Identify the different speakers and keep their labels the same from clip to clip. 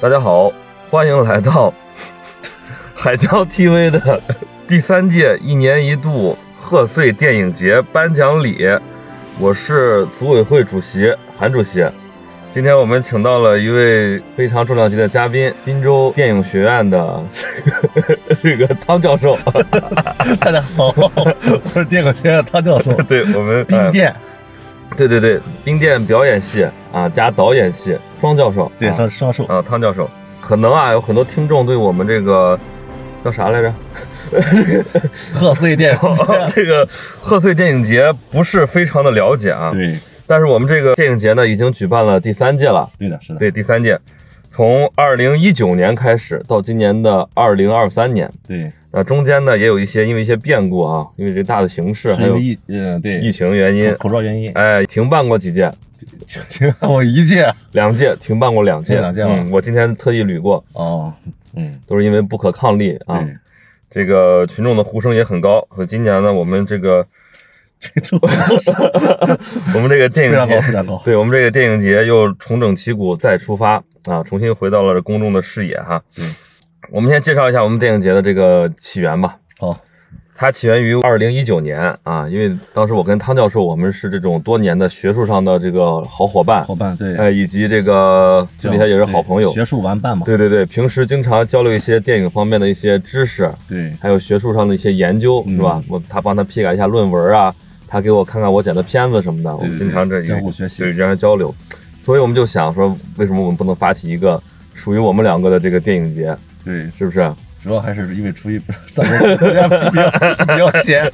Speaker 1: 大家好，欢迎来到 海椒 TV 的第三届一年一度贺岁电影节颁奖礼，我是组委会主席韩主席。今天我们请到了一位非常重量级的嘉宾，滨州电影学院的 这个汤教授。
Speaker 2: 哦大家好，我是电影学院汤教授，
Speaker 1: 对我们呃
Speaker 2: 冰店，
Speaker 1: 对对对，冰店表演系啊加导演系双教授，
Speaker 2: 对
Speaker 1: 啊
Speaker 2: 双双手，
Speaker 1: 啊，汤教授，可能啊有很多听众对我们这个叫啥来着？
Speaker 2: 贺岁电影 节，
Speaker 1: 这个贺岁电影节不是非常的了解啊，
Speaker 2: 对
Speaker 1: 但是我们这个电影节呢已经举办了第三届了，
Speaker 2: 对的，是的，
Speaker 1: 对，第三届，从二零一九年开始到今年的二零二三年，
Speaker 2: 对，
Speaker 1: 那中间呢也有一些因为一些变故啊，因为这大的形势还
Speaker 2: 是因
Speaker 1: 有
Speaker 2: 为疫，嗯，对，
Speaker 1: 疫情原因
Speaker 2: 口，口罩原因，
Speaker 1: 哎，停办过几届，
Speaker 2: 停我一届，
Speaker 1: 两届停办过两届，
Speaker 2: 停两届了
Speaker 1: 嗯，我今天特意捋过，
Speaker 2: 哦，嗯，
Speaker 1: 都是因为不可抗力啊。
Speaker 2: 对，
Speaker 1: 这个群众的呼声也很高。所以今年呢，我们这个
Speaker 2: 这种东西
Speaker 1: 我们这个电
Speaker 2: 非
Speaker 1: 影
Speaker 2: 常 高，非
Speaker 1: 节，
Speaker 2: 常高，
Speaker 1: 对我们这个电影节又重整旗鼓再出发啊，重新回到了公众的视野哈。
Speaker 2: 嗯，
Speaker 1: 我们先介绍一下我们电影节的这个起源吧。
Speaker 2: 好，
Speaker 1: 它起源于二零一九年啊，因为当时我跟汤教授，我们是这种多年的学术上的这个好伙伴，
Speaker 2: 伙伴，对，
Speaker 1: 哎，以及这个私
Speaker 2: 这样
Speaker 1: 底下也是好朋友
Speaker 2: 对。学术玩伴嘛，
Speaker 1: 对对对，平时经常交流一些电影方面的一些知识，
Speaker 2: 对，
Speaker 1: 还有学术上的一些研究，
Speaker 2: 嗯
Speaker 1: 是吧？我他帮他批改一下论文啊，他给我看看我剪的片子什么的，我
Speaker 2: 对
Speaker 1: 们经常这
Speaker 2: 相互学习
Speaker 1: 对，经常交流。所以我们就想说，为什么我们不能发起一个属于我们两个的这个电影节，
Speaker 2: 对，
Speaker 1: 是不 是？
Speaker 2: 主要还是因为初 一不是大家比较比较闲，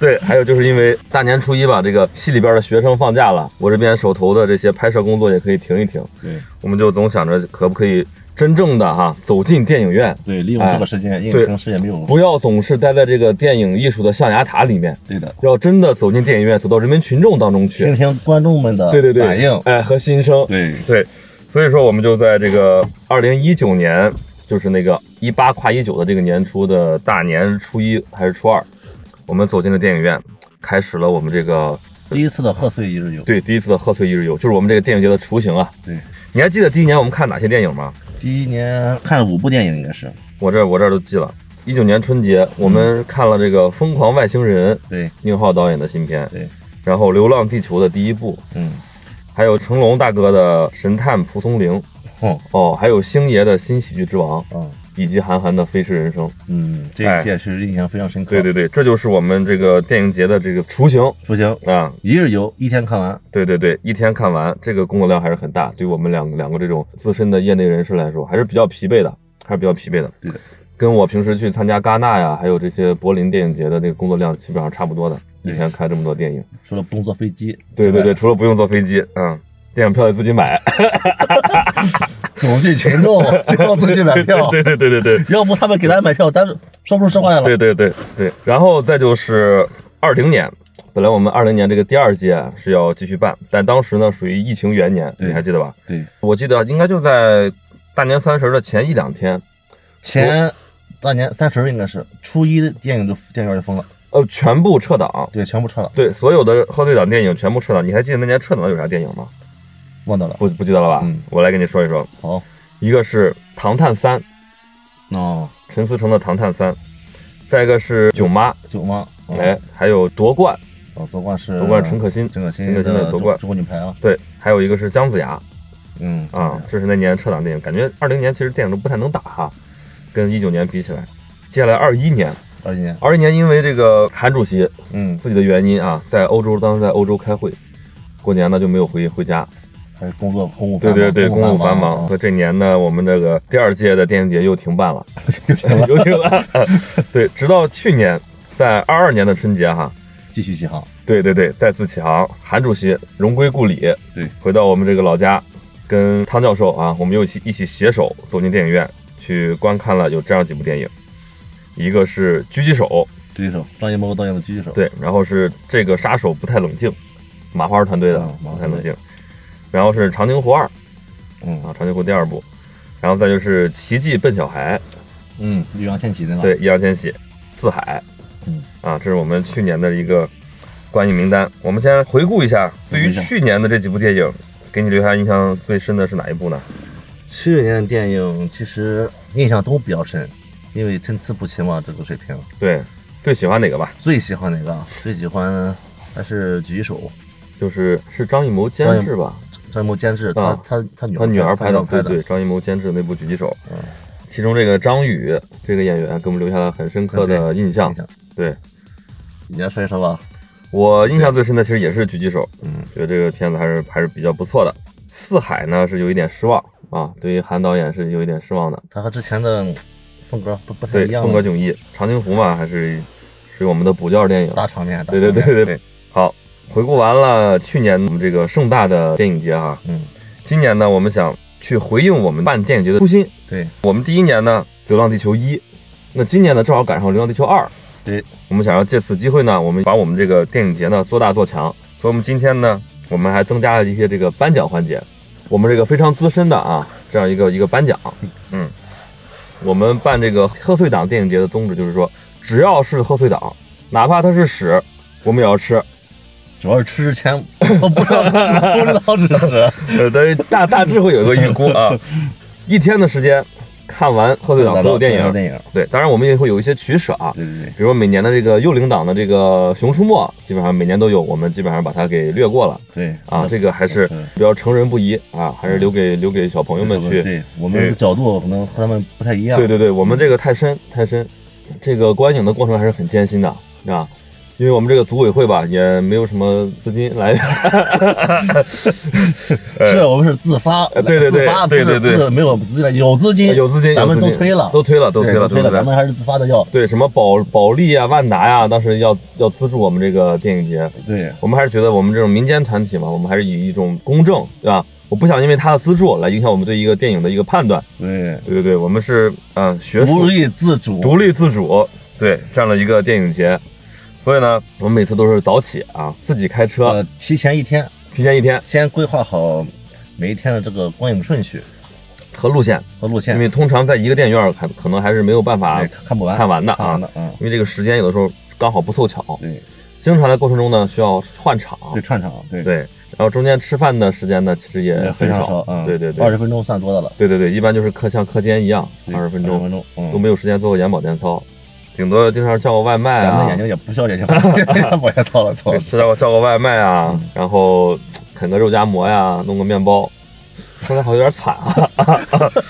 Speaker 1: 对，还有就是因为大年初一吧，这个系里边的学生放假了，我这边手头的这些拍摄工作也可以停一停，
Speaker 2: 对
Speaker 1: 我们就总想着可不可以真正的哈、走进电影院，
Speaker 2: 对，利用这个时间，因
Speaker 1: 对
Speaker 2: 为平时也没有，
Speaker 1: 不要总是待在这个电影艺术的象牙塔里面，
Speaker 2: 对的，
Speaker 1: 要真的走进电影院，走到人民群众当中去。
Speaker 2: 听听观众们的
Speaker 1: 对对对，
Speaker 2: 反应，
Speaker 1: 哎，和新生，
Speaker 2: 对，
Speaker 1: 对，所以说我们就在这个二零一九年，就是那个一八跨一九的这个年初的大年初一还是初二，我们走进了电影院，开始了我们这个
Speaker 2: 第一次的贺岁一日游，
Speaker 1: 对第一次的贺岁一日游，就是我们这个电影节的雏形啊。
Speaker 2: 对。
Speaker 1: 你还记得第一年我们看哪些电影吗？
Speaker 2: 第一年看了五部电影，应该是
Speaker 1: 我这我这儿都记了。一九年春节，我
Speaker 2: 嗯
Speaker 1: 们看了这个《疯狂外星人》，
Speaker 2: 对，
Speaker 1: 宁浩导演的新片，
Speaker 2: 对，
Speaker 1: 然后《流浪地球》的第一部，
Speaker 2: 嗯，
Speaker 1: 还有成龙大哥的《神探蒲松龄》，
Speaker 2: 哦，
Speaker 1: 哦，还有星爷的新喜剧之王，
Speaker 2: 哦，
Speaker 1: 以及韩寒的《飞驰人生》。
Speaker 2: 嗯，这
Speaker 1: 哎
Speaker 2: 一届是印象非常深刻。
Speaker 1: 对，对对，这就是我们这个电影节的这个雏形
Speaker 2: 出行
Speaker 1: 啊！
Speaker 2: 一日游一天看完，
Speaker 1: 对对对，一天看完，这个工作量还是很大，对我们两个两个这种资深的业内人士来说，还是比较疲惫的，还是比较疲惫的。
Speaker 2: 对的，
Speaker 1: 跟我平时去参加戛纳呀，还有这些柏林电影节的这个工作量基本上差不多的，一
Speaker 2: 对
Speaker 1: 天看这么多电影。
Speaker 2: 除了不用坐飞机，
Speaker 1: 对对对，
Speaker 2: 之外，
Speaker 1: 除了不用坐飞机，嗯，电影票也自己买。，
Speaker 2: 恐惧群众， 最后自己买 票
Speaker 1: 对对对对对。
Speaker 2: 要不他们给咱买票，咱说不出实话来了。
Speaker 1: 对对对对，然后再就是二零年，本来我们二零年这个第二届是要继续办，但当时呢属于疫情元年，
Speaker 2: 对
Speaker 1: 你还记得吧？
Speaker 2: 对，
Speaker 1: 我记得应该就在大年三十的前一两天，
Speaker 2: 前大年三十应该是初一电影就电影院就封了，
Speaker 1: 呃，全部撤档，
Speaker 2: 对，全部撤了，
Speaker 1: 对，所有的贺岁档电影全部撤档。你还记得那年撤档有啥电影吗？
Speaker 2: 忘掉了。
Speaker 1: 不不记得了吧？
Speaker 2: 嗯
Speaker 1: 我来跟你说一说，
Speaker 2: 好，
Speaker 1: 一个是《唐探三》，
Speaker 2: 哦，
Speaker 1: 陈思诚的《唐探三》，再一个是《囧妈》，
Speaker 2: 九吗？哦
Speaker 1: 哎，，还有《夺冠
Speaker 2: 哦，夺冠是》，
Speaker 1: 夺冠陈可辛，
Speaker 2: 陈可辛
Speaker 1: 陈可辛的夺冠
Speaker 2: 中国女排啊，
Speaker 1: 对，还有一个是姜子牙。
Speaker 2: 嗯
Speaker 1: 啊，，这是那年撤档电影，感觉二零年其实电影都不太能打哈，跟一九年比起来。接下来二一年，
Speaker 2: 二一年，
Speaker 1: 二一年因为这个韩主席
Speaker 2: 嗯，
Speaker 1: 自己的原因啊，在欧洲当时在欧洲开会，过年呢就没有回回家。
Speaker 2: 还有工作公务
Speaker 1: 对
Speaker 2: 繁忙
Speaker 1: 对对，公务繁忙，
Speaker 2: 啊
Speaker 1: 所以这年呢，我们这个第二届的电影节又停办了， 又停了。 对，直到去年，在二二年的春节哈，
Speaker 2: 继续起航。
Speaker 1: 对对对，再次起航，韩主席荣归故里，
Speaker 2: 对，
Speaker 1: 回到我们这个老家，跟汤教授啊，我们又一起一起携手走进电影院去观看了有这样几部电影，一个是《狙击手》，
Speaker 2: 狙击手，张艺谋导演的狙击手。，
Speaker 1: 对，然后是这个杀手不太冷静，麻花儿团队的、
Speaker 2: 嗯麻
Speaker 1: 不
Speaker 2: 花儿
Speaker 1: 太冷静，然后是《长津湖二》
Speaker 2: 嗯
Speaker 1: 啊，《长津湖》第二部，然后再就是《奇迹笨小孩》，
Speaker 2: 嗯，易烊千玺那个。
Speaker 1: 对，易烊千玺，《四海》，
Speaker 2: 嗯，
Speaker 1: 啊，这是我们去年的一个观影名单。我们先回顾一下，对于
Speaker 2: 回顾一下
Speaker 1: 去年的这几部电影，给你留下印象最深的是哪一部呢？
Speaker 2: 去年的电影其实印象都比较深，因为参差不齐嘛，这个水平。
Speaker 1: 对，最喜欢哪个吧？
Speaker 2: 最喜欢哪个？最喜欢还是举手，
Speaker 1: 就是是张艺谋监制吧？
Speaker 2: 张艺谋监制，
Speaker 1: 啊
Speaker 2: 他他他女
Speaker 1: 他
Speaker 2: 儿
Speaker 1: 女儿
Speaker 2: 拍
Speaker 1: 拍的，
Speaker 2: 拍
Speaker 1: 对
Speaker 2: 的，
Speaker 1: 对，张艺谋监制的那部《狙击手》
Speaker 2: 嗯，
Speaker 1: 其中这个张宇这个演员给我们留下了很深刻的印象
Speaker 2: 印。象
Speaker 1: 对
Speaker 2: 你来说一说吧。
Speaker 1: 我印象最深的其实也是《狙击手》，
Speaker 2: 嗯，
Speaker 1: 觉得这个片子还是还是比较不错的。四海呢是有一点失望啊，对于韩导演是有一点失望的。
Speaker 2: 他和之前的嗯风格不不太
Speaker 1: 对
Speaker 2: 一，样，
Speaker 1: 风格迥异，《长津湖》嘛还是属于我们的补觉电影。
Speaker 2: 大场面，
Speaker 1: 对对
Speaker 2: 大场面
Speaker 1: 对对对。好，回顾完了去年我们这个盛大的电影节哈，
Speaker 2: 嗯，
Speaker 1: 今年呢我们想去回应我们办电影节的初心。
Speaker 2: 对
Speaker 1: 我们第一年呢，《流浪地球一》，那今年呢正好赶上《流浪地球二》，
Speaker 2: 对，
Speaker 1: 我们想要借此机会呢，我们把我们这个电影节呢做大做强。所以我们今天呢，我们还增加了一些这个颁奖环节，我们这个非常资深的啊，这样一个一个颁奖，嗯，我们办这个贺岁档电影节的宗旨就是说，只要是贺岁档，哪怕它是屎，我们也要吃。
Speaker 2: 主要是吃之前我不知道 不知道是 吃，
Speaker 1: 呃，但是大大致会有一个预估 啊，一天的时间看完贺岁档所有电
Speaker 2: 哪到
Speaker 1: 影，
Speaker 2: 电影，
Speaker 1: 对，当然我们也会有一些取舍啊，
Speaker 2: 对对对，
Speaker 1: 比如每年的这个幼龄档的这个《熊出没》，基本上每年都有，我们基本上把它给略过了
Speaker 2: 对
Speaker 1: 啊。这个还是
Speaker 2: 对
Speaker 1: 比较成人不宜啊，还是留给留给小朋友们去。
Speaker 2: 嗯对我们的角度可能和他们不太一样，
Speaker 1: 对对对，我们这个太深太深，这个观影的过程还是很艰辛的啊。因为我们这个组委会吧，也没有什么资金来源，
Speaker 2: 是我们是自发，
Speaker 1: 呃对对对
Speaker 2: 自发
Speaker 1: 对
Speaker 2: 不是
Speaker 1: 对对呃
Speaker 2: 不是没有资金，有资金，
Speaker 1: 有资金，
Speaker 2: 咱们
Speaker 1: 有资
Speaker 2: 都
Speaker 1: 金
Speaker 2: 推了，
Speaker 1: 都推了，都
Speaker 2: 对
Speaker 1: 推了，
Speaker 2: 推
Speaker 1: 对
Speaker 2: 了，咱们还是自发的要，
Speaker 1: 对，什么保保利啊、万达呀、当时要要资助我们这个电影节，
Speaker 2: 对
Speaker 1: 我们还是觉得我们这种民间团体嘛，我们还是以一种公正，对吧？我不想因为他的资助来影响我们对一个电影的一个判断。
Speaker 2: 对，
Speaker 1: 对对对，我们是嗯、呃学
Speaker 2: 独
Speaker 1: 术
Speaker 2: 立自主，
Speaker 1: 独立自主，对这样的一个电影节，所以呢，我们每次都是早起啊，自己开车，
Speaker 2: 呃，提前一天
Speaker 1: 提前一天
Speaker 2: 先规划好每一天的这个观影顺序
Speaker 1: 和路线，
Speaker 2: 和路线
Speaker 1: 因，为通常在一个电影院可可能还是没有办法
Speaker 2: 对看不完，
Speaker 1: 看完的
Speaker 2: 看
Speaker 1: 啊
Speaker 2: 完，的，嗯，
Speaker 1: 因为这个时间有的时候刚好不凑巧，
Speaker 2: 对，
Speaker 1: 经常在过程中呢需要换场，
Speaker 2: 对串场，对
Speaker 1: 啊对，然后中间吃饭的时间呢其实也
Speaker 2: 也非
Speaker 1: 很
Speaker 2: 常
Speaker 1: 少，
Speaker 2: 嗯，
Speaker 1: 对对对，
Speaker 2: 二十分钟算多的了，
Speaker 1: 对对对，一般就是课像课间一样，
Speaker 2: 对
Speaker 1: 二十分
Speaker 2: 20
Speaker 1: 钟
Speaker 2: 分钟，嗯，
Speaker 1: 都没有时间做个眼保健操，顶多经常叫个外卖
Speaker 2: 咱们
Speaker 1: 啊
Speaker 2: 的眼，睛也不需要眼睛 往下操了，操
Speaker 1: 对，吃叫叫个外卖啊
Speaker 2: 嗯，
Speaker 1: 然后啃个肉夹馍呀，弄个面包，说来好像有点惨啊。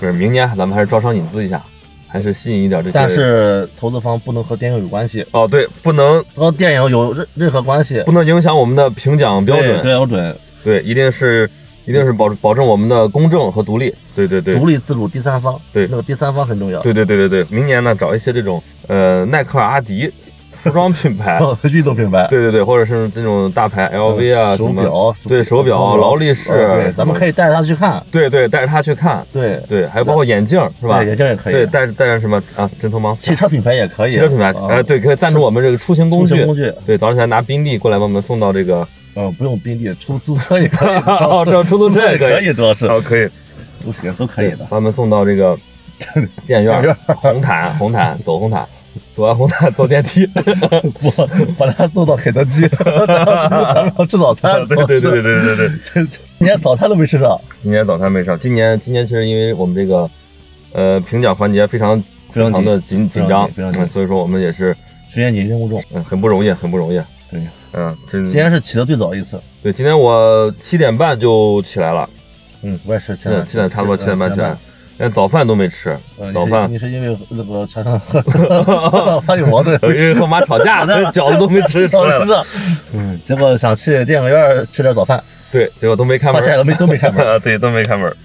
Speaker 1: 不是，明年咱们还是招商引资一下，还是吸引一点这些。
Speaker 2: 但是投资方不能和电影有关系，
Speaker 1: 哦，对，不能
Speaker 2: 和电影有任任何关系，
Speaker 1: 不能影响我们的评奖标
Speaker 2: 对
Speaker 1: 准，
Speaker 2: 标准，
Speaker 1: 对，一定是一定是保保证我们的公正和独立，对对对，
Speaker 2: 独立自主第三方，
Speaker 1: 对
Speaker 2: 那个第三方很重要，
Speaker 1: 对对对对对，明年呢找一些这种呃耐克、阿迪服装品 牌，
Speaker 2: 哦，运动品牌，
Speaker 1: 对对对，或者是那种大牌 LV 啊什
Speaker 2: 嗯手
Speaker 1: 么，
Speaker 2: 表，
Speaker 1: 对手表、啊劳力士，
Speaker 2: 哦对，咱们可
Speaker 1: 以
Speaker 2: 以带着他去看，
Speaker 1: 对对带着他去看，
Speaker 2: 对，
Speaker 1: 对，还有包括眼镜是吧
Speaker 2: 对？眼镜也可以，
Speaker 1: 对，带着带上什么啊？针头盲
Speaker 2: 汽车品牌也可以，
Speaker 1: 汽车品牌，
Speaker 2: 啊
Speaker 1: 哎，，对，可以赞助我们这个出行工
Speaker 2: 出行
Speaker 1: 具
Speaker 2: 工。具，
Speaker 1: 对，早上起来拿宾利过来把我们送到这 个，
Speaker 2: 呃，不用宾利，出租车也可以，
Speaker 1: 哦，这出租车也 可
Speaker 2: 可
Speaker 1: 以，
Speaker 2: 以，主要是
Speaker 1: 哦，可以，
Speaker 2: 都行，都可以的。
Speaker 1: 把我们送到这个电影
Speaker 2: 电影
Speaker 1: 院
Speaker 2: 院，
Speaker 1: 红毯，红毯，走红毯，走完红毯坐电 梯。
Speaker 2: 我把他送到肯德基，然后吃早餐。
Speaker 1: 对对 对对对对对。
Speaker 2: 对，连早餐都没吃上，
Speaker 1: 今年早餐没上，今年今年其实因为我们这个呃评奖环节非常
Speaker 2: 非常紧
Speaker 1: 的紧
Speaker 2: 非
Speaker 1: 紧
Speaker 2: 常
Speaker 1: 张
Speaker 2: 紧，非常紧
Speaker 1: 嗯所以说我们也是
Speaker 2: 时间紧任务重。
Speaker 1: 嗯很不容易，很不容易。
Speaker 2: 对，
Speaker 1: 嗯，真
Speaker 2: 今天是起的最早一次。
Speaker 1: 对，今天我七点半就起来了，
Speaker 2: 嗯，我也是七
Speaker 1: 现在七点差不多七点半起来，。连早饭都没吃
Speaker 2: 呃，，
Speaker 1: 早饭
Speaker 2: 你是因为那个常常 发有矛盾，
Speaker 1: 呃因为和我妈吵 架，饺子都没吃出来了。
Speaker 2: 了。嗯，结果想去电影院吃点早饭，
Speaker 1: 对，结果都没开
Speaker 2: 发
Speaker 1: 门
Speaker 2: 现
Speaker 1: 儿，
Speaker 2: 都没都没开 门。
Speaker 1: 对，都没开门儿。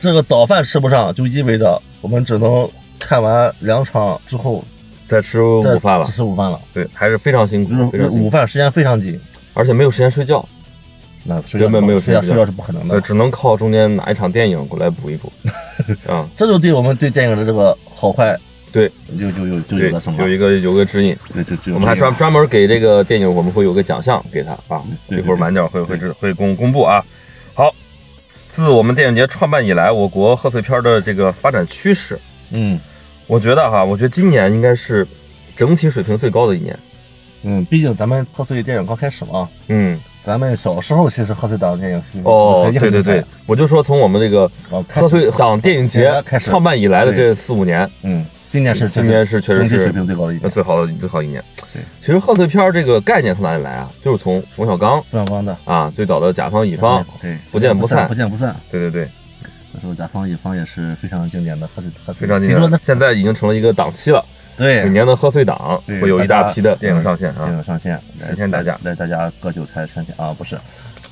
Speaker 2: 这个早饭吃不上，就意味着我们只能看完两场之后
Speaker 1: 再吃午饭了
Speaker 2: 只，吃午嗯饭了。
Speaker 1: 对，还是非常辛苦，非
Speaker 2: 就是
Speaker 1: 常辛
Speaker 2: 午
Speaker 1: 苦，
Speaker 2: 饭时间非常紧，
Speaker 1: 而且没有时间睡觉，
Speaker 2: 那睡
Speaker 1: 根本没有
Speaker 2: 睡觉
Speaker 1: 时间
Speaker 2: 睡觉是不可能
Speaker 1: 呃，
Speaker 2: 的。
Speaker 1: 只能靠中间哪一场电影过来补一 补。啊，
Speaker 2: 这就对我们对电影的这个好坏，
Speaker 1: 对，
Speaker 2: 就就有就有
Speaker 1: 嗯对
Speaker 2: 了什，么
Speaker 1: 有？一个有个指引。
Speaker 2: 对，就就
Speaker 1: 我们还专专门给这个电影，我们会有个奖项给他啊，
Speaker 2: 对对对
Speaker 1: 一会儿晚点会会知会公公布啊。好，自我们电影节创办以来，我国贺岁片的这个发展趋势，
Speaker 2: 嗯，
Speaker 1: 我觉得哈，我觉得今年应该是整体水平最高的一年，
Speaker 2: 嗯，毕竟咱们贺岁电影刚开始嘛，
Speaker 1: 嗯，
Speaker 2: 咱们小时候其实贺岁档电影是
Speaker 1: 哦，
Speaker 2: 很
Speaker 1: 对对对，，我就说从我们这个
Speaker 2: 哦开始
Speaker 1: 贺岁档电影节
Speaker 2: 开始
Speaker 1: 创办以来的
Speaker 2: 对
Speaker 1: 这四五年，
Speaker 2: 嗯，今年是
Speaker 1: 今年是确实
Speaker 2: 整体
Speaker 1: 是
Speaker 2: 水平最高的一
Speaker 1: 那
Speaker 2: 年。
Speaker 1: 最好的最好一年
Speaker 2: 对。
Speaker 1: 其实贺岁片儿这个概念从哪里来啊？就是从冯小刚
Speaker 2: 冯小刚的
Speaker 1: 啊，最早的甲方乙
Speaker 2: 乙
Speaker 1: 方，
Speaker 2: 对
Speaker 1: 不见不散
Speaker 2: 不见不散。
Speaker 1: 对对对，
Speaker 2: 那时候甲方乙方也是非常经典的贺岁贺岁
Speaker 1: 非常经
Speaker 2: 听说呢
Speaker 1: 典。，现在已经成了一个档期了，
Speaker 2: 对
Speaker 1: 每年的贺岁档
Speaker 2: 对
Speaker 1: 会有一
Speaker 2: 大
Speaker 1: 大
Speaker 2: 家
Speaker 1: 批的电影上线
Speaker 2: 电
Speaker 1: 啊，
Speaker 2: 影上线，来
Speaker 1: 提前嗯大家
Speaker 2: 来大家割韭菜圈钱啊，不是，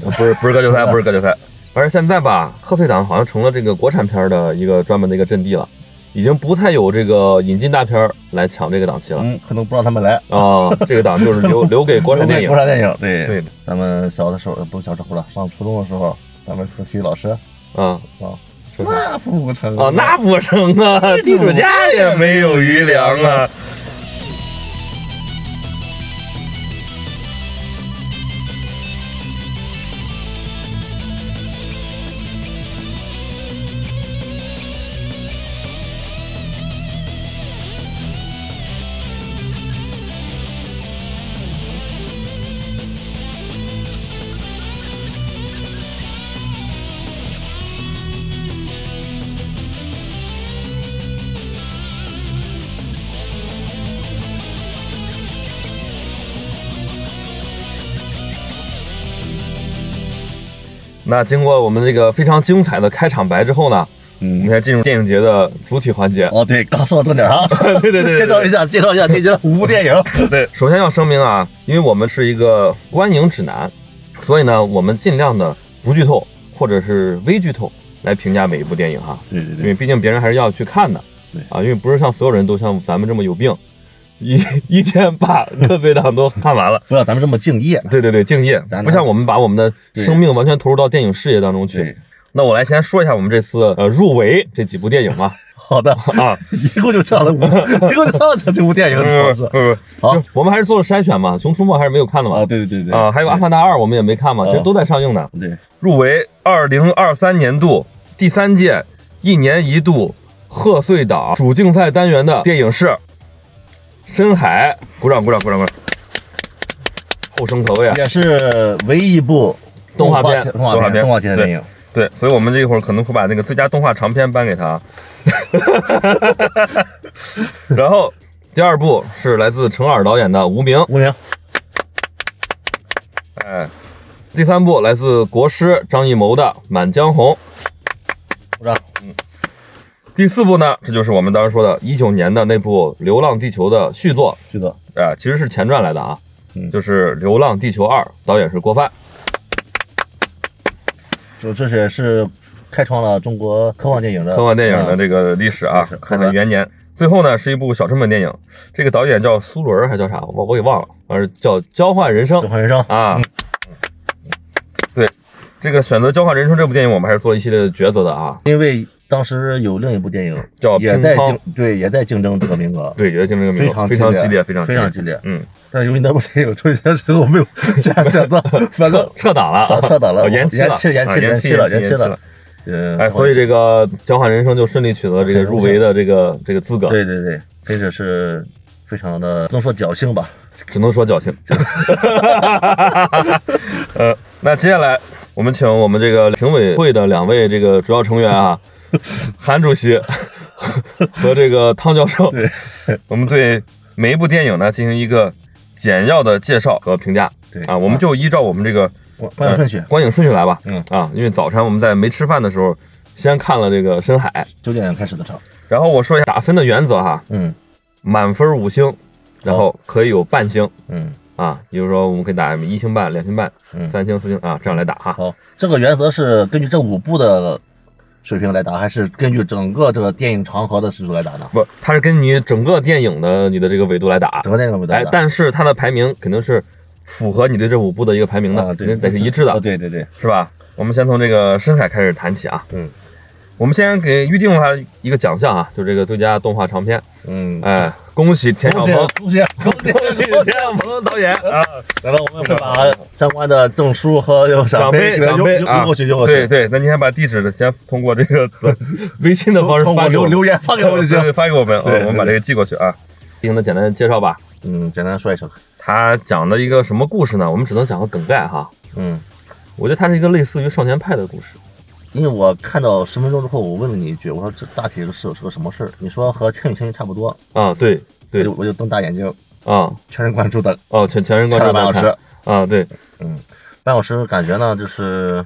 Speaker 1: 不是不是割韭菜，不是割 韭菜。而现在吧，贺岁档好像成了这个国产片儿的一个专门的一个阵地了，已经不太有这个引进大片儿来抢这个档期了。
Speaker 2: 嗯，可能不让他们来。
Speaker 1: 啊，这个档就是 留留给国产电影。
Speaker 2: 国产电影，对
Speaker 1: 对，
Speaker 2: 咱们小的时候呃不是小时候了，上初中的时候，咱们的体育老师
Speaker 1: 啊
Speaker 2: 啊，
Speaker 1: 是的
Speaker 2: 那不成
Speaker 1: 啊，那不成啊，地主家也没有余粮啊。那经过我们这个非常精彩的开场白之后呢，我们
Speaker 2: 嗯，
Speaker 1: 先进入电影节的主体环节。
Speaker 2: 哦对，刚说到重点啊，
Speaker 1: 对 对对对对
Speaker 2: 介绍一下，介绍一下这些五部电影，
Speaker 1: 对， 首先要声明啊，因为我们是一个观影指南，所以呢，我们尽量的不剧透或者是微剧透来评价每一部电影哈，
Speaker 2: 对对
Speaker 1: 因为，毕竟别人还是要去看的。
Speaker 2: 对
Speaker 1: 啊，因为不是像所有人都像咱们这么有病，一 一天把贺岁档都看完 了。
Speaker 2: 不要咱们这么敬业，
Speaker 1: 对对对，敬业
Speaker 2: 咱，
Speaker 1: 不像我们把我们的
Speaker 2: 对
Speaker 1: 生命完全投入到电影事业当中去。，那我来先说一下我们这次呃入围这几部电影吧。
Speaker 2: 好的，
Speaker 1: 啊，
Speaker 2: 一共就 上了五，一共就上了这部电影，
Speaker 1: 不
Speaker 2: 主要是
Speaker 1: 不不，
Speaker 2: 好
Speaker 1: 就呃我们还是做了筛选嘛，《熊出没》还是没有看的嘛。
Speaker 2: 啊，对对对对
Speaker 1: 啊，还有《阿凡达二》，我们也没看嘛，
Speaker 2: 啊
Speaker 1: 其实都在上映呢。
Speaker 2: 对，
Speaker 1: 嗯入围二零二三年度第三届一年一度贺岁档主竞赛单元的电影是《深海》，鼓掌鼓掌鼓掌鼓掌，后生可畏啊！
Speaker 2: 也是唯一一部
Speaker 1: 动画片
Speaker 2: 动画片、
Speaker 1: 动
Speaker 2: 动
Speaker 1: 画
Speaker 2: 画
Speaker 1: 片
Speaker 2: 片的电影。
Speaker 1: 对，所以我们这一会儿可能会把那个最佳动画长片颁给他 啊。然后第二部是来自程耳导演的《无名》，
Speaker 2: 无名，
Speaker 1: 哎，第三部来自国师张艺谋的《满江红》，
Speaker 2: 鼓掌。
Speaker 1: 第四部呢，这就是我们当时说的，一九年的那部《流浪地球》的续作，
Speaker 2: 徐哥，
Speaker 1: 呃，其实是前传来的啊，
Speaker 2: 嗯
Speaker 1: 就是《流浪地球二》，导演是郭帆，
Speaker 2: 就这是也是开创了中国科幻电影的
Speaker 1: 科幻电影的
Speaker 2: 嗯
Speaker 1: 这个历史啊
Speaker 2: 是，
Speaker 1: 看看元年。最后呢，是一部小成本电影，这个导演叫苏伦儿还是叫啥？我我给忘了，反正叫《交换人生
Speaker 2: 《交》换人生》
Speaker 1: 啊。对，这个选择《交换人生》这部电影，我们还是做了一系列的抉择的啊，
Speaker 2: 因为当时有另一部电影
Speaker 1: 叫
Speaker 2: 也
Speaker 1: 哦乒
Speaker 2: 在
Speaker 1: 乓
Speaker 2: 竞对也在竞争这个名额，
Speaker 1: 对，也竞争这个名
Speaker 2: 非
Speaker 1: 额
Speaker 2: 常
Speaker 1: 非常激
Speaker 2: 激
Speaker 1: 烈，
Speaker 2: 烈
Speaker 1: 非常激
Speaker 2: 非
Speaker 1: 烈
Speaker 2: 常，激烈。
Speaker 1: 嗯，
Speaker 2: 但由于那部电影出现之后没有这样选择，反正
Speaker 1: 撤档了 啊，
Speaker 2: 撤撤档了
Speaker 1: 哦延期了，
Speaker 2: 延期了延期了
Speaker 1: 啊延期
Speaker 2: 了
Speaker 1: 延
Speaker 2: 延期了
Speaker 1: 了。
Speaker 2: 呃，
Speaker 1: 哎，所以这个《交换人生》就顺利取得这个入围的这个这个资格，
Speaker 2: 对对对，这只是非常的不能说侥幸吧，
Speaker 1: 只能说侥 幸。 呃，那接下来我们请我们这个评委会的两位这个主要成员 啊，韩主席和这个汤教授，
Speaker 2: 对
Speaker 1: 我们对每一部电影呢进行一个简要的介绍和评价。
Speaker 2: 对
Speaker 1: 啊，我们就依照我们这个
Speaker 2: 观观影顺序
Speaker 1: 呃，观影顺序来吧。
Speaker 2: 嗯
Speaker 1: 啊，因为早晨我们在没吃饭的时候，先看了这个《深海》，
Speaker 2: 九点开始的场，
Speaker 1: 然后我说一下打分的原则哈，
Speaker 2: 嗯
Speaker 1: 满分五星，然后可以有半星
Speaker 2: 嗯。
Speaker 1: 啊，比如说我们可以打一星半、两星半、
Speaker 2: 嗯
Speaker 1: 三星、四星啊，这样来打哈。
Speaker 2: 好，这个原则是根据这五部的水平来打，还是根据整个这个电影长河的时数来打呢？
Speaker 1: 不，它是根据整个电影的你的这个维度来打
Speaker 2: 整，个电影来
Speaker 1: 哎，
Speaker 2: 打。
Speaker 1: 但是它的排名肯定是符合你对这五部的一个排名的，
Speaker 2: 啊，
Speaker 1: 肯
Speaker 2: 对，
Speaker 1: 定得是一致的
Speaker 2: 哦，对对对，
Speaker 1: 是吧？我们先从这个深海开始谈起啊。
Speaker 2: 嗯
Speaker 1: 我们先给预定了一个奖项啊，就这个最佳动画长片。
Speaker 2: 嗯，
Speaker 1: 哎，恭喜田晓
Speaker 2: 恭喜
Speaker 1: 鹏，
Speaker 2: 恭 喜恭喜
Speaker 1: 恭 喜
Speaker 2: 恭喜！
Speaker 1: 田晓鹏导演啊！
Speaker 2: 然后我们会把相关的证书和
Speaker 1: 奖杯
Speaker 2: 杯给它
Speaker 1: 奖
Speaker 2: 邮
Speaker 1: 杯
Speaker 2: 邮
Speaker 1: 啊
Speaker 2: 邮过去，邮过
Speaker 1: 对
Speaker 2: 去，
Speaker 1: 对，那你先把地址先通过这个 微信的方式
Speaker 2: 通
Speaker 1: 发
Speaker 2: 过
Speaker 1: 给我
Speaker 2: 留
Speaker 1: 们
Speaker 2: 留言发给我就行
Speaker 1: 对。对发给我们，啊
Speaker 2: 对
Speaker 1: 我们把这个寄过去啊。进行的简单的介绍吧。
Speaker 2: 嗯，简单说一声，
Speaker 1: 他讲的一个什么故事呢？我们只能讲个梗概哈。
Speaker 2: 嗯，
Speaker 1: 我觉得它是一个类似于少年派的故事。
Speaker 2: 因为我看到十分钟之后，我问了你一句，我说这大体是是个什么事儿？你说和《千与千寻》差不多，
Speaker 1: 啊，对
Speaker 2: 我
Speaker 1: 对
Speaker 2: 就我就瞪大眼睛，
Speaker 1: 啊
Speaker 2: 全神贯注的
Speaker 1: 哦，全全神
Speaker 2: 看
Speaker 1: 贯
Speaker 2: 了
Speaker 1: 注
Speaker 2: 半小
Speaker 1: 在看
Speaker 2: 时，
Speaker 1: 啊， 对，
Speaker 2: 半小时感觉呢就是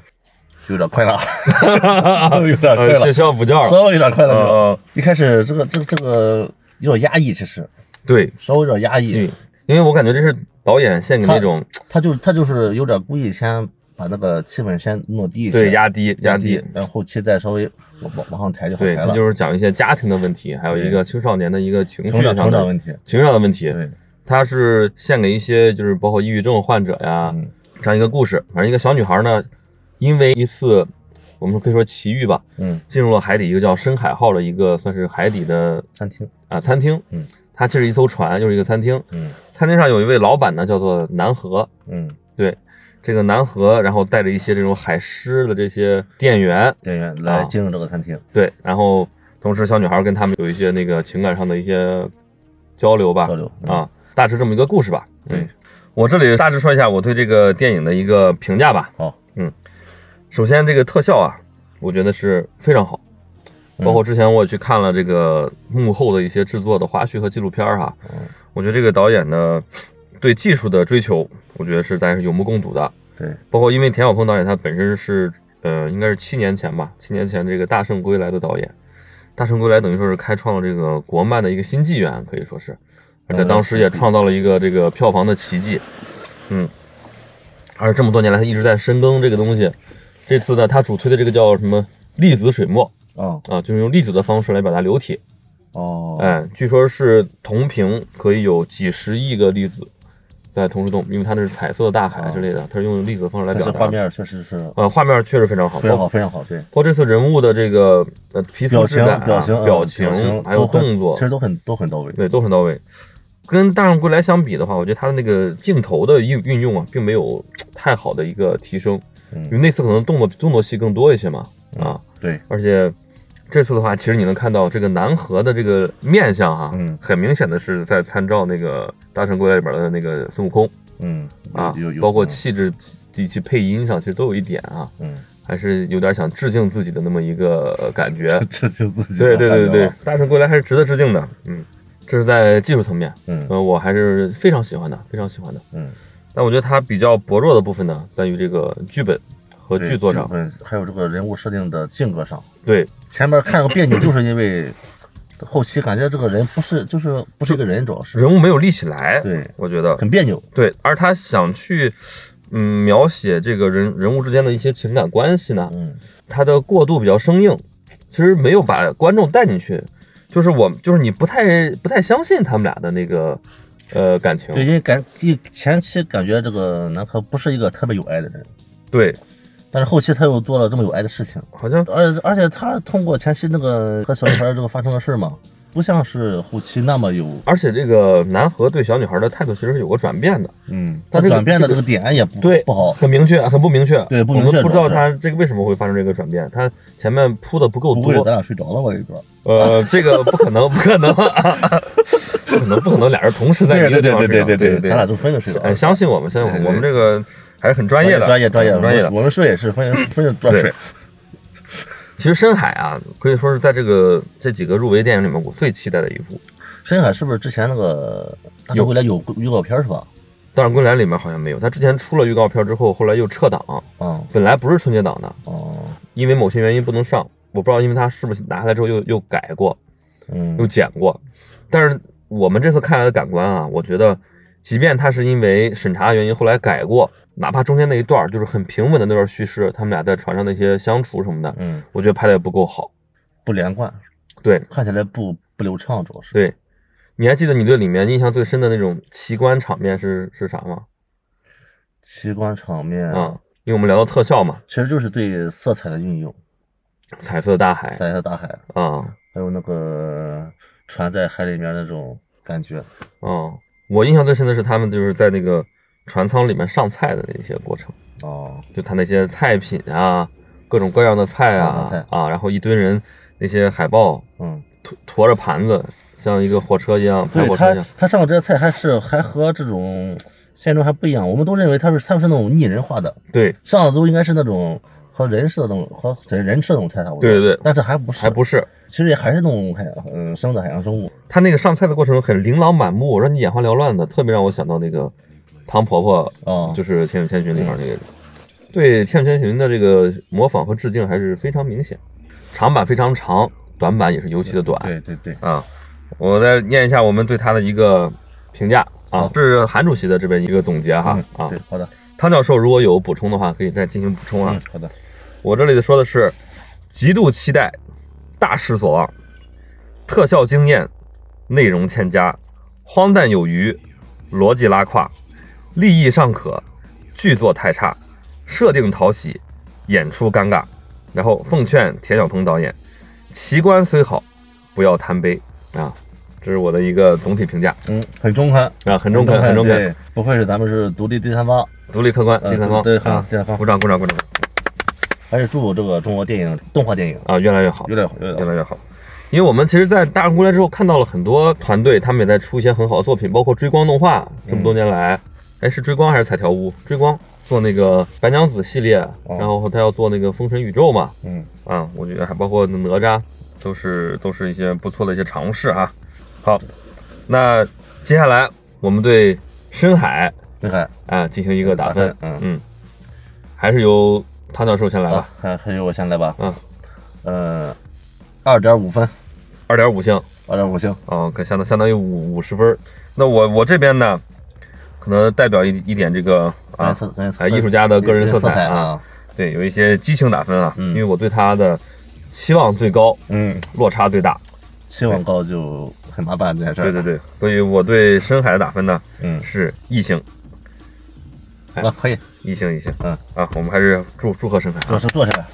Speaker 2: 就有点困了， 有点啊
Speaker 1: 呃，
Speaker 2: 困
Speaker 1: 学
Speaker 2: 了，
Speaker 1: 校补觉了，
Speaker 2: 稍微有点困了
Speaker 1: 呃
Speaker 2: 那种。
Speaker 1: 呃，
Speaker 2: 一开始这个这个这个有点压抑，其实
Speaker 1: 对
Speaker 2: 稍微有点压抑
Speaker 1: 对。，因为我感觉这是导演献给
Speaker 2: 他
Speaker 1: 那种
Speaker 2: 他就他就是有点故意先把那个气氛先弄低一些，
Speaker 1: 对压低压低，，
Speaker 2: 然后后期再稍微往往往上抬就好
Speaker 1: 对
Speaker 2: 抬
Speaker 1: 他
Speaker 2: 了。
Speaker 1: 就是讲一些家庭的问题，还有一
Speaker 2: 对
Speaker 1: 个青少年的一个情绪
Speaker 2: 成
Speaker 1: 上
Speaker 2: 长成长
Speaker 1: 的
Speaker 2: 问题。
Speaker 1: 情绪上的问题，
Speaker 2: 对，
Speaker 1: 他是献给一些就是包括抑郁症患者呀、
Speaker 2: 嗯
Speaker 1: 这样一个故事。反正一个小女孩呢，因为一次我们可以说奇遇吧，
Speaker 2: 嗯，
Speaker 1: 进入了海底一个叫深海号的一个算是海底的
Speaker 2: 餐厅，
Speaker 1: 啊、餐厅。
Speaker 2: 嗯，
Speaker 1: 它其实一艘船，又是一个餐厅。
Speaker 2: 嗯
Speaker 1: 餐厅上有一位老板呢，叫做南河。
Speaker 2: 嗯，
Speaker 1: 对，这个南河，然后带着一些这种海狮的这些店员，
Speaker 2: 店员来
Speaker 1: 啊
Speaker 2: 经营这个餐厅，
Speaker 1: 对，然后同时小女孩跟他们有一些那个情感上的一些交流吧，
Speaker 2: 交流嗯
Speaker 1: 啊，大致这么一个故事吧。
Speaker 2: 对
Speaker 1: 嗯，我这里大致说一下我对这个电影的一个评价吧。嗯
Speaker 2: 好，
Speaker 1: 首先，这个特效啊，我觉得是非常好，
Speaker 2: 嗯
Speaker 1: 包括之前我也去看了这个幕后的一些制作的花絮和纪录片儿哈，
Speaker 2: 嗯，
Speaker 1: 我觉得这个导演呢对技术的追求，我觉得是咱是有目共睹的。
Speaker 2: 对，
Speaker 1: 包括因为田晓峰导演他本身是呃，应该是七年前吧，七年前这个《大圣归来》的导演，《大圣归来》等于说是开创了这个国漫的一个新纪元，可以说是，而在当时也创造了一个这个票房的奇迹，嗯，而这么多年来他一直在深耕这个东西，这次呢他主推的这个叫什么粒子水墨
Speaker 2: 哦
Speaker 1: 啊，就是用粒子的方式来表达流体，
Speaker 2: 哦，
Speaker 1: 哎，据说是同屏可以有几十亿个粒子。在同时动，因为它那是彩色的大海啊之类的，它是用粒子的方式来
Speaker 2: 但
Speaker 1: 表
Speaker 2: 是
Speaker 1: 达。
Speaker 2: 画面确实是
Speaker 1: 呃，画面确实非常好，
Speaker 2: 非常
Speaker 1: 包
Speaker 2: 好，非常好，对，
Speaker 1: 包括这次人物的这个呃皮肤
Speaker 2: 表
Speaker 1: 质
Speaker 2: 情
Speaker 1: 感啊、
Speaker 2: 表情啊
Speaker 1: 表
Speaker 2: 情
Speaker 1: 还有
Speaker 2: 都很
Speaker 1: 动作
Speaker 2: 其，实都很都很到位。
Speaker 1: 对，都很到位。跟《大圣归来》相比的话，我觉得它的那个镜头的运运用啊，并没有太好的一个提升，因为
Speaker 2: 嗯，
Speaker 1: 那次可能动作动作戏更多一些嘛，啊，
Speaker 2: 对，
Speaker 1: 而且这次的话，其实你能看到这个南河的这个面相哈、
Speaker 2: 嗯
Speaker 1: 很明显的是在参照那个《大圣归来》里边的那个孙悟空
Speaker 2: 嗯
Speaker 1: 啊
Speaker 2: 有有有，
Speaker 1: 包括
Speaker 2: 嗯
Speaker 1: 气质以及配音上，其实都有一点啊，
Speaker 2: 嗯，
Speaker 1: 还是有点想致敬自己的那么一个呃感觉。
Speaker 2: 这就自己
Speaker 1: 对
Speaker 2: 的
Speaker 1: 对对
Speaker 2: 感觉啊
Speaker 1: 对
Speaker 2: 了，，
Speaker 1: 大圣归来还是值得致敬的。嗯，这是在技术层面，
Speaker 2: 嗯
Speaker 1: 呃，我还是非常喜欢的，非常喜欢的。
Speaker 2: 嗯，
Speaker 1: 但我觉得它比较薄弱的部分呢，在于这个剧本和
Speaker 2: 对
Speaker 1: 剧作上。
Speaker 2: 本还有这个人物设定的性格上，
Speaker 1: 对
Speaker 2: 前面看着别扭，就是因为后期感觉这个人不是就是不是一个人，主要是
Speaker 1: 人物没有立起来，
Speaker 2: 对
Speaker 1: 我觉得
Speaker 2: 很别扭。
Speaker 1: 对，而他想去。嗯，描写这个人人物之间的一些情感关系呢，
Speaker 2: 嗯
Speaker 1: 它的过渡比较生硬，其实没有把观众带进去，就是我就是你不太不太相信他们俩的那个呃感情，
Speaker 2: 对，因为感一前期感觉这个南柯不是一个特别有爱的人，
Speaker 1: 对，
Speaker 2: 但是后期他又做了这么有爱的事情，
Speaker 1: 好像
Speaker 2: 而而且他通过前期那个和小女孩儿这个发生的事儿嘛，不像是后期那么有，
Speaker 1: 而且这个南河对小女孩的态度其实是有过转变的，
Speaker 2: 嗯，
Speaker 1: 他
Speaker 2: 他
Speaker 1: 这个
Speaker 2: 转变的
Speaker 1: 这
Speaker 2: 这
Speaker 1: 个
Speaker 2: 个点也不
Speaker 1: 对
Speaker 2: 不好，
Speaker 1: 很明确，很不明确，
Speaker 2: 对不明
Speaker 1: 我
Speaker 2: 确
Speaker 1: 们不知
Speaker 2: 主
Speaker 1: 道
Speaker 2: 要是
Speaker 1: 他这个为什么会发生这个转变，他前面铺的不够
Speaker 2: 不会咱
Speaker 1: 多，
Speaker 2: 俩睡着了吧？这边
Speaker 1: 呃，这个不可能，不可能，不可能，不可能，俩人同时在一个地方睡觉对
Speaker 2: 咱俩就分着睡着
Speaker 1: 哎，
Speaker 2: 了。
Speaker 1: 相信我们，相信我们，我
Speaker 2: 对对对
Speaker 1: 们这个还是很专
Speaker 2: 专
Speaker 1: 业的，
Speaker 2: 专业专业
Speaker 1: 嗯专业的。
Speaker 2: 我们睡也是分分着专睡
Speaker 1: 对。其实深海啊，可以说是在这个这几个入围电影里面，我最期待的一部。
Speaker 2: 深海是不是之前那个大
Speaker 1: 有
Speaker 2: 回来有预告片儿是吧？
Speaker 1: 《大圣归来》里面好像没有，他之前出了预告片之后，后来又撤档，
Speaker 2: 嗯
Speaker 1: 本来不是春节档的，
Speaker 2: 哦
Speaker 1: 因为某些原因不能上，我不知道因为他是不是拿下来之后又又改过又
Speaker 2: 嗯
Speaker 1: 剪过，但是我们这次看来的感官啊，我觉得，即便他是因为审查原因后来改过，哪怕中间那一段儿就是很平稳的那段叙事，他们俩在船上那些相处什么的，
Speaker 2: 嗯，
Speaker 1: 我觉得拍的也不够好。
Speaker 2: 不连贯，
Speaker 1: 对
Speaker 2: 看起来不不流畅，主要是。
Speaker 1: 对，你还记得你对里面印象最深的那种奇观场面是是啥吗？
Speaker 2: 奇观场面
Speaker 1: 啊、，因为我们聊到特效嘛，
Speaker 2: 其实就是对色彩的运用，
Speaker 1: 彩色大海
Speaker 2: 在大海，
Speaker 1: 啊，
Speaker 2: 还有那个船在海里面那种感觉。
Speaker 1: 嗯，我印象最深的是他们就是在那个船舱里面上菜的那些过程，
Speaker 2: 哦，
Speaker 1: 就他那些菜品啊，各种各样的菜
Speaker 2: 各种
Speaker 1: 啊
Speaker 2: 菜
Speaker 1: 啊，然后一堆人那些海报
Speaker 2: 嗯，
Speaker 1: 驮驮着盘子，像一个火车一样，排
Speaker 2: 对
Speaker 1: 火车一
Speaker 2: 他
Speaker 1: 样，，
Speaker 2: 他上的这些菜还是还和这种现状还不一样。我们都认为他们他们是那种拟人化的，
Speaker 1: 对，
Speaker 2: 上的都应该是那种和人似的那种和人人吃的那种菜差不多。
Speaker 1: 对对对
Speaker 2: 但是还不是，
Speaker 1: 还不是。
Speaker 2: 其实也还是那种海洋嗯生的海洋生物。
Speaker 1: 他那个上菜的过程很琳琅满目，让你眼花缭乱的，特别让我想到那个唐婆婆，
Speaker 2: 哦
Speaker 1: 就是《千与千寻》里
Speaker 2: 嗯
Speaker 1: 面那个。对《千与千寻》的这个模仿和致敬还是非常明显，长板非常长，短板也是尤其的短。
Speaker 2: 对对对，
Speaker 1: 啊，我再念一下我们对他的一个评价啊
Speaker 2: 好，
Speaker 1: 这是韩主席的这边一个总结哈
Speaker 2: 嗯
Speaker 1: 啊
Speaker 2: 对。，好的，
Speaker 1: 汤教授如果有补充的话，可以再进行补充啊
Speaker 2: 嗯。，好的，
Speaker 1: 我这里说的是极度期待，大失所望，特效惊艳，内容欠佳，荒诞有余，逻辑拉胯，立意尚可，剧作太差，设定讨喜，演出尴尬。然后奉劝田晓鹏导演，奇观虽好，不要贪杯啊！这是我的一个总体评价
Speaker 2: 嗯，很中肯，
Speaker 1: 啊，很中肯，很中肯，
Speaker 2: 对，不愧是咱们是独立第三方，
Speaker 1: 独立客观，
Speaker 2: 呃
Speaker 1: 第三方
Speaker 2: 对，很
Speaker 1: 啊
Speaker 2: 好，第三方
Speaker 1: 鼓，掌鼓掌鼓掌
Speaker 2: 还是祝这个中国电影动画电影
Speaker 1: 啊，越来越好。
Speaker 2: 越来越好，越来
Speaker 1: 越
Speaker 2: 越好。
Speaker 1: 来越好。因为我们其实，在《大圣归来》之后，看到了很多团队，他们也在出一些很好的作品，包括追光动画，这么
Speaker 2: 嗯
Speaker 1: 多年来，哎，是追光还是彩条屋？追光做那个白娘子系列，然后他要做那个《封神宇宙》嘛，
Speaker 2: 哦嗯，
Speaker 1: 啊，我觉得还包括哪吒，都是都是一些不错的一些尝试哈。好，那接下来我们对深海
Speaker 2: 你看，
Speaker 1: 啊进行一个打分
Speaker 2: 打，分嗯
Speaker 1: 还是由汤教授先来
Speaker 2: 啊
Speaker 1: 吧，，
Speaker 2: 还还有我先来吧，
Speaker 1: 嗯，
Speaker 2: 呃，二点五分，
Speaker 1: 二点五星。
Speaker 2: 二点五星，
Speaker 1: 啊，可相当相当于五五十分儿。那我我这边呢，可能代表一一点这个
Speaker 2: 刚才
Speaker 1: 啊，
Speaker 2: 色刚才色
Speaker 1: 哎艺术家的个人色
Speaker 2: 色
Speaker 1: 彩啊
Speaker 2: 啊，
Speaker 1: 对，有一些激情打分啊，
Speaker 2: 嗯
Speaker 1: 因为我对他的期望最高，
Speaker 2: 嗯，
Speaker 1: 落差最大。
Speaker 2: 期望高就很麻烦这件事儿，
Speaker 1: 对对对，所以我对深海的打分呢
Speaker 2: 嗯，
Speaker 1: 是一星，
Speaker 2: 啊可以，
Speaker 1: 一星一星。
Speaker 2: 嗯
Speaker 1: 啊，我们还是祝祝贺深海
Speaker 2: 坐
Speaker 1: 啊。
Speaker 2: 是坐下来，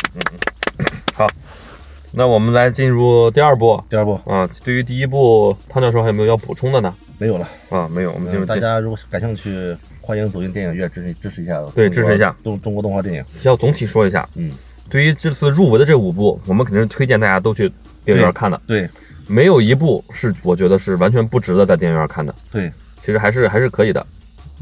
Speaker 1: 那我们来进入第二步
Speaker 2: 第二步
Speaker 1: 啊，对于第一步，汤教授还有没有要补充的呢？
Speaker 2: 没有了。
Speaker 1: 啊，没有，我们进入
Speaker 2: 嗯，大
Speaker 1: 第
Speaker 2: 家如果是感兴趣，欢迎走进电影院支持支持一下，
Speaker 1: 对支持一下
Speaker 2: 中国中中国动画电影。
Speaker 1: 要总体说一下。
Speaker 2: 嗯，
Speaker 1: 对于这次入围的这五部，我们肯定是推荐大家都去电影院看的。
Speaker 2: 对
Speaker 1: 没有一部是我觉得是完全不值得在电影院看的，
Speaker 2: 对
Speaker 1: 其实还是还是可以的。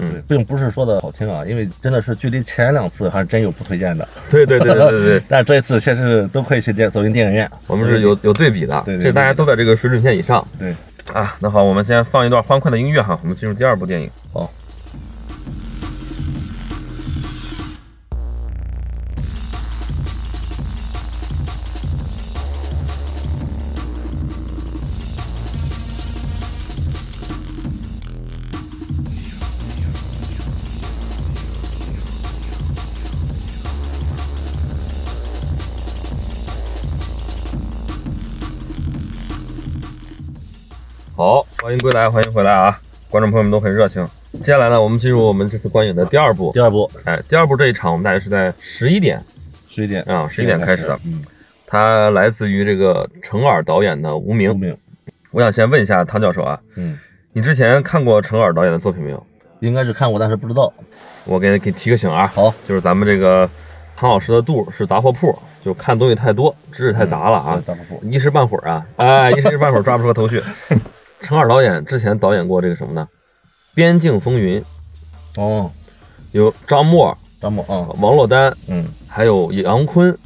Speaker 1: 嗯
Speaker 2: 对，并不是说的好听啊，因为真的是距离前两次还真有不推荐的，
Speaker 1: 对对对对对 对，
Speaker 2: 但这一次确实都可以去电走进电影院。
Speaker 1: 我们是有有对比的，
Speaker 2: 对对对
Speaker 1: 这大家都在这个水准线以上
Speaker 2: 对，
Speaker 1: 啊。那好，我们先放一段欢快的音乐哈，我们进入第二部电影。
Speaker 2: 好，
Speaker 1: 好，欢迎归来，欢迎回来啊！观众朋友们都很热情。接下来呢，我们进入我们这次观影的第二部
Speaker 2: 第。二部
Speaker 1: 哎，第二部这一场我们大约是在十一点
Speaker 2: 十一点
Speaker 1: 啊，十一点开始的。
Speaker 2: 嗯，
Speaker 1: 它来自于这个程耳导演的《无名
Speaker 2: 有》。没有？
Speaker 1: 我想先问一下汤教授啊，
Speaker 2: 嗯，
Speaker 1: 你之前看过程耳导演的作品没有？
Speaker 2: 应该是看过，但是不知道。
Speaker 1: 我给给提个醒啊，
Speaker 2: 好，
Speaker 1: 就是咱们这个汤老师的度是杂货铺，就看东西太多，知识太杂了啊，
Speaker 2: 大瀑布
Speaker 1: 一时半会儿啊，哎，一时半会儿抓不出个头绪。 程耳导演之前导演过这个什么呢？《边境风云》
Speaker 2: 哦，
Speaker 1: 有张默、
Speaker 2: 张默啊，
Speaker 1: 王珞丹，
Speaker 2: 嗯
Speaker 1: 还有杨坤，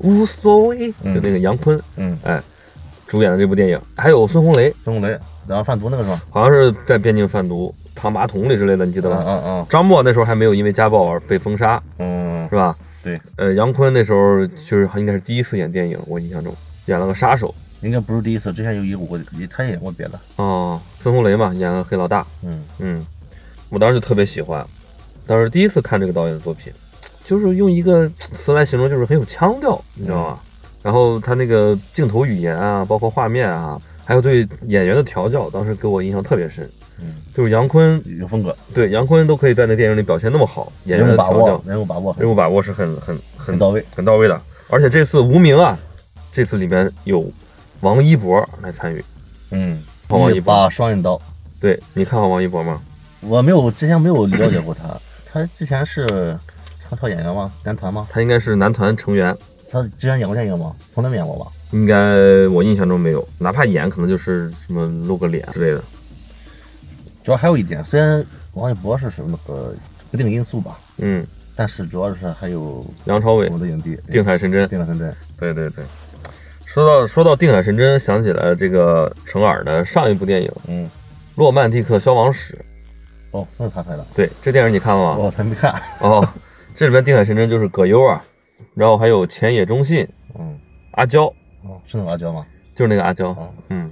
Speaker 1: 无所谓，
Speaker 2: 嗯
Speaker 1: 就那个杨坤
Speaker 2: 嗯，
Speaker 1: 主演的这部电影，还有孙红雷，
Speaker 2: 孙红雷，然后贩毒那个是吧？
Speaker 1: 好像是在边境贩毒、藏马桶里之类的，你记得
Speaker 2: 嗯
Speaker 1: 吧？
Speaker 2: 嗯
Speaker 1: 张默那时候还没有因为家暴而被封杀，
Speaker 2: 嗯嗯
Speaker 1: 是吧？
Speaker 2: 对，
Speaker 1: 呃，杨坤那时候就是应该是第一次演电影，我印象中演了个杀手
Speaker 2: 应该不是第一次，之前有演过，也他也演过别的。
Speaker 1: 哦，孙红雷嘛，演了黑老大，
Speaker 2: 嗯，
Speaker 1: 嗯，我当时就特别喜欢，当时第一次看这个导演的作品，就是用一个词来形容，就是很有腔调，你知道吗？
Speaker 2: 嗯
Speaker 1: 然后他那个镜头语言啊，包括画面啊，还有对演员的调教，当时给我印象特别深。
Speaker 2: 嗯，
Speaker 1: 就是杨坤，
Speaker 2: 有风格，
Speaker 1: 对杨坤都可以在那电影里表现那么好，演员的
Speaker 2: 人物把
Speaker 1: 调
Speaker 2: 握
Speaker 1: 教，、
Speaker 2: 人物把握很
Speaker 1: 人物把握是很很很
Speaker 2: 很到位。
Speaker 1: 很到位的。而且这次无名啊，这次里面有王一博来参与。
Speaker 2: 嗯，
Speaker 1: 往往一
Speaker 2: 一
Speaker 1: 拔
Speaker 2: 把双刃刀。
Speaker 1: 对，你看过王一博吗？
Speaker 2: 我没有之前没有了解过他，他之前是唱跳演员吗？男团吗？
Speaker 1: 他应该是男团成员，
Speaker 2: 他之前演过电影吗？从来没演过吧？
Speaker 1: 应该我印象中没有，哪怕演可能就是什么露个脸之类的。
Speaker 2: 主要还有一点，虽然王一博是什么呃不定因素吧，
Speaker 1: 嗯，
Speaker 2: 但是主要是还有
Speaker 1: 梁朝伟
Speaker 2: 我，们的影帝
Speaker 1: 定海神针。
Speaker 2: 定了很对，
Speaker 1: 对对对，说到说到定海神针，想起来这个程耳的上一部电影《
Speaker 2: 嗯，
Speaker 1: 诺曼底克消亡史》。
Speaker 2: 哦，那是他拍的，
Speaker 1: 对，这电影你看了吗？
Speaker 2: 我还没看，
Speaker 1: 哦，这里面定海神针就是葛优啊，然后还有前野忠信、
Speaker 2: 嗯，
Speaker 1: 阿娇，
Speaker 2: 哦，是那个阿娇吗？
Speaker 1: 就是那个阿娇，
Speaker 2: 啊，
Speaker 1: 嗯，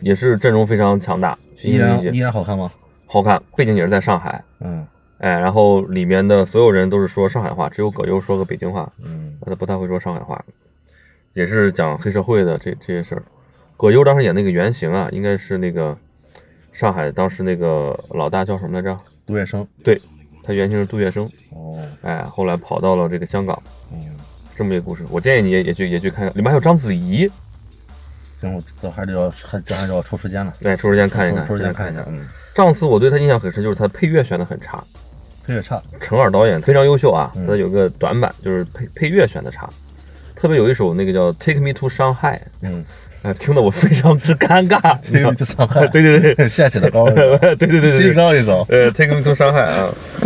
Speaker 1: 也是阵容非常强大，去
Speaker 2: 依
Speaker 1: 印
Speaker 2: 然
Speaker 1: 度理
Speaker 2: 依
Speaker 1: 解
Speaker 2: 然好看吗？
Speaker 1: 好看，背景也是在上海，
Speaker 2: 嗯
Speaker 1: 哎，然后里面的所有人都是说上海话，只有葛优说个北京话，
Speaker 2: 嗯，
Speaker 1: 他不太会说上海话，也是讲黑社会的这这些事儿。葛优当时演那个原型啊，应该是那个上海当时那个老大叫什么来着？
Speaker 2: 杜月笙，
Speaker 1: 对，他原型是杜月笙，
Speaker 2: 哦，
Speaker 1: 哎，后来跑到了这个香港，
Speaker 2: 嗯，
Speaker 1: 这么一个故事。我建议你也也去也去看看，里面还有章子怡，
Speaker 2: 行，我这还得要还这还得要抽时间了，
Speaker 1: 哎，抽时间看一
Speaker 2: 抽
Speaker 1: 看，
Speaker 2: 抽时间
Speaker 1: 抽
Speaker 2: 看一
Speaker 1: 一
Speaker 2: 下，。嗯，
Speaker 1: 上次我对他印象很深，就是他配乐选的很差。
Speaker 2: 配乐嗯差，
Speaker 1: 程耳导演非常优秀啊，
Speaker 2: 嗯
Speaker 1: 他有个短板就是配配乐选的差，特别有一首那个叫《Take Me to Shanghai》，
Speaker 2: 嗯，
Speaker 1: 呃，听得我非常之尴尬。你知
Speaker 2: 这
Speaker 1: 道
Speaker 2: 个
Speaker 1: 吗
Speaker 2: 就上海
Speaker 1: ，对对对对
Speaker 2: 现起的高了，
Speaker 1: 对对对
Speaker 2: 嗯新
Speaker 1: 对对，
Speaker 2: 高一种，
Speaker 1: 呃，Take Me to Shanghai 啊，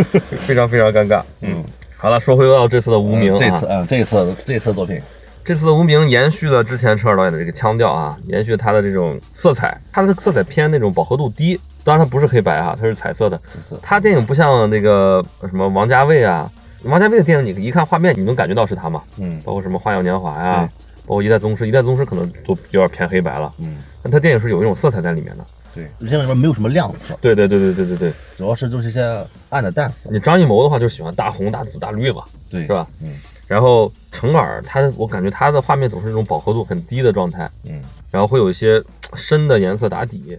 Speaker 1: 非常非常尴尬。嗯，好了，说回到这次的无名啊，
Speaker 2: 这次啊，这次这次作品，
Speaker 1: 这次的无名延续了之前陈尔导演的这个腔调啊，延续他的这种色彩，他的色彩偏那种饱和度低，当然它不是黑白啊，它是彩色的。
Speaker 2: 这次
Speaker 1: 他电影不像那个呃什么王家卫啊，王家卫的电影你一看画面，你能感觉到是他吗？
Speaker 2: 嗯
Speaker 1: 包括什么《花样年华》呀、
Speaker 2: 对
Speaker 1: 包括《一代宗师》，《一代宗师》可能都有点偏黑白了，
Speaker 2: 嗯，
Speaker 1: 但他电影是有一种色彩在里面的。
Speaker 2: 对，这里面没有什么亮色，
Speaker 1: 对对对对对对对，
Speaker 2: 主要是就是一些暗的淡色，
Speaker 1: 你张艺谋的话就喜欢大红大紫大绿嘛，
Speaker 2: 对，
Speaker 1: 是？吧？
Speaker 2: 嗯
Speaker 1: 然后程耳他，我感觉他的画面总是那种饱和度很低的状态，
Speaker 2: 嗯，
Speaker 1: 然后会有一些呃深的颜色打底，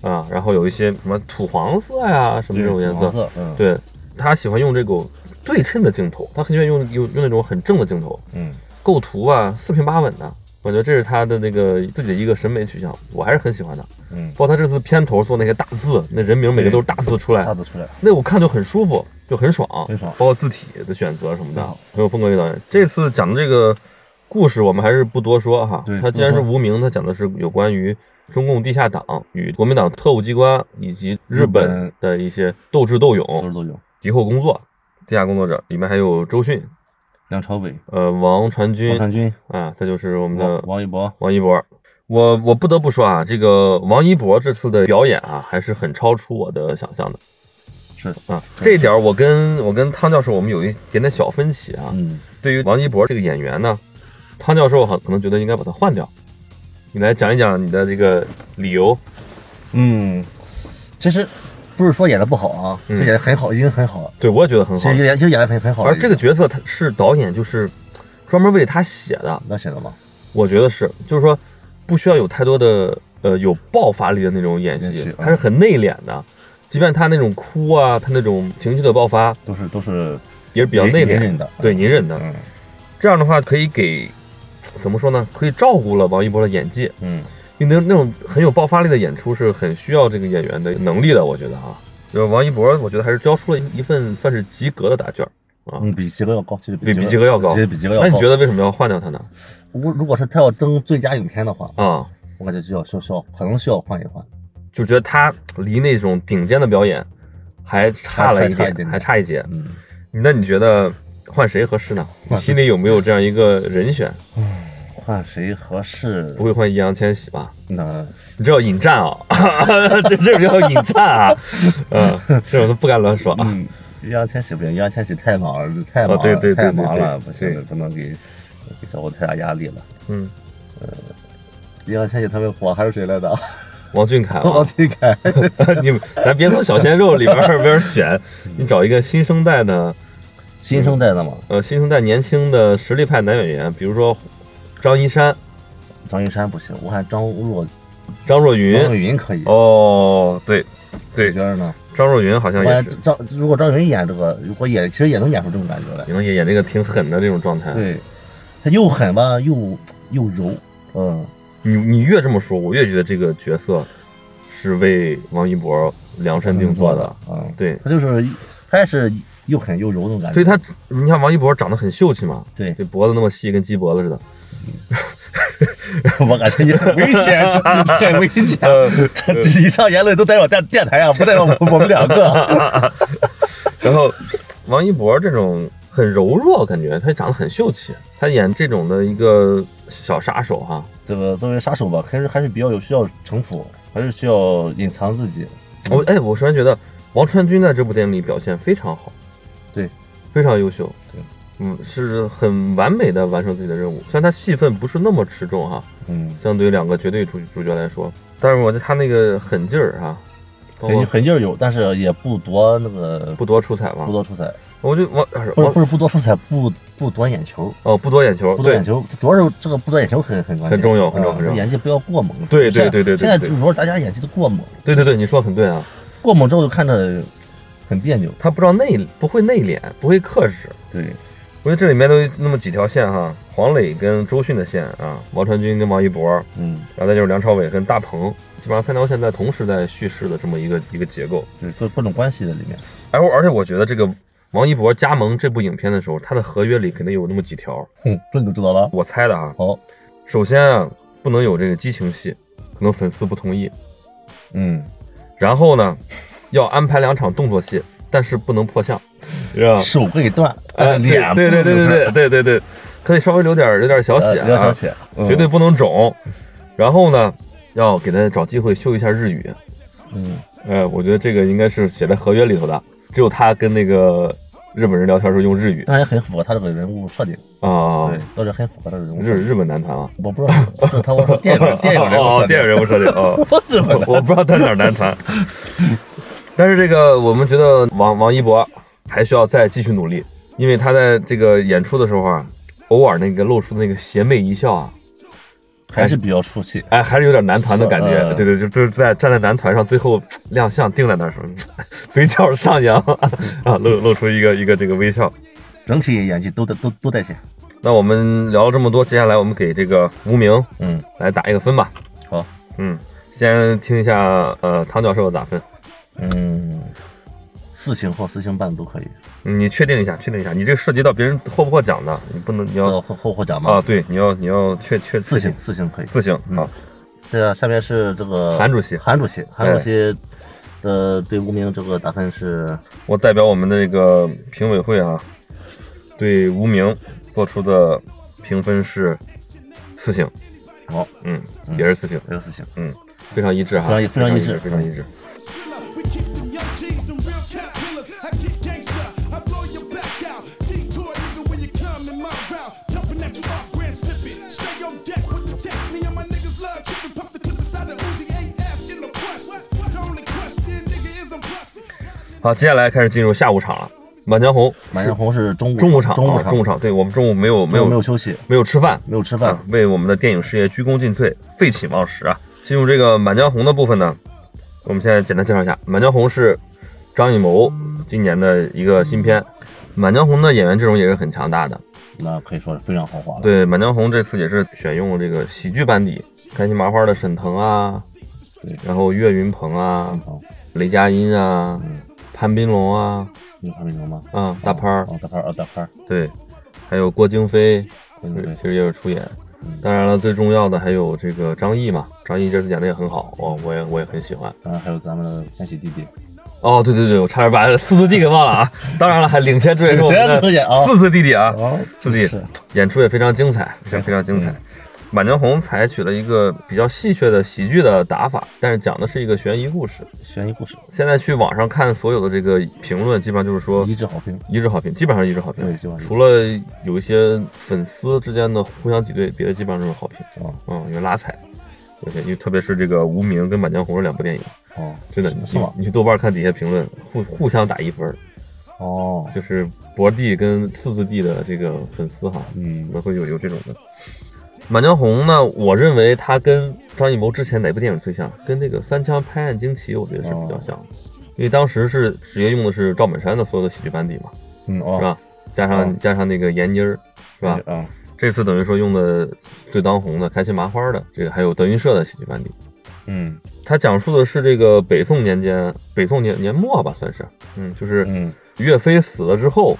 Speaker 1: 啊，然后有一些什么土黄色呀、什么这种颜
Speaker 2: 黄
Speaker 1: 色，
Speaker 2: 色，嗯，，
Speaker 1: 对他喜欢用这种对称的镜头，他很喜欢用用用那种很正的镜头，
Speaker 2: 嗯
Speaker 1: 构图啊四平八稳的，我觉得这是他的那个自己的一个审美取向，我还是很喜欢的。
Speaker 2: 嗯，
Speaker 1: 包括他这次片头做那些大字，那人名每个都是大字出
Speaker 2: 大
Speaker 1: 来，
Speaker 2: 字出来，
Speaker 1: 那我看就很舒服，就很爽，
Speaker 2: 很爽
Speaker 1: 包括字体的选择什么的
Speaker 2: 很好，
Speaker 1: 很有风格的导演。这次讲的这个故事，我们还是不多说哈
Speaker 2: 对。
Speaker 1: 他既然是
Speaker 2: 不
Speaker 1: 无名，他讲的是有关于中共地下党与国民党特务机关以及日
Speaker 2: 日
Speaker 1: 本的
Speaker 2: 本
Speaker 1: 一些斗智斗
Speaker 2: 都
Speaker 1: 勇、
Speaker 2: 是都有。
Speaker 1: 敌后工作、地下工作者。里面还有周迅、
Speaker 2: 梁朝伟、
Speaker 1: 呃王传君
Speaker 2: 王传君、
Speaker 1: 啊，这就是我们的
Speaker 2: 王王一博，
Speaker 1: 王一博。我我不得不说啊，这个王一博这次的表演啊，还是很超出我的想象的
Speaker 2: 是，
Speaker 1: 啊。这一点儿我跟我跟汤教授我们有一点点小分歧啊。
Speaker 2: 嗯，
Speaker 1: 对于王一博这个演员呢，汤教授很可能觉得应该把他换掉。你来讲一讲你的这个理由。
Speaker 2: 嗯，其实不是说演的不好啊，
Speaker 1: 嗯
Speaker 2: 是演的很好，已经很好了。
Speaker 1: 对我也觉得很
Speaker 2: 其
Speaker 1: 好
Speaker 2: 实。演其实演的很很好了已
Speaker 1: 而
Speaker 2: 经。
Speaker 1: 这个角色他是导演就是专门为他写的，
Speaker 2: 那写的吗？
Speaker 1: 我觉得是，就是说不需要有太多的呃有爆发力的那种演
Speaker 2: 演
Speaker 1: 戏
Speaker 2: 戏，啊
Speaker 1: 他是很内敛的。即便他那种哭啊，他那种情绪的爆发
Speaker 2: 都是都是
Speaker 1: 也是比较内
Speaker 2: 隐隐
Speaker 1: 敛
Speaker 2: 忍的
Speaker 1: 对隐忍的。
Speaker 2: 嗯
Speaker 1: 这样的话可以给怎么说呢？可以照顾了王一博的演技，
Speaker 2: 嗯
Speaker 1: 因为那那种很有爆发力的演出是很需要这个演员的能力的，我觉得啊，就是王一博，我觉得还是交出了一份算是及格的答卷儿啊。
Speaker 2: 嗯，比及格要高，其实
Speaker 1: 比比及格要高
Speaker 2: 其实比及格要高。
Speaker 1: 那你觉得为什么要换掉他呢？
Speaker 2: 我如果是他要争最佳影片的话，
Speaker 1: 啊，
Speaker 2: 我感觉就要需要需要可能需要换一换。
Speaker 1: 就觉得他离那种顶尖的表演还差了一
Speaker 2: 还差一
Speaker 1: 点，
Speaker 2: 点点
Speaker 1: 还差一截。
Speaker 2: 嗯，
Speaker 1: 那你觉得换谁合适呢？你
Speaker 2: 换谁
Speaker 1: 心里有没有这样一个人选？
Speaker 2: 换谁合适
Speaker 1: 不？会换易烊千玺吧？
Speaker 2: 那
Speaker 1: 你这要引战啊！ 这这要引战啊！嗯，这种都不敢乱说啊。
Speaker 2: 嗯，易烊千玺不行，易烊千玺太忙了，太忙了，
Speaker 1: 哦对对对
Speaker 2: 太
Speaker 1: 对
Speaker 2: 忙
Speaker 1: 对
Speaker 2: 了，不
Speaker 1: 对
Speaker 2: 行，不能给给小伙太大压力了。
Speaker 1: 嗯，
Speaker 2: 易烊千玺他们火还有 谁来的？
Speaker 1: 王俊凯、啊，
Speaker 2: 王俊凯，
Speaker 1: 你们 咱别从小鲜肉里边儿 里边儿选，你找一个新生代的，
Speaker 2: 新生代的嘛，
Speaker 1: 呃，新生代年轻的实力派男演员，比如说张一山、
Speaker 2: 张一山不行，我看张若
Speaker 1: 嗯张若
Speaker 2: 张若
Speaker 1: 昀。
Speaker 2: 昀可以。
Speaker 1: 哦，对，
Speaker 2: 你
Speaker 1: 对
Speaker 2: 觉，得呢？
Speaker 1: 张若昀好像
Speaker 2: 我
Speaker 1: 也
Speaker 2: 感
Speaker 1: 是
Speaker 2: 觉，张如果张若昀演这个，如果演其实也能演出这种感觉来
Speaker 1: 也。能演演这个挺狠的这种状态。
Speaker 2: 对，他又狠吧，又又柔，嗯，
Speaker 1: 你你越这么说，我越觉得这个角色是为王一博量身定做的。，
Speaker 2: 嗯，
Speaker 1: 对，
Speaker 2: 他就是他也是又狠又柔那种感觉。
Speaker 1: 所以他，你看王一博长得很秀气嘛，
Speaker 2: 对
Speaker 1: 这脖子那么细，跟鸡脖子似的。
Speaker 2: 我感觉有点危险， 很危险。
Speaker 1: 呃，
Speaker 2: 这这以上言论都代表电电台啊，不代表我我们两个。啊
Speaker 1: 然后王一博这种很柔弱，感觉他长得很秀气，他演这种的一个小杀手哈、
Speaker 2: 这个作为杀手吧，还是还是比较有需要城府，还是需要隐藏自己。
Speaker 1: 我哎，我突然觉得王传君在这部电影里表现非常好，
Speaker 2: 对，
Speaker 1: 非常优秀，
Speaker 2: 对，
Speaker 1: 嗯，是很完美的完成自己的任务。虽然他戏份不是那么持重哈、
Speaker 2: 嗯，
Speaker 1: 相对于两个绝对主主角来说，但是我觉得他那个狠劲儿哈、包
Speaker 2: 很
Speaker 1: 括
Speaker 2: 很劲儿有，但是也不多那个
Speaker 1: 不多出彩嘛
Speaker 2: 不，多出彩，
Speaker 1: 我就王
Speaker 2: 不是
Speaker 1: 王
Speaker 2: 不是不多出彩，不不短眼球，
Speaker 1: 哦不多眼球，
Speaker 2: 不
Speaker 1: 对
Speaker 2: 短眼球，主要是这个不短眼球很很关键，
Speaker 1: 很重要很重要
Speaker 2: 啊
Speaker 1: 很重要
Speaker 2: 演技不要过猛。
Speaker 1: 对对
Speaker 2: 现在
Speaker 1: 对对对
Speaker 2: 现在
Speaker 1: 对
Speaker 2: 就是说大家演技都过猛，
Speaker 1: 对对对，你说得很对啊，
Speaker 2: 过猛之后就看着很别扭。
Speaker 1: 他不知道内不会内敛，不会克制，
Speaker 2: 对，
Speaker 1: 我觉得这里面都有那么几条线哈，黄磊跟周迅的线啊，王传君跟王一博，
Speaker 2: 嗯，
Speaker 1: 然后再就是梁朝伟跟大鹏，基本上三条线在同时在叙事的这么一个一个结构。
Speaker 2: 对各各种关系在里面。
Speaker 1: 而而且我觉得这个王一博加盟这部影片的时候，他的合约里肯定有那么几条，
Speaker 2: 哼，这你都知道了。
Speaker 1: 我猜的啊。
Speaker 2: 好，
Speaker 1: 首先啊，不能有这个激情戏，可能粉丝不同意。
Speaker 2: 嗯，
Speaker 1: 然后呢，要安排两场动作戏，但是不能破相，是吧？
Speaker 2: 啊手可以断，但
Speaker 1: 哎，
Speaker 2: 是呃脸
Speaker 1: 对对对对对对对对，可以稍微流点儿流点儿小
Speaker 2: 不能
Speaker 1: 血、
Speaker 2: 流
Speaker 1: 啊，
Speaker 2: 血，流血，
Speaker 1: 绝对不能肿。然后呢，要给他找机会修一下日语。
Speaker 2: 嗯，
Speaker 1: 呃，我觉得这个应该是写在合约里头的，只有他跟那个日本人聊天时候用日语
Speaker 2: 但也很符合他这个人物设定，
Speaker 1: 啊
Speaker 2: 对，，倒是很符合他的人物设
Speaker 1: 日
Speaker 2: 定。
Speaker 1: 日本男团啊，
Speaker 2: 我不知道，不是 他我说电影电影人物
Speaker 1: 哦，
Speaker 2: 设
Speaker 1: 电影
Speaker 2: 定，
Speaker 1: 人物设定啊，哦
Speaker 2: 日本的
Speaker 1: 我不知道他哪儿男团。但是这个我们觉得王王一博还需要再继续努力，因为他在这个演出的时候啊，偶尔那个露出的那个邪魅一笑啊，
Speaker 2: 还是比较出戏。
Speaker 1: 哎，还是有点男团的感觉，
Speaker 2: 是呃
Speaker 1: 对对，就就是在站在男团上，最后亮相定在那儿时候， 嘴角上扬 啊，露露出一个一个这个微笑。
Speaker 2: 整体演技都得都都在线。
Speaker 1: 那我们聊了这么多，接下来我们给这个无名
Speaker 2: 嗯，
Speaker 1: 来打一个分吧。
Speaker 2: 好，
Speaker 1: 嗯，先听一下呃唐教授的打分，
Speaker 2: 嗯，四星或四星半都可以。
Speaker 1: 嗯你确定一下，确定一下，你这个涉及到别人获不获奖的，你不能你要
Speaker 2: 到后后获奖
Speaker 1: 啊，
Speaker 2: 嘛，
Speaker 1: 对，你要你要确确
Speaker 2: 四
Speaker 1: 确
Speaker 2: 星
Speaker 1: 定啊
Speaker 2: 四星可以。
Speaker 1: 四星
Speaker 2: 嗯
Speaker 1: 好，
Speaker 2: 这样下面是这个
Speaker 1: 韩主席哎
Speaker 2: 韩主席，韩主席的对无名这个打分是
Speaker 1: 我代表我们的这个评委会啊，对无名做出的评分是四星。
Speaker 2: 好，
Speaker 1: 嗯，
Speaker 2: 嗯
Speaker 1: 也是四星，嗯
Speaker 2: 六四星。
Speaker 1: 非常一致哈，
Speaker 2: 非常非常一致
Speaker 1: 非常一致。
Speaker 3: We keep them young G's, them real cat killers. I get gangsta, I blow your back out. Detour nigga when you come in my route. Jumping at you off grand snippet. Stay on deck with the tech. Me and my niggas love chicken. Pop the clip inside the Uzi. Ain't asking no questions. The only question, nigga, is I'm busting.
Speaker 1: 好，接下来开始进入下午场了，《满江红》
Speaker 2: 满江红是中午
Speaker 1: 中午场，
Speaker 2: 中午
Speaker 1: 啊中午场，对我们中午没有没有
Speaker 2: 没有嗯休息，
Speaker 1: 没有吃饭，
Speaker 2: 没有吃饭
Speaker 1: 啊，，为我们的电影事业鞠躬尽瘁，废寝忘食啊！进入这个《满江红》的部分呢，我们现在简单介绍一下，《满江红》是张艺谋今年的一个新片，《满江红》的演员阵容也是很强大的。
Speaker 2: 那可以说是非常豪华了。
Speaker 1: 嗯对，《满江红》这次也是选用这个喜剧班底，开心麻花的沈腾啊，
Speaker 2: 对
Speaker 1: 然后岳云鹏啊
Speaker 2: 嗯，，好，
Speaker 1: 雷佳音啊，潘斌龙啊，
Speaker 2: 你看没牛吗？
Speaker 1: 啊，大潘儿，
Speaker 2: 哦，大潘儿，哦，大潘儿，
Speaker 1: 对，还有郭京飞，
Speaker 2: 对
Speaker 1: 对，
Speaker 2: 对对
Speaker 1: 其，实也有出演
Speaker 2: 嗯。
Speaker 1: 当然了，最重要的还有这个张译嘛，张译这次演的也很好，我我也我也很喜欢。
Speaker 2: 当然还有咱们的天喜弟弟，
Speaker 1: 哦，对对对，我差点把四字弟给忘了啊！当然了，还领先追是我
Speaker 2: 领
Speaker 1: 们
Speaker 2: 先追也
Speaker 1: 的
Speaker 2: 啊
Speaker 1: 四字弟弟啊，
Speaker 2: 哦，
Speaker 1: 四弟
Speaker 2: 是
Speaker 1: 演出也非常精彩，非常非常
Speaker 2: 嗯
Speaker 1: 精彩。满江红》采取了一个比较戏谑的喜剧的打法，但是讲的是一个悬疑故事。
Speaker 2: 悬疑故事，
Speaker 1: 现在去网上看所有的这个评论，基本上就是说
Speaker 2: 一致好评，
Speaker 1: 一致好评，基本上是一致好
Speaker 2: 对
Speaker 1: 评
Speaker 2: 基本上。是
Speaker 1: 除了有一些粉丝之间的互相挤兑，别的基本上都是好评。
Speaker 2: 哦
Speaker 1: 嗯，有拉踩，有些，因为特别是这个《无名》跟《满江红》这两部电影，
Speaker 2: 哦，
Speaker 1: 真的，
Speaker 2: 是
Speaker 1: 你
Speaker 2: 是吗？
Speaker 1: 你去豆瓣看底下评论，互互相打一分儿，
Speaker 2: 哦，
Speaker 1: 就是博弟跟次子弟的这个粉丝哈，
Speaker 2: 嗯
Speaker 1: 可，能会有有这种的。《满江红》呢，我认为它跟张艺谋之前哪部电影最像？跟这个《三枪拍案惊奇》，我觉得是比
Speaker 2: 哦
Speaker 1: 较像的，因为当时是直接用的是赵本山的所有的喜剧班底嘛，
Speaker 2: 嗯，
Speaker 1: 是
Speaker 2: 哦，
Speaker 1: 吧？加上、
Speaker 2: 哦
Speaker 1: 加上那个闫妮儿，是吧？
Speaker 2: 对？啊，
Speaker 1: 这次等于说用的最当红的开心麻花的，这个还有德云社的喜剧班底。
Speaker 2: 嗯
Speaker 1: 它讲述的是这个北宋年间，北宋年年末吧，算是，嗯，就是
Speaker 2: 嗯，
Speaker 1: 岳飞死了之后，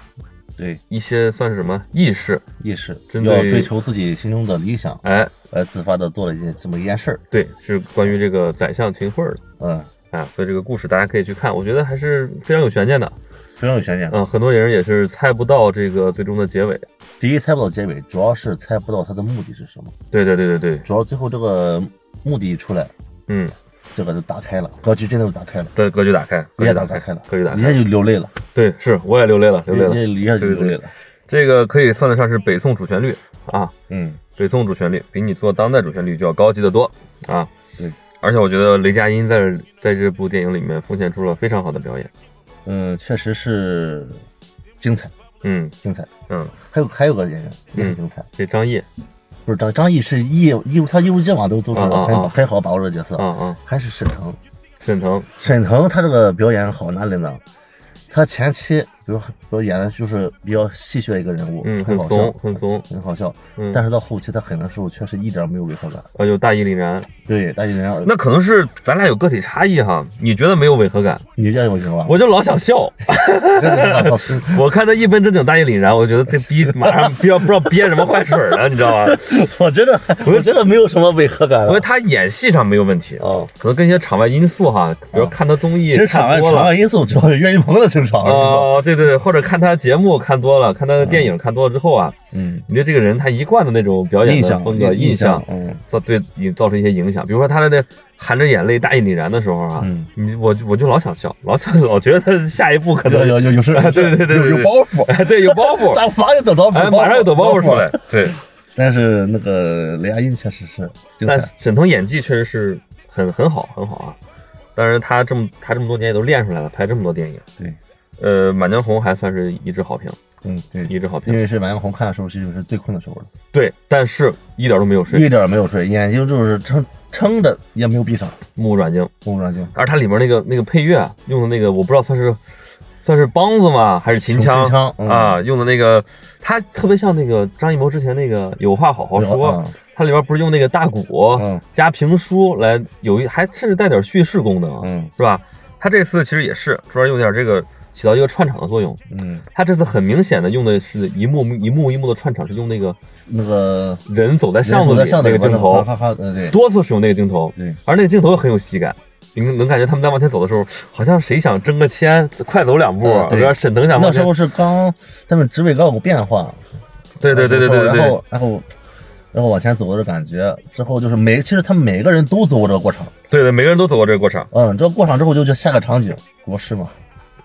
Speaker 2: 对，
Speaker 1: 一些算是什么意识？
Speaker 2: 意识
Speaker 1: 针
Speaker 2: 要
Speaker 1: 对
Speaker 2: 追求自己心中的理想，
Speaker 1: 哎，
Speaker 2: 而自发的做了一件这么一件事儿。
Speaker 1: 对，是关于这个宰相秦桧儿的。
Speaker 2: 嗯，
Speaker 1: 啊，所以这个故事大家可以去看，我觉得还是非常有悬念的。
Speaker 2: 非常有悬念。
Speaker 1: 嗯，很多人也是猜不到这个最终的结尾。
Speaker 2: 第一猜不到结尾，主要是猜不到他的目的是什么，
Speaker 1: 对对对对对，
Speaker 2: 主要最后这个目的一出来，
Speaker 1: 嗯，
Speaker 2: 这个就打开了，格局真的就打开了，
Speaker 1: 的格局打开，
Speaker 2: 一
Speaker 1: 格
Speaker 2: 下
Speaker 1: 局
Speaker 2: 打
Speaker 1: 开，
Speaker 2: 开了，
Speaker 1: 格局打
Speaker 2: 一下
Speaker 1: 开。
Speaker 2: 就流泪了，
Speaker 1: 对，是我也流泪了，流泪了。
Speaker 2: 一下就流泪了。
Speaker 1: 这个可以算得上是北宋主旋律啊，
Speaker 2: 嗯，
Speaker 1: 北宋主旋律比你做当代主旋律就要高级得多啊。
Speaker 2: 对，
Speaker 1: 而且我觉得雷佳音在在这部电影里面奉献出了非常好的表演。
Speaker 2: 嗯，确实是精彩，
Speaker 1: 嗯
Speaker 2: 精彩。
Speaker 1: 嗯，
Speaker 2: 还有还有个演员也很精彩，
Speaker 1: 这张译，
Speaker 2: 不是张张译是一一他一如既往都都是
Speaker 1: 啊啊
Speaker 2: 很
Speaker 1: 啊
Speaker 2: 好很好把握这个角
Speaker 1: 啊
Speaker 2: 色，
Speaker 1: 啊，
Speaker 2: 还是沈腾。
Speaker 1: 沈腾，
Speaker 2: 沈腾他这个表演好哪里呢？他前期比如比如演的就是比较戏谑一个人物，
Speaker 1: 嗯，
Speaker 2: 很
Speaker 1: 很
Speaker 2: 搞
Speaker 1: 怂，
Speaker 2: 笑，
Speaker 1: 很怂，
Speaker 2: 很好笑。
Speaker 1: 嗯，
Speaker 2: 但是到后期他狠的时候，确实一点儿没有违和感。
Speaker 1: 啊，就大义凛然。
Speaker 2: 对，大一人二，
Speaker 1: 那可能是咱俩有个体差异哈，你觉得没有违和感，
Speaker 2: 你这种情况，
Speaker 1: 我就老想笑。
Speaker 2: 真的是
Speaker 1: 我看他一本正经大义凛然，我觉得这逼马上不知道不知道憋什么坏水了，你知道吗？
Speaker 2: 我觉得我觉得没有什么违和感
Speaker 1: 我觉得
Speaker 2: 了。
Speaker 1: 他演戏上没有问题，啊
Speaker 2: 哦，
Speaker 1: 可能跟一些场外因素哈，比如看他综艺
Speaker 2: 其实场外
Speaker 1: 看多
Speaker 2: 场
Speaker 1: 了
Speaker 2: 外因素主要是岳云鹏的啊成场外因素。
Speaker 1: 哦，对对对，或者看他节目看多了，看他的电影看多了之后啊，
Speaker 2: 嗯，
Speaker 1: 你对这个人他一贯的那种表演
Speaker 2: 印
Speaker 1: 的
Speaker 2: 象
Speaker 1: 风格
Speaker 2: 印
Speaker 1: 象，
Speaker 2: 嗯，
Speaker 1: 造对你造成一些影响。比如说他的那含着眼泪大义凛然的时候啊，
Speaker 2: 嗯
Speaker 1: 你我就我就老想笑，老想老觉得他下一步可
Speaker 2: 有
Speaker 1: 能
Speaker 2: 有有有事儿，有事 儿
Speaker 1: 对对对对
Speaker 2: 有有
Speaker 1: 对
Speaker 2: 包 袱，
Speaker 1: 哎对有包袱，
Speaker 2: 咱马上就抖包
Speaker 1: 哎
Speaker 2: 袱，
Speaker 1: 马上有抖包袱出来。。对，
Speaker 2: 但是那个雷佳音确实是 精
Speaker 1: 但
Speaker 2: 彩，
Speaker 1: 沈腾演技确实是很很好很好啊。当然他这么他这么多年也都练出来了，拍这么多电影。
Speaker 2: 对，
Speaker 1: 呃，《满江红》还算是一致好评，
Speaker 2: 嗯对，
Speaker 1: 一致好
Speaker 2: 因
Speaker 1: 评。
Speaker 2: 为是满江红看的时候，其实是最困的时候了。
Speaker 1: 对，但是一点都没有睡，
Speaker 2: 一点儿没有睡，眼睛就是撑撑着也没有闭上，
Speaker 1: 目不转睛。
Speaker 2: 不不上镜。
Speaker 1: 而它里面那个那个配乐啊用的那个，我不知道算是算是梆子吗，还是秦腔
Speaker 2: 秦腔嗯
Speaker 1: 啊？用的那个，它特别像那个张艺谋之前那个《有话好好
Speaker 2: 有
Speaker 1: 说》
Speaker 2: 啊
Speaker 1: 它里面不是用那个大鼓
Speaker 2: 嗯
Speaker 1: 加评书来有一，还甚至带点叙事功能啊，
Speaker 2: 嗯
Speaker 1: 是吧？它这次其实也是主要用点这个起到一个串场的作用。
Speaker 2: 嗯，
Speaker 1: 它这次很明显的用的是一幕一幕一幕的串场，是用那个
Speaker 2: 那个
Speaker 1: 人走在巷子
Speaker 2: 在
Speaker 1: 里
Speaker 2: 巷子
Speaker 1: 那
Speaker 2: 里
Speaker 1: 个镜头，
Speaker 2: 哈哈，嗯对，
Speaker 1: 多次使用那个镜头，
Speaker 2: 对
Speaker 1: 而那个镜头又很有喜感，你能能感觉他们在往前走的时候，好像谁想争个签，快走两步，
Speaker 2: 嗯对
Speaker 1: 然后沈腾想
Speaker 2: 那
Speaker 1: 往
Speaker 2: 时
Speaker 1: 前，
Speaker 2: 候是刚他们职位刚有变化，
Speaker 1: 对对对对对对
Speaker 2: 然
Speaker 1: 对
Speaker 2: 后然后然后往前走的感觉，之后就是每其实他们每个人都走过这个过场，
Speaker 1: 对对，每个人都走过这个过场，
Speaker 2: 嗯，这个过场之后就就下个场景，国师嘛，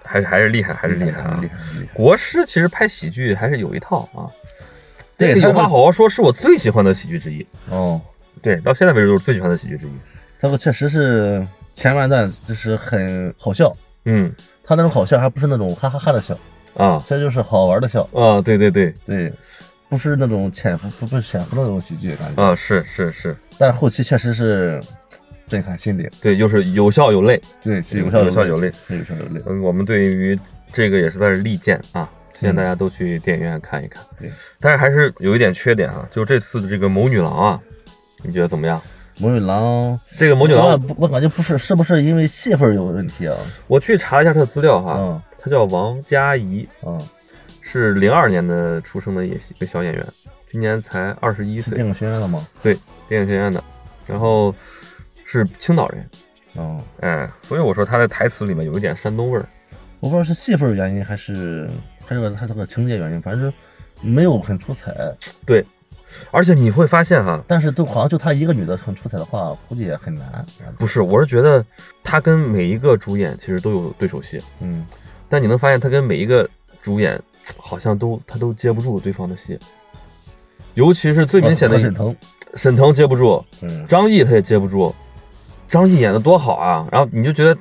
Speaker 1: 还是还是厉害，还是厉害啊
Speaker 2: 嗯厉！害厉害，
Speaker 1: 国师其实拍喜剧还是有一套啊，这
Speaker 2: 对
Speaker 1: 个
Speaker 2: 他
Speaker 1: 有话
Speaker 2: 们
Speaker 1: 好好说是我最喜欢的喜剧之一，
Speaker 2: 哦，
Speaker 1: 对，到现在为止都是最喜欢的喜剧之一。
Speaker 2: 他们确实是前半段就是很好笑，
Speaker 1: 嗯
Speaker 2: 他那种好笑还不是那种哈哈哈的笑，
Speaker 1: 啊
Speaker 2: 这就是好玩的笑，
Speaker 1: 啊，对对对
Speaker 2: 对，不是那种潜伏不不是潜伏那种喜剧感觉。
Speaker 1: 啊，是是是，
Speaker 2: 但是后期确实是震撼心灵，
Speaker 1: 对，又是有笑有泪。
Speaker 2: 对，是有
Speaker 1: 有效
Speaker 2: 效
Speaker 1: 有
Speaker 2: 泪
Speaker 1: 泪，
Speaker 2: 是有效有泪。
Speaker 1: 嗯，我们对于这个也是算是利剑啊，推荐
Speaker 2: 嗯
Speaker 1: 大家都去电影院看一看。
Speaker 2: 对，
Speaker 1: 但是还是有一点缺点啊，就这次的这个谋女郎啊，你觉得怎么样？
Speaker 2: 魔女郎，
Speaker 1: 这个谋女
Speaker 2: 我
Speaker 1: 郎，
Speaker 2: 不我感觉不是，是不是因为戏份有问题啊？
Speaker 1: 我去查了一下她的资料哈，
Speaker 2: 嗯
Speaker 1: 她叫王佳怡，
Speaker 2: 嗯，
Speaker 1: 是零二年的出生的演一个小演员，今年才二十一
Speaker 2: 是
Speaker 1: 岁
Speaker 2: 电，影学院的吗？
Speaker 1: 对，电影学院的，然后是青岛人，
Speaker 2: 嗯，
Speaker 1: 哎，所以我说她在台词里面有一点山东味儿，
Speaker 2: 我不知道是戏份原因还是还是他这个情节原因，反正没有很出彩。
Speaker 1: 对，而且你会发现哈，
Speaker 2: 但是都好像就她一个女的很出彩的话，估计也很难。
Speaker 1: 不是，我是觉得她跟每一个主演其实都有对手戏。
Speaker 2: 嗯，
Speaker 1: 但你能发现他跟每一个主演好像都他都接不住对方的戏，尤其是最明显的
Speaker 2: 和沈腾，
Speaker 1: 沈腾接不住，
Speaker 2: 嗯，
Speaker 1: 张译他也接不住，张译演的多好啊！然后你就觉得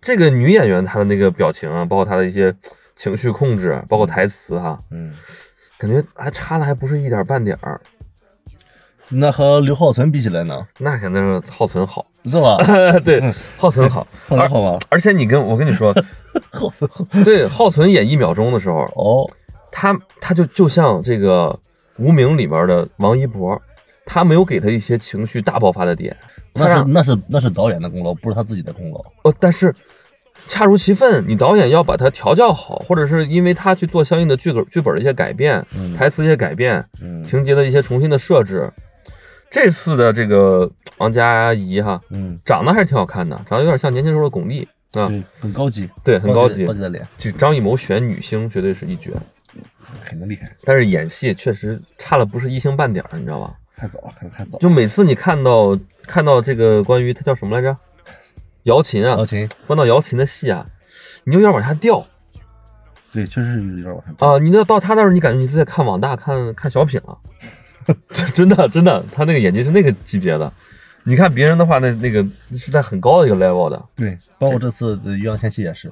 Speaker 1: 这个女演员她的那个表情啊，包括她的一些情绪控制，包括台词哈、
Speaker 2: 嗯，
Speaker 1: 感觉还差的还不是一点半点儿，
Speaker 2: 那和刘浩存比起来呢，
Speaker 1: 那肯定是浩存好，
Speaker 2: 是 吧？
Speaker 1: 对，浩存好，
Speaker 2: 浩存好吗？
Speaker 1: 而且你跟我跟你说，
Speaker 2: 浩存嗯好
Speaker 1: 对浩存演一秒钟的时候，
Speaker 2: 哦，
Speaker 1: 他他就就像这个《无名》里边的王一博，他没有给他一些情绪大爆发的点，他
Speaker 2: 那是
Speaker 1: 让
Speaker 2: 那是那是导演的功劳，不是他自己的功劳。
Speaker 1: 哦呃，但是恰如其分，你导演要把它调教好，或者是因为他去做相应的剧本剧本的一些改变，
Speaker 2: 嗯
Speaker 1: 台词一些改变，
Speaker 2: 嗯
Speaker 1: 情节的一些重新的设置。这次的这个王佳怡哈，
Speaker 2: 嗯，
Speaker 1: 长得还是挺好看的，长得有点像年轻时候的巩俐啊，
Speaker 2: 对，很高级，
Speaker 1: 对，很高级
Speaker 2: 高。级的脸，
Speaker 1: 这张艺谋选女星绝对是一绝，
Speaker 2: 肯定厉害，
Speaker 1: 但是演戏确实差了不是一星半点儿，你知道吧？
Speaker 2: 太早了，看的太早了。
Speaker 1: 就每次你看到看到这个关于她叫什么来着，姚琴啊
Speaker 2: 高，琴，
Speaker 1: 关到姚琴的戏啊，你就有点往下掉
Speaker 2: 对，确实是有点往上
Speaker 1: 啊、你到到她那儿，你感觉你自己看网大看看小品了， 真的真的，她那个演技是那个级别的。你看别人的话，那那个是在很高的一个 level 的，
Speaker 2: 对，包括这次的欲望千玺也是，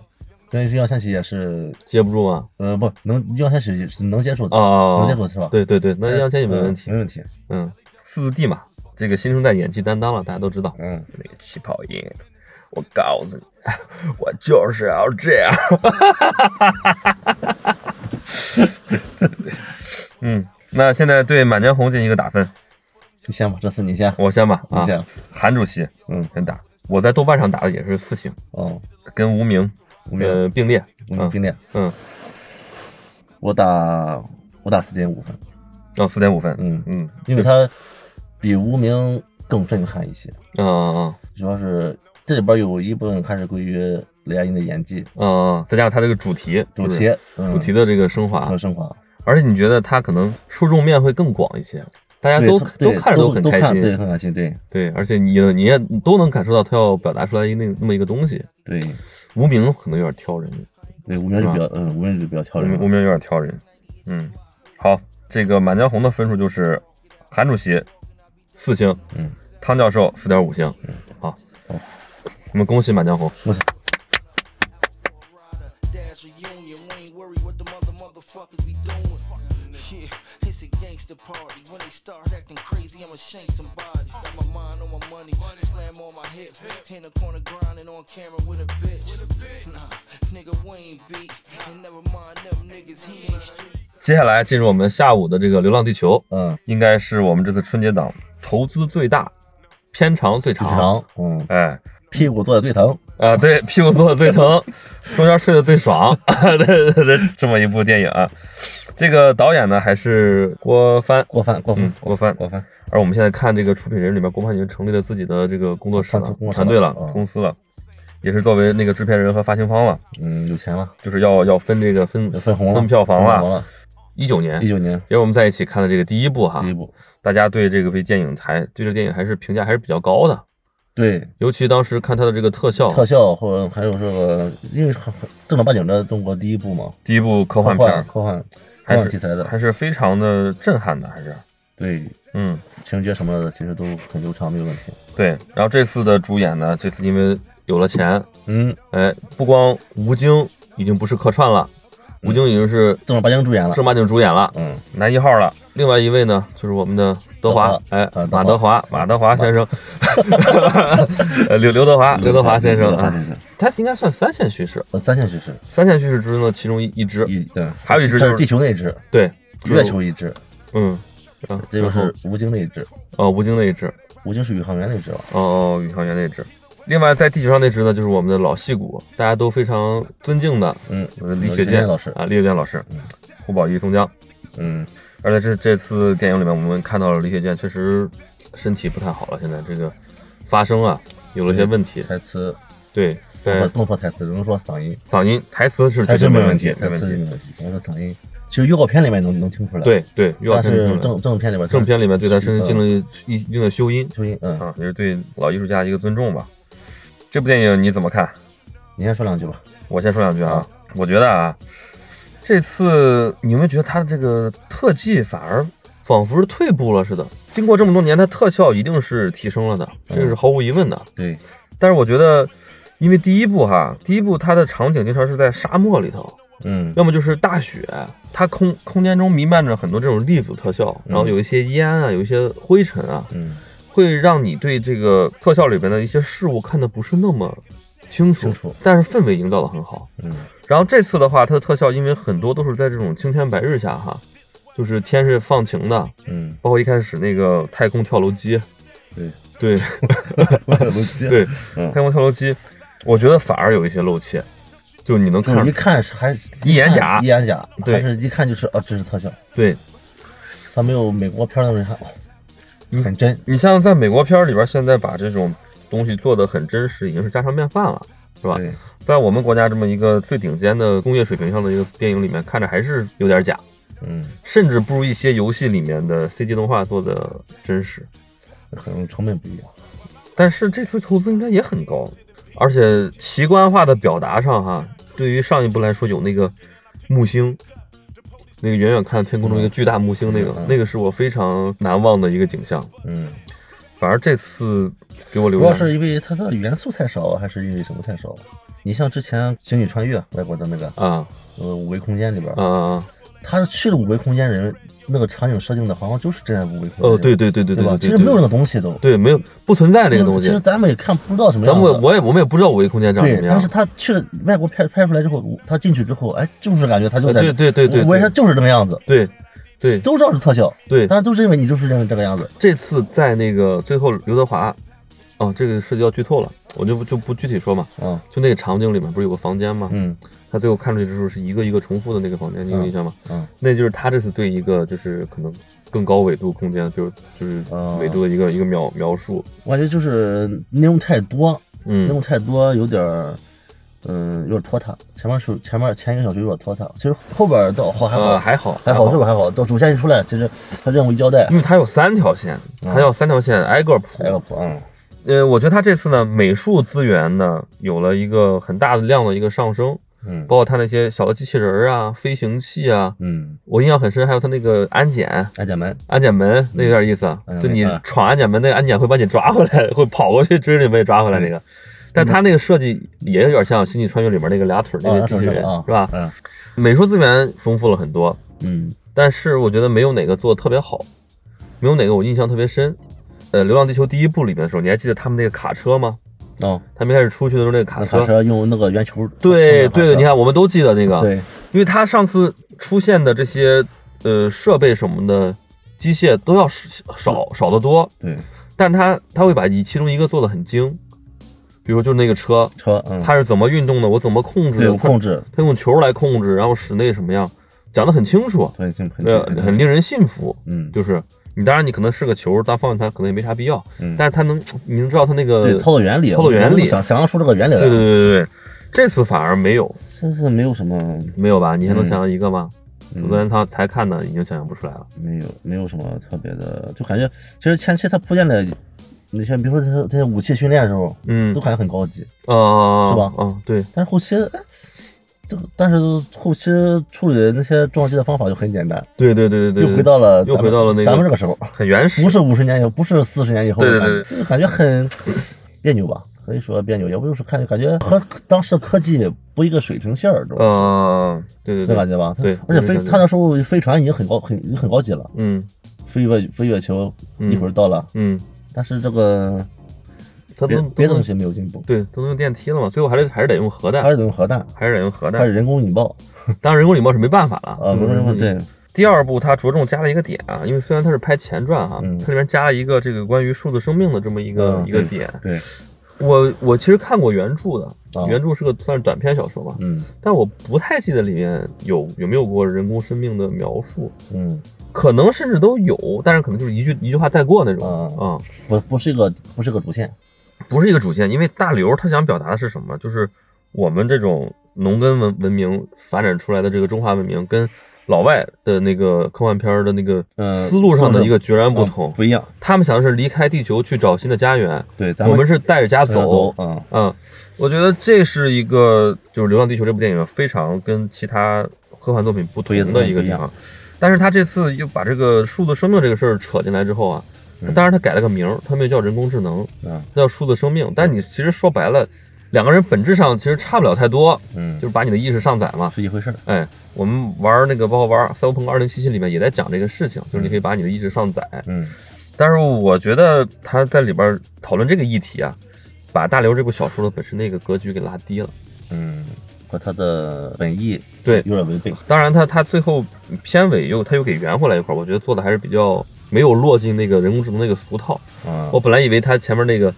Speaker 2: 但是欲望千玺也是，
Speaker 1: 接不住吗？
Speaker 2: 呃，不能欲望千玺也是能接受的，
Speaker 1: 啊、
Speaker 2: 能接受是吧？，
Speaker 1: 对对对，那杨千玺没问题。
Speaker 2: 没问题。
Speaker 1: 嗯，四字弟嘛，这个新生代演技担当了，大家都知道。
Speaker 2: 嗯，
Speaker 1: 那个气泡音，我告诉你， 我就是要这样。 嗯，那现在对《满江红》进行一个打分，
Speaker 2: 你先吧，这次你先，
Speaker 1: 我先吧
Speaker 2: 你
Speaker 1: 啊，
Speaker 2: 先，
Speaker 1: 韩主席
Speaker 2: 嗯，
Speaker 1: 先打，我在豆瓣上打的也是四星，
Speaker 2: 哦，
Speaker 1: 跟无名
Speaker 2: 无名
Speaker 1: 呃并列。
Speaker 2: 我们
Speaker 1: 嗯
Speaker 2: 并列，
Speaker 1: 嗯，
Speaker 2: 我打我打四点五分，
Speaker 1: 要哦四点五分。
Speaker 2: 嗯
Speaker 1: 嗯
Speaker 2: 因为它比无名更震撼一些，
Speaker 1: 嗯嗯
Speaker 2: 主要是这里边有一部分还是归于雷佳音的演技、
Speaker 1: 嗯嗯，再加上他这个主题，
Speaker 2: 主
Speaker 1: 就是
Speaker 2: 题、嗯
Speaker 1: 主题的这个升华，
Speaker 2: 和升华，
Speaker 1: 而且你觉得他可能受众面会更广一些，大家
Speaker 2: 对
Speaker 1: 都
Speaker 2: 对
Speaker 1: 看着
Speaker 2: 都
Speaker 1: 很
Speaker 2: 都
Speaker 1: 开
Speaker 2: 看
Speaker 1: 心，
Speaker 2: 对，很开心，对
Speaker 1: 对而且你你也你都能感受到他要表达出来一那那么一个东西。
Speaker 2: 对
Speaker 1: 无名可能有点挑人，
Speaker 2: 对，无名就比较嗯，无名就比较挑
Speaker 1: 无
Speaker 2: 人
Speaker 1: 名
Speaker 2: 了，
Speaker 1: 无名有点挑人，嗯，好，这个《满江红》的分数就是韩主席四星，
Speaker 2: 嗯，哦
Speaker 1: 汤教授四点五星，好
Speaker 2: 好，
Speaker 1: 我们恭喜《满江红》，
Speaker 4: Dad's reunion, we ain't worried what the mother motherfuckers be doing. Yeah, it's a gangster party. When they start acting crazy, I'ma shank somebody. Got my mind on my money, slam on my hip. In the corner grinding on camera with a bitch. Nah, nigga, we ain't beat. And never mind them niggas, he ain't street.
Speaker 1: 接下来进入我们下午的这个《流浪地球》，
Speaker 2: 嗯，
Speaker 1: 应该是我们这次春节档投资最大、片长最
Speaker 2: 最
Speaker 1: 长，
Speaker 2: 长，嗯，
Speaker 1: 哎。
Speaker 2: 屁股坐的最疼，
Speaker 1: 啊，对，屁股坐的最疼，中间睡得最爽， 对对对，这么一部电影啊。这个导演呢还是郭帆，
Speaker 2: 过分过分
Speaker 1: 嗯，郭帆。
Speaker 2: 过分，
Speaker 1: 而我们现在看这个出品人里面，郭帆已经成立了自己的这个工作室
Speaker 2: 团
Speaker 1: 了啊
Speaker 2: 工作、室
Speaker 1: 团队了、
Speaker 2: 了嗯
Speaker 1: 公司了，也是作为那个制片人和发行方了，
Speaker 2: 嗯，有钱了，
Speaker 1: 就是要要分这个分
Speaker 2: 有分红了，
Speaker 1: 分票房
Speaker 2: 分
Speaker 1: 了。哎
Speaker 2: 了，
Speaker 1: 一九嗯年
Speaker 2: 一，九年
Speaker 1: 也是我们在一起看的这个第一部哈
Speaker 2: 第一，部，
Speaker 1: 大家对这个部电影还对这个电影还是评价还是比较高的，
Speaker 2: 对，
Speaker 1: 尤其当时看它的这个特效，
Speaker 2: 特效或者还有这个，因为是正儿八经的中国第一部嘛，
Speaker 1: 第一部科
Speaker 2: 科
Speaker 1: 幻片儿
Speaker 2: 幻科幻科
Speaker 1: 还
Speaker 2: 幻
Speaker 1: 是
Speaker 2: 题材的，
Speaker 1: 还是非常的震撼的，还是
Speaker 2: 对，
Speaker 1: 嗯
Speaker 2: 情节什么的其实都很流畅，没有问题。
Speaker 1: 对。然后这次的主演呢，这次因为有了钱，
Speaker 2: 嗯，
Speaker 1: 哎，不光吴京已经不是客串了，吴京已经是
Speaker 2: 正儿八经主演了。
Speaker 1: 正儿八经主演了，
Speaker 2: 嗯，
Speaker 1: 男一号了。另外一位呢，就是我们的德华
Speaker 2: 德华，
Speaker 1: 哎
Speaker 2: 啊，
Speaker 1: 马德
Speaker 2: 德
Speaker 1: 华，马德华先生， 呃刘刘德华，刘德华先生
Speaker 2: 刘德华
Speaker 1: 啊，
Speaker 2: 先生，
Speaker 1: 他应该算三线叙事，
Speaker 2: 呃三线叙事，
Speaker 1: 三线叙事之中的其中一一支，
Speaker 2: 一对，
Speaker 1: 还有一只
Speaker 2: 这
Speaker 1: 就是是
Speaker 2: 地球那一只，
Speaker 1: 对，就是
Speaker 2: 月球一只，
Speaker 1: 嗯，啊
Speaker 2: 这就
Speaker 1: 然后
Speaker 2: 是吴京那一只，
Speaker 1: 哦，吴京那一支，
Speaker 2: 吴京是宇航员那一只吧？
Speaker 1: 哦哦，宇航员那支。另外，在地球上那支呢，就是我们的老戏骨，大家都非常尊敬的
Speaker 2: 嗯，
Speaker 1: 就是李雪
Speaker 2: 雪
Speaker 1: 健
Speaker 2: 老师，
Speaker 1: 啊，李雪健老师，胡宝仪、宋江。
Speaker 2: 嗯，
Speaker 1: 而在这这次电影里面，我们看到了李雪健确实身体不太好了，现在这个发声啊有了一些问题。
Speaker 2: 台词
Speaker 1: 对，
Speaker 2: 包
Speaker 1: 在
Speaker 2: 括动作台词，只能说嗓音，
Speaker 1: 嗓音、台词是绝
Speaker 2: 台词
Speaker 1: 对
Speaker 2: 没
Speaker 1: 没问
Speaker 2: 题，
Speaker 1: 题，没
Speaker 2: 台
Speaker 1: 问
Speaker 2: 词
Speaker 1: 题。
Speaker 2: 没问题，我说嗓音，其实预告片里面能能听出来，，
Speaker 1: 对对，又要
Speaker 2: 但
Speaker 1: 看这
Speaker 2: 是
Speaker 1: 种
Speaker 2: 正正片里面
Speaker 1: 正片里面对他身
Speaker 2: 身
Speaker 1: 上进了一一定的修音
Speaker 2: 纠音，嗯，
Speaker 1: 啊，也是对老艺术家一个尊重吧。这部电影你怎么看？
Speaker 2: 你先说两句吧，
Speaker 1: 我先说两句啊，我觉得啊，这次你有没有觉得它的这个特技反而仿佛是退步了似的？经过这么多年，它特效一定是提升了的，这个是毫无疑问的。
Speaker 2: 对，
Speaker 1: 但是我觉得，因为第一部哈，第一部它的场景经常是在沙漠里头，
Speaker 2: 嗯，
Speaker 1: 要么就是大雪，它空空间中弥漫着很多这种粒子特效，然后有一些烟啊，有一些灰尘啊，
Speaker 2: 嗯，
Speaker 1: 会让你对这个特效里边的一些事物看得不是那么清楚，
Speaker 2: 清楚
Speaker 1: 但是氛围营造的很好。
Speaker 2: 嗯，
Speaker 1: 然后这次的话，它的特效因为很多都是在这种青天白日下哈，就是天是放晴的，
Speaker 2: 嗯，
Speaker 1: 包括一开始那个太空跳楼机，
Speaker 2: 对
Speaker 1: 对
Speaker 2: 我记得
Speaker 1: 对，
Speaker 2: 嗯
Speaker 1: 太空跳楼机，我觉得反而有一些露怯，就你能
Speaker 2: 就是
Speaker 1: 看
Speaker 2: 一看是还是
Speaker 1: 一眼假
Speaker 2: 一眼假，
Speaker 1: 对
Speaker 2: 还是一看就是啊，这是特效，
Speaker 1: 对
Speaker 2: 它没有美国片儿那么一看，
Speaker 1: 嗯
Speaker 2: 哦很真。
Speaker 1: 你像在美国片儿里边，现在把这种东西做的很真实，已经是家常便饭了，是吧？
Speaker 2: 对，
Speaker 1: 在我们国家这么一个最顶尖的工业水平上的一个电影里面，看着还是有点假，
Speaker 2: 嗯，
Speaker 1: 甚至不如一些游戏里面的 CG 动画做的真实。
Speaker 2: 可能成本不一样。
Speaker 1: 但是这次投资应该也很高，而且奇观化的表达上哈，对于上一部来说有那个木星，那个远远看天空中一个巨大木星，那个
Speaker 2: 嗯
Speaker 1: 那个是我非常难忘的一个景象。
Speaker 2: 嗯，
Speaker 1: 反而这次给我留
Speaker 2: 主
Speaker 1: 下
Speaker 2: 要是因为它的元素太少，啊还是因为什么太少？你像之前《星际穿越》外国的那个
Speaker 1: 啊
Speaker 2: 呃五维空间里边
Speaker 1: 啊，啊啊！
Speaker 2: 他是去了五维空间人那个场景设定的，好像就是真的五维空间。
Speaker 1: 哦，对对对对
Speaker 2: 吧？
Speaker 1: 对，
Speaker 2: 其实没有那
Speaker 1: 个，
Speaker 2: 个东西都。
Speaker 1: 对没有不存在这个东西
Speaker 2: 其实。咱们也看不知道什么
Speaker 1: 咱
Speaker 2: 样
Speaker 1: 们
Speaker 2: 子。
Speaker 1: 我我也我们也不知道五维空间长什
Speaker 2: 对，
Speaker 1: 么
Speaker 2: 但
Speaker 1: 样
Speaker 2: 是。他去了外国拍拍出来之后，他进去之后，哎，就是感觉他就
Speaker 1: 呃
Speaker 2: 在，
Speaker 1: 对对对对
Speaker 2: 我
Speaker 1: 对
Speaker 2: 也就是这个样子，
Speaker 1: 对对
Speaker 2: 都知道是特效，
Speaker 1: 对，
Speaker 2: 但是都是因为你就是认为这个样子，
Speaker 1: 这次在那个最后刘德华，哦，这个涉及到剧透了，我就不就不具体说嘛。
Speaker 2: 嗯
Speaker 1: 就那个场景里面不是有个房间吗？
Speaker 2: 嗯
Speaker 1: 他最后看出去之后是一个一个重复的那个房间，你有印象吗？
Speaker 2: 嗯，
Speaker 1: 那就是他这是对一个就是可能更高纬度空间，就是就是
Speaker 2: 哦
Speaker 1: 纬度的一个一个描描述。
Speaker 2: 我感觉就是内容太多，内
Speaker 1: 嗯
Speaker 2: 容太多有点儿。嗯，有点拖沓，前面是前面前一个小时有点拖沓，其实后边儿倒好还好、
Speaker 1: 呃还好嗯
Speaker 2: 还好，后边还好，到主线一出来，其实他任务一交代，
Speaker 1: 因为它有三条线，它要三条线挨个铺
Speaker 2: 嗯哎。呦，嗯，
Speaker 1: 呃，我觉得它这次呢，美术资源呢有了一个很大的量的一个上升，
Speaker 2: 嗯
Speaker 1: 包括它那些小的机器人儿啊、飞行器啊，
Speaker 2: 嗯，
Speaker 1: 我印象很深，还有它那个安检。
Speaker 2: 安检门，
Speaker 1: 安检门那有点意思啊，
Speaker 2: 嗯
Speaker 1: 就你
Speaker 2: 嗯
Speaker 1: 闯安检门，那个安检会把你抓回来， 会跑过去追着你把你抓回来那个。但它那个设计也有点像《星际穿越》里面那个俩腿儿那个
Speaker 2: 啊
Speaker 1: 机器人，
Speaker 2: 啊，
Speaker 1: 是吧？
Speaker 2: 嗯
Speaker 1: 美术资源丰富了很多，
Speaker 2: 嗯
Speaker 1: 但是我觉得没有哪个做的特别好，没有哪个我印象特别深。呃，《流浪地球》第一部里面的时候，你还记得他们那个卡车吗？
Speaker 2: 哦，
Speaker 1: 他们一开始出去的时候那个卡
Speaker 2: 那
Speaker 1: 车
Speaker 2: 卡，车用那个圆球，
Speaker 1: 对对对，
Speaker 2: 的，
Speaker 1: 你看我们都记得那个，
Speaker 2: 对，
Speaker 1: 因为它上次出现的这些呃设备什么的机械都要少少少得多，
Speaker 2: 对，
Speaker 1: 但它它会把一其中一个做的很精，比如就是那个车，
Speaker 2: 车，嗯，
Speaker 1: 它是怎么运动的，我怎么控制
Speaker 2: 对
Speaker 1: 的，
Speaker 2: 有
Speaker 1: 我
Speaker 2: 控制，
Speaker 1: 它用球来控制，然后室内什么样，讲得很清楚，
Speaker 2: 对，挺很
Speaker 1: 呃，很令人信服。
Speaker 2: 嗯，
Speaker 1: 就是你当然你可能是个球，单放它可能也没啥必要，
Speaker 2: 嗯
Speaker 1: 但是它能，你能知道它那个
Speaker 2: 对操作原理，
Speaker 1: 操作原理
Speaker 2: 我能想想象出这个原理来，
Speaker 1: 对对对对对，这次反而没有
Speaker 2: 这是没有什么，
Speaker 1: 没有吧？你还能
Speaker 2: 嗯
Speaker 1: 想象一个吗？
Speaker 2: 嗯
Speaker 1: 昨天他才看的，已经想象不出来了。
Speaker 2: 没有没有什么特别的，就感觉其实前期他铺垫的，你像比如说他他武器训练的时候，
Speaker 1: 嗯
Speaker 2: 都感觉很高级，
Speaker 1: 啊，
Speaker 2: 是吧
Speaker 1: 啊，对，
Speaker 2: 但是后期。哎这个，但是后期处理的那些撞击的方法就很简单，
Speaker 1: 对对对对对，
Speaker 2: 又回到了
Speaker 1: 又
Speaker 2: 咱
Speaker 1: 回
Speaker 2: 们
Speaker 1: 到了那个
Speaker 2: 咱们这个时候，
Speaker 1: 很原始
Speaker 2: 不。是五十年以后，不是四十年以后
Speaker 1: 对对
Speaker 2: 的感觉，就是感觉很别扭吧？可以说别扭，也不就是看着感觉和当时的科技不一个水平线儿，这种
Speaker 1: 啊，对对
Speaker 2: 那感
Speaker 1: 对，
Speaker 2: 觉吧？它
Speaker 1: 对
Speaker 2: 而且
Speaker 1: 有
Speaker 2: 飞
Speaker 1: 点
Speaker 2: 他那时候飞船已经很高，很已经很高级了，
Speaker 1: 嗯
Speaker 2: 飞越飞月球
Speaker 1: 嗯
Speaker 2: 一会儿到了，
Speaker 1: 嗯，
Speaker 2: 但是这个
Speaker 1: 他
Speaker 2: 别
Speaker 1: 都
Speaker 2: 别
Speaker 1: 都
Speaker 2: 的东
Speaker 1: 能
Speaker 2: 西没有进步，
Speaker 1: 对都能用电梯了嘛，最后还得还是得用核弹
Speaker 2: 还，是得用核弹，
Speaker 1: 还是得用核
Speaker 2: 还是
Speaker 1: 弹。嗯
Speaker 2: 人工引爆
Speaker 1: 当然人工礼貌是没办法了
Speaker 2: 啊，
Speaker 1: 就
Speaker 2: 不
Speaker 1: 是
Speaker 2: 是
Speaker 1: 说你
Speaker 2: 对，
Speaker 1: 第二部它着重加了一个点啊，因为虽然它是拍前传哈、
Speaker 2: 嗯
Speaker 1: 它里面加了一个这个关于数字生命的这么一个、
Speaker 2: 嗯
Speaker 1: 一个
Speaker 2: 对
Speaker 1: 点。
Speaker 2: 对，
Speaker 1: 我我其实看过原著的，
Speaker 2: 啊
Speaker 1: 原著是个算是短篇小说吧，
Speaker 2: 嗯
Speaker 1: 但我不太记得里面有有没有过人工生命的描述，
Speaker 2: 嗯，
Speaker 1: 可能甚至都有，但是可能就是一句一句话带过那种啊、
Speaker 2: 啊不不是一个不是个主线，
Speaker 1: 不是一个主线。因为大刘他想表达的是什么？就是我们这种农耕文文明发展出来的这个中华文明跟。老外的那个科幻片儿的那个
Speaker 2: 嗯
Speaker 1: 思路上
Speaker 2: 方
Speaker 1: 的
Speaker 2: 式
Speaker 1: 一个决然不
Speaker 2: 嗯
Speaker 1: 同，
Speaker 2: 不一样，
Speaker 1: 他们想的是离开地球去找新的家园，
Speaker 2: 对，咱
Speaker 1: 我们是带着家
Speaker 2: 咱们
Speaker 1: 走。
Speaker 2: 嗯。
Speaker 1: 嗯，我觉得这是一个就是《流浪地球》这部电影非常跟其他科幻作品不同的一个地
Speaker 2: 不一
Speaker 1: 方。但是他这次又把这个数字生命这个事儿扯进来之后啊，当然他改了个名儿，他没有叫人工智能，
Speaker 2: 嗯
Speaker 1: 他叫数字生命。但你其实说白了，两个人本质上其实差不了太多，
Speaker 2: 嗯，
Speaker 1: 就是把你的意识上载嘛。
Speaker 2: 是一回事儿。
Speaker 1: 哎，我们玩那个包括玩《赛博朋克2077》里面也在讲这个事情，就是你可以把你的意识上载，
Speaker 2: 嗯
Speaker 1: 但是我觉得他在里边讨论这个议题啊，把大刘这部小说的本身那个格局给拉低了。
Speaker 2: 嗯，和他的本意
Speaker 1: 对
Speaker 2: 有点违背。
Speaker 1: 当然他，他最后片尾又他又给圆回来一块儿，我觉得做的还是比较没有落进那个人工智能那个俗套。
Speaker 2: 嗯
Speaker 1: 我本来以为他前面那个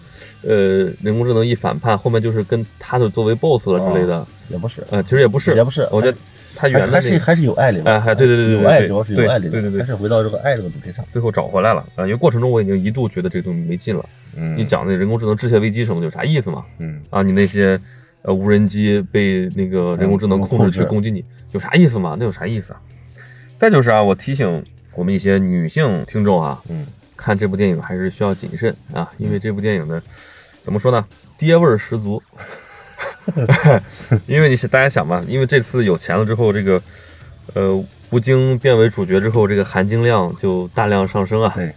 Speaker 1: 呃，人工智能一反叛，后面就是跟他就作为 BOSS 了之类的。
Speaker 2: 也不是，
Speaker 1: 呃，其实也不是，
Speaker 2: 哦也不是
Speaker 1: 我觉得他原来
Speaker 2: 还
Speaker 1: 那
Speaker 2: 是
Speaker 1: 个
Speaker 2: 还是有爱里面，
Speaker 1: 哎还对对对对
Speaker 2: 有爱
Speaker 1: 对
Speaker 2: 主要是
Speaker 1: 对
Speaker 2: 有爱里面，
Speaker 1: 对对对
Speaker 2: 还是回到这个爱这个主题上，
Speaker 1: 最后找回来了。啊，因为过程中我已经一度觉得这东西没劲了。
Speaker 2: 嗯
Speaker 1: 你讲那人工智能致谢危机什么的有啥意思嘛？
Speaker 2: 嗯，
Speaker 1: 啊，你那些呃无人机被那个人工智能
Speaker 2: 嗯
Speaker 1: 控
Speaker 2: 控
Speaker 1: 制
Speaker 2: 制
Speaker 1: 去攻击你，有啥意思嘛？那有啥意思啊？再就是啊，我提醒我们一些女性听众啊，
Speaker 2: 嗯，
Speaker 1: 看这部电影还是需要谨慎啊，因为这部电影呢，怎么说呢，爹味儿十足。 因为你想大家想吧，因为这次有钱了之后，这个呃吴京变为主角之后，这个含金量就大量上升啊。
Speaker 2: 对，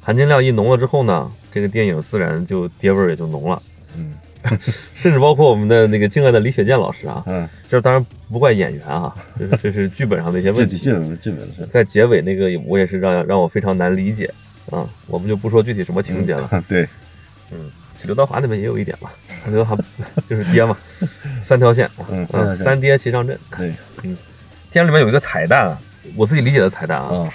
Speaker 1: 含金量一浓了之后呢，这个电影自然就爹味儿也就浓了。
Speaker 2: 嗯，
Speaker 1: 甚至包括我们的那个敬爱的李雪健老师啊，
Speaker 2: 嗯，
Speaker 1: 这当然不怪演员啊，这是这是剧本上的一些
Speaker 2: 这
Speaker 1: 问
Speaker 2: 这
Speaker 1: 题。
Speaker 2: 本这本是，
Speaker 1: 在结尾那个也我也是让让我非常难理解啊，我们就不说具体什么情节了。
Speaker 2: 嗯， 对，
Speaker 1: 许刘德华那边也有一点吧，刘德华就是爹嘛，三条线啊，
Speaker 2: 嗯
Speaker 1: 啊三爹齐上阵。
Speaker 2: 对，
Speaker 1: 电影里面有一个彩蛋啊，我自己理解的彩蛋啊，
Speaker 2: 啊，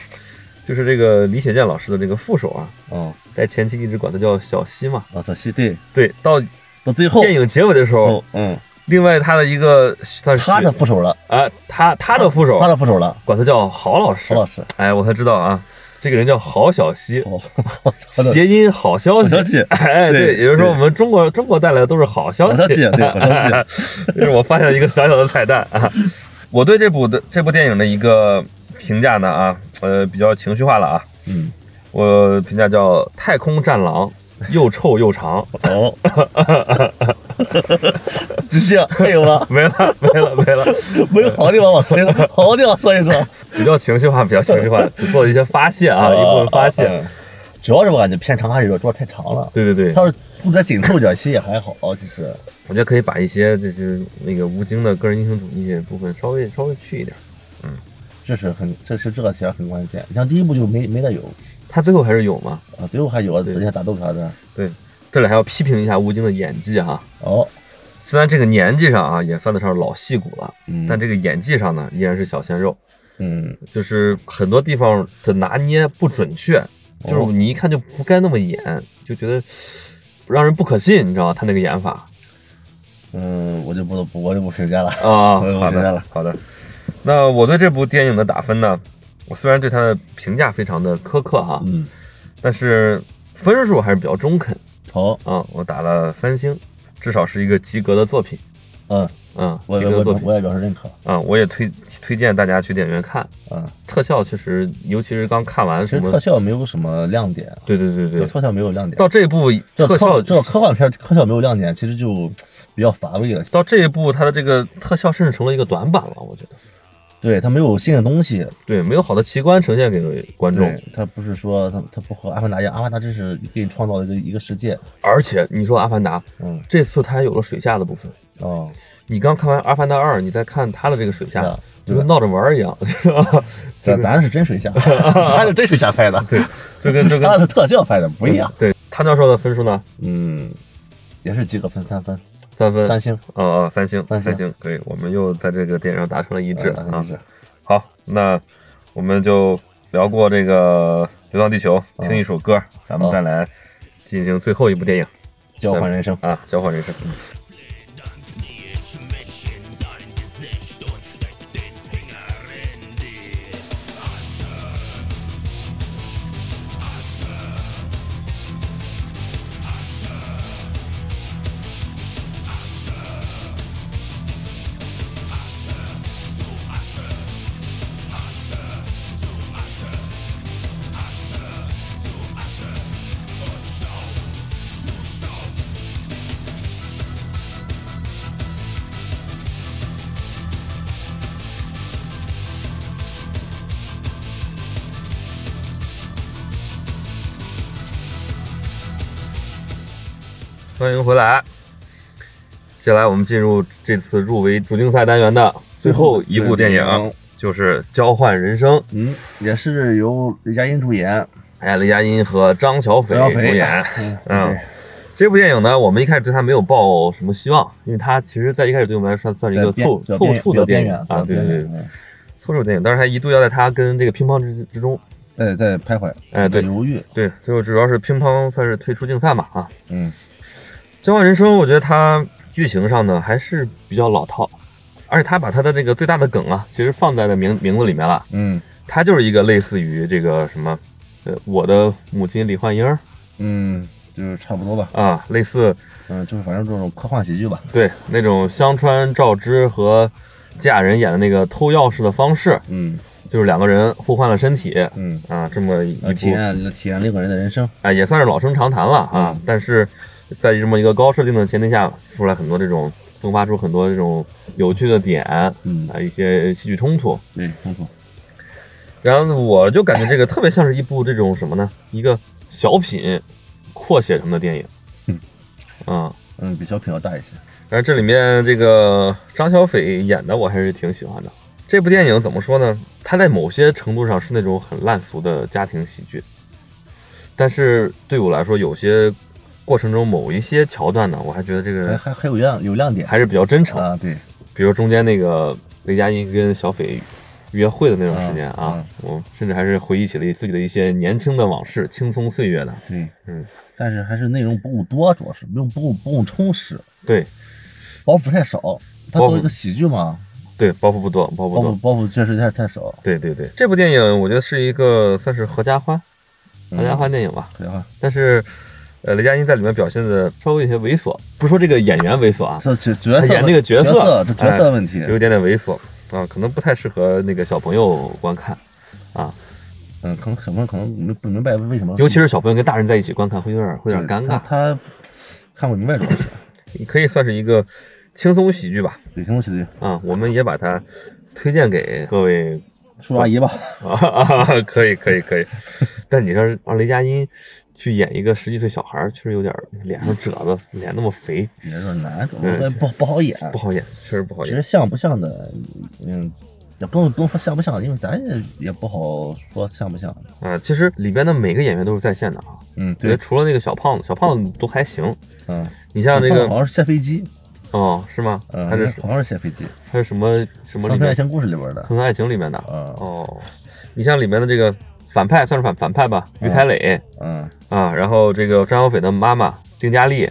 Speaker 1: 就是这个李雪健老师的这个副手啊，
Speaker 2: 哦，
Speaker 1: 在前期一直管他叫小西嘛，
Speaker 2: 啊，小西对，
Speaker 1: 对，到
Speaker 2: 到最后，
Speaker 1: 电影结尾的时候
Speaker 2: 哦，，嗯，
Speaker 1: 另外他的一个算是
Speaker 2: 他的副手了，
Speaker 1: 啊，他他的副手，
Speaker 2: 他的副手了，
Speaker 1: 管他叫郝老师。
Speaker 2: 郝老师，
Speaker 1: 哎，我才知道啊，这个人叫郝小西，
Speaker 2: 哦，
Speaker 1: 谐音好消息。
Speaker 2: 好消息
Speaker 1: 哎，
Speaker 2: 对
Speaker 1: 对，也就是说
Speaker 2: 对
Speaker 1: 我们中国中国带来的都是好消
Speaker 2: 好消 息，
Speaker 1: 息。
Speaker 2: 对，好消息，
Speaker 1: 这是我发现了一个小小的彩蛋啊。我对这部的这部电影的一个评价呢啊，呃，比较情绪化了啊。
Speaker 2: 嗯，
Speaker 1: 我评价叫《太空战狼》，又臭又长，
Speaker 2: 哦，直接还有吗？
Speaker 1: 没了没了没了，
Speaker 2: 哎没有好地方我说一说，好地方说一说。
Speaker 1: 比较情绪化，比较情绪化，做一些发泄 啊，
Speaker 2: 啊
Speaker 1: 一部分发泄。
Speaker 2: 啊主要是我感觉片长还是有点做太长了。
Speaker 1: 对对对，
Speaker 2: 他要是不再紧凑点，其实也还好，其实
Speaker 1: 我觉得可以把一些就是那个吴京的个人英雄主义部分稍微稍微去一点，
Speaker 2: 这是很，这是这个其实很关键。你像第一部就没没得有
Speaker 1: 他最后还是有嘛。
Speaker 2: 啊，最后还有啊，
Speaker 1: 对
Speaker 2: 人家打斗啥的。
Speaker 1: 对，这里还要批评一下吴京的演技哈，
Speaker 2: 哦，
Speaker 1: 虽然这个年纪上啊也算得上老戏骨了，
Speaker 2: 嗯
Speaker 1: 但这个演技上呢依然是小鲜肉，
Speaker 2: 嗯，
Speaker 1: 就是很多地方的拿捏不准确，
Speaker 2: 哦
Speaker 1: 就是你一看就不该那么演，就觉得让人不可信，你知道吗？他那个演法
Speaker 2: 嗯，我就不不我就不评价了。
Speaker 1: 啊，
Speaker 2: 我
Speaker 1: 好
Speaker 2: 明白
Speaker 1: 的
Speaker 2: 了
Speaker 1: 好的。那我对这部电影的打分呢，我虽然对它的评价非常的苛刻哈，
Speaker 2: 嗯，
Speaker 1: 但是分数还是比较中肯
Speaker 2: 好，
Speaker 1: 啊，我打了三星，至少是一个及格的作品，
Speaker 2: 嗯，
Speaker 1: 嗯，
Speaker 2: 我
Speaker 1: 及
Speaker 2: 我
Speaker 1: 格的作
Speaker 2: 我
Speaker 1: 品
Speaker 2: 我也表示认可。
Speaker 1: 啊，我也推推荐大家去电影院看，
Speaker 2: 嗯，
Speaker 1: 特效确实，尤其是刚看完
Speaker 2: 其实
Speaker 1: 什么
Speaker 2: 特，效没有什么亮点，啊
Speaker 1: 对对对
Speaker 2: 就
Speaker 1: 对，
Speaker 2: 特效没有亮点
Speaker 1: 到。这一部
Speaker 2: 这
Speaker 1: 特效，
Speaker 2: 这科幻片特效没有亮点，其实就比较乏味了。
Speaker 1: 到这一部它的这个特效甚至成了一个短板了，我觉得，
Speaker 2: 对，它没有新的东西，
Speaker 1: 对，没有好的奇观呈现给观众
Speaker 2: 对，，他不是说他他不和阿凡达一样，阿凡达真是给你创造一个一个世界，
Speaker 1: 而且你说《阿凡达》
Speaker 2: 嗯，
Speaker 1: 这次它还有了水下的部分，
Speaker 2: 哦，
Speaker 1: 你刚看完《阿凡达二》，你再看它的这个水
Speaker 2: 对
Speaker 1: 下
Speaker 2: 啊，
Speaker 1: 就
Speaker 2: 对
Speaker 1: 跟
Speaker 2: 吧
Speaker 1: 闹着玩儿 一样，就
Speaker 2: 咱
Speaker 1: 跟
Speaker 2: 咱是真 水下，咱是真水下拍的，对，
Speaker 1: 就跟就
Speaker 2: 他
Speaker 1: 跟
Speaker 2: 的特效拍的 不一样，
Speaker 1: 对汤教授的分数呢，
Speaker 2: 嗯，也是及格分三分，
Speaker 1: 三分，
Speaker 2: 三星，
Speaker 1: 啊啊，三星，
Speaker 2: 三星
Speaker 1: 星，可以，我们又在这个电影上达成了一致
Speaker 2: 嗯
Speaker 1: 啊
Speaker 2: 一。致
Speaker 1: 好，那我们就聊过这个《流浪地球》，听一首歌，咱们
Speaker 2: 好
Speaker 1: 再来进行最后一部电影
Speaker 2: 交换人生，
Speaker 1: 啊，《交换人生》。欢迎回来。接下来我们进入这次入围主竞赛单元的最后一部电影，就是《交换人生》。
Speaker 2: 嗯，也是由雷佳音主演，
Speaker 1: 哎，雷佳音和张小斐
Speaker 2: 张
Speaker 1: 主
Speaker 2: 小斐
Speaker 1: 演。嗯
Speaker 2: 对，
Speaker 1: 这部电影呢，我们一开始对它没有抱什么希望，因为它其实在一开始对我们来说算是一个
Speaker 2: 在边
Speaker 1: 凑
Speaker 2: 比较
Speaker 1: 凑
Speaker 2: 边
Speaker 1: 数
Speaker 2: 比较
Speaker 1: 的电
Speaker 2: 边
Speaker 1: 影
Speaker 2: 缘
Speaker 1: 啊，对对对，
Speaker 2: 比较边缘
Speaker 1: 凑数电影，但是它一度要在它跟这个乒乓之之中，
Speaker 2: 嗯哎，在徘徊，
Speaker 1: 哎对
Speaker 2: 犹豫，
Speaker 1: 对，最后主要是乒乓算是退出竞赛嘛啊，
Speaker 2: 嗯，
Speaker 1: 真话人生》，我觉得它剧情上呢还是比较老套，而且它把它的这个最大的梗啊，其实放在了名名字里面了。
Speaker 2: 嗯
Speaker 1: 它就是一个类似于这个什么，呃，我的母亲李焕英儿
Speaker 2: 嗯，就是差不多吧，
Speaker 1: 啊，类似
Speaker 2: 嗯，就是反正这种科幻喜剧吧，
Speaker 1: 对那种香川照之和嫁人演的那个偷钥匙的方式，
Speaker 2: 嗯
Speaker 1: 就是两个人互换了身体
Speaker 2: 嗯，
Speaker 1: 啊，这么一
Speaker 2: 呃
Speaker 1: 部
Speaker 2: 体验体验另一个人的人生，
Speaker 1: 啊，也算是老生常谈了啊。但是在这么一个高设定的前提下，出来很多这种迸发出很多这种有趣的点啊，
Speaker 2: 嗯，
Speaker 1: 一些戏剧冲突。
Speaker 2: 对，没错，
Speaker 1: 然后我就感觉这个特别像是一部这种什么呢？一个小品扩写成的电影。
Speaker 2: 嗯，
Speaker 1: 啊、
Speaker 2: 嗯，比小品要大一些，
Speaker 1: 然后这里面这个张小斐演的我还是挺喜欢的。这部电影怎么说呢？它在某些程度上是那种很烂俗的家庭喜剧，但是对我来说，有些过程中某一些桥段呢，我还觉得这
Speaker 2: 还
Speaker 1: 个
Speaker 2: 还还有亮有亮点
Speaker 1: 嗯还是比较真诚。
Speaker 2: 啊，对，
Speaker 1: 比如中间那个雷佳音跟小斐约会的那段时间啊，
Speaker 2: 嗯嗯
Speaker 1: 我甚至还是回忆起了自己的一些年轻的往事、青葱岁月的。
Speaker 2: 对，
Speaker 1: 嗯，
Speaker 2: 但是还是内容不够多，主要是不用不够不够充实，
Speaker 1: 对
Speaker 2: 包袱太少。它
Speaker 1: 包
Speaker 2: 作为
Speaker 1: 袱
Speaker 2: 一个喜剧嘛，
Speaker 1: 对，包袱不多，包袱
Speaker 2: 包
Speaker 1: 不多。
Speaker 2: 袱包袱确实太太少。
Speaker 1: 对对对，这部电影我觉得是一个算是合家欢、
Speaker 2: 嗯
Speaker 1: 合家欢电影吧。
Speaker 2: 对啊，
Speaker 1: 但是，呃，雷佳音在里面表现的稍微有些猥琐，不是说这个演员猥琐啊，
Speaker 2: 这角角色
Speaker 1: 他演那个角
Speaker 2: 角
Speaker 1: 色哎
Speaker 2: 这角色问题，
Speaker 1: 有一点点猥琐啊，可能不太适合那个小朋友观看啊，
Speaker 2: 嗯，可能小朋友可能没不明白为什么，
Speaker 1: 尤其是小朋友跟大人在一起观看会有点会有点尴
Speaker 2: 他
Speaker 1: 尬。
Speaker 2: 他看不明白主要是，
Speaker 1: 你可以算是一个轻松喜剧吧。
Speaker 2: 对，挺多喜剧，
Speaker 1: 啊，我们也把它推荐给各位
Speaker 2: 叔叔阿 姨吧，
Speaker 1: 啊啊， 可以可以可以。但你说让雷佳音去演一个十几岁小孩儿，确实有点儿脸上褶子，脸那么肥，
Speaker 2: 也有点难，主
Speaker 1: 嗯
Speaker 2: 要是不不好演。
Speaker 1: 不好演，确实不好
Speaker 2: 其
Speaker 1: 演
Speaker 2: 实。像不像的，嗯，也不用不用说像不像，因为咱也也不好说像不像。
Speaker 1: 啊，其实里边的每个演员都是在线的啊，
Speaker 2: 嗯，
Speaker 1: 我觉得，除了那个小胖子，小胖子都还行。
Speaker 2: 嗯，
Speaker 1: 你像这个
Speaker 2: 好像是下飞机，
Speaker 1: 哦，是吗？
Speaker 2: 嗯，
Speaker 1: 还是
Speaker 2: 好像是下飞机，
Speaker 1: 还是什么什么
Speaker 2: 乡
Speaker 1: 里
Speaker 2: 村爱
Speaker 1: 面？
Speaker 2: 情故事里边的。
Speaker 1: 乡村爱情里面的
Speaker 2: 嗯
Speaker 1: 哦，你像里面的这个反派算是反反派吧，于凯磊
Speaker 2: 嗯，
Speaker 1: 啊，然后这个张小斐的妈妈丁嘉丽，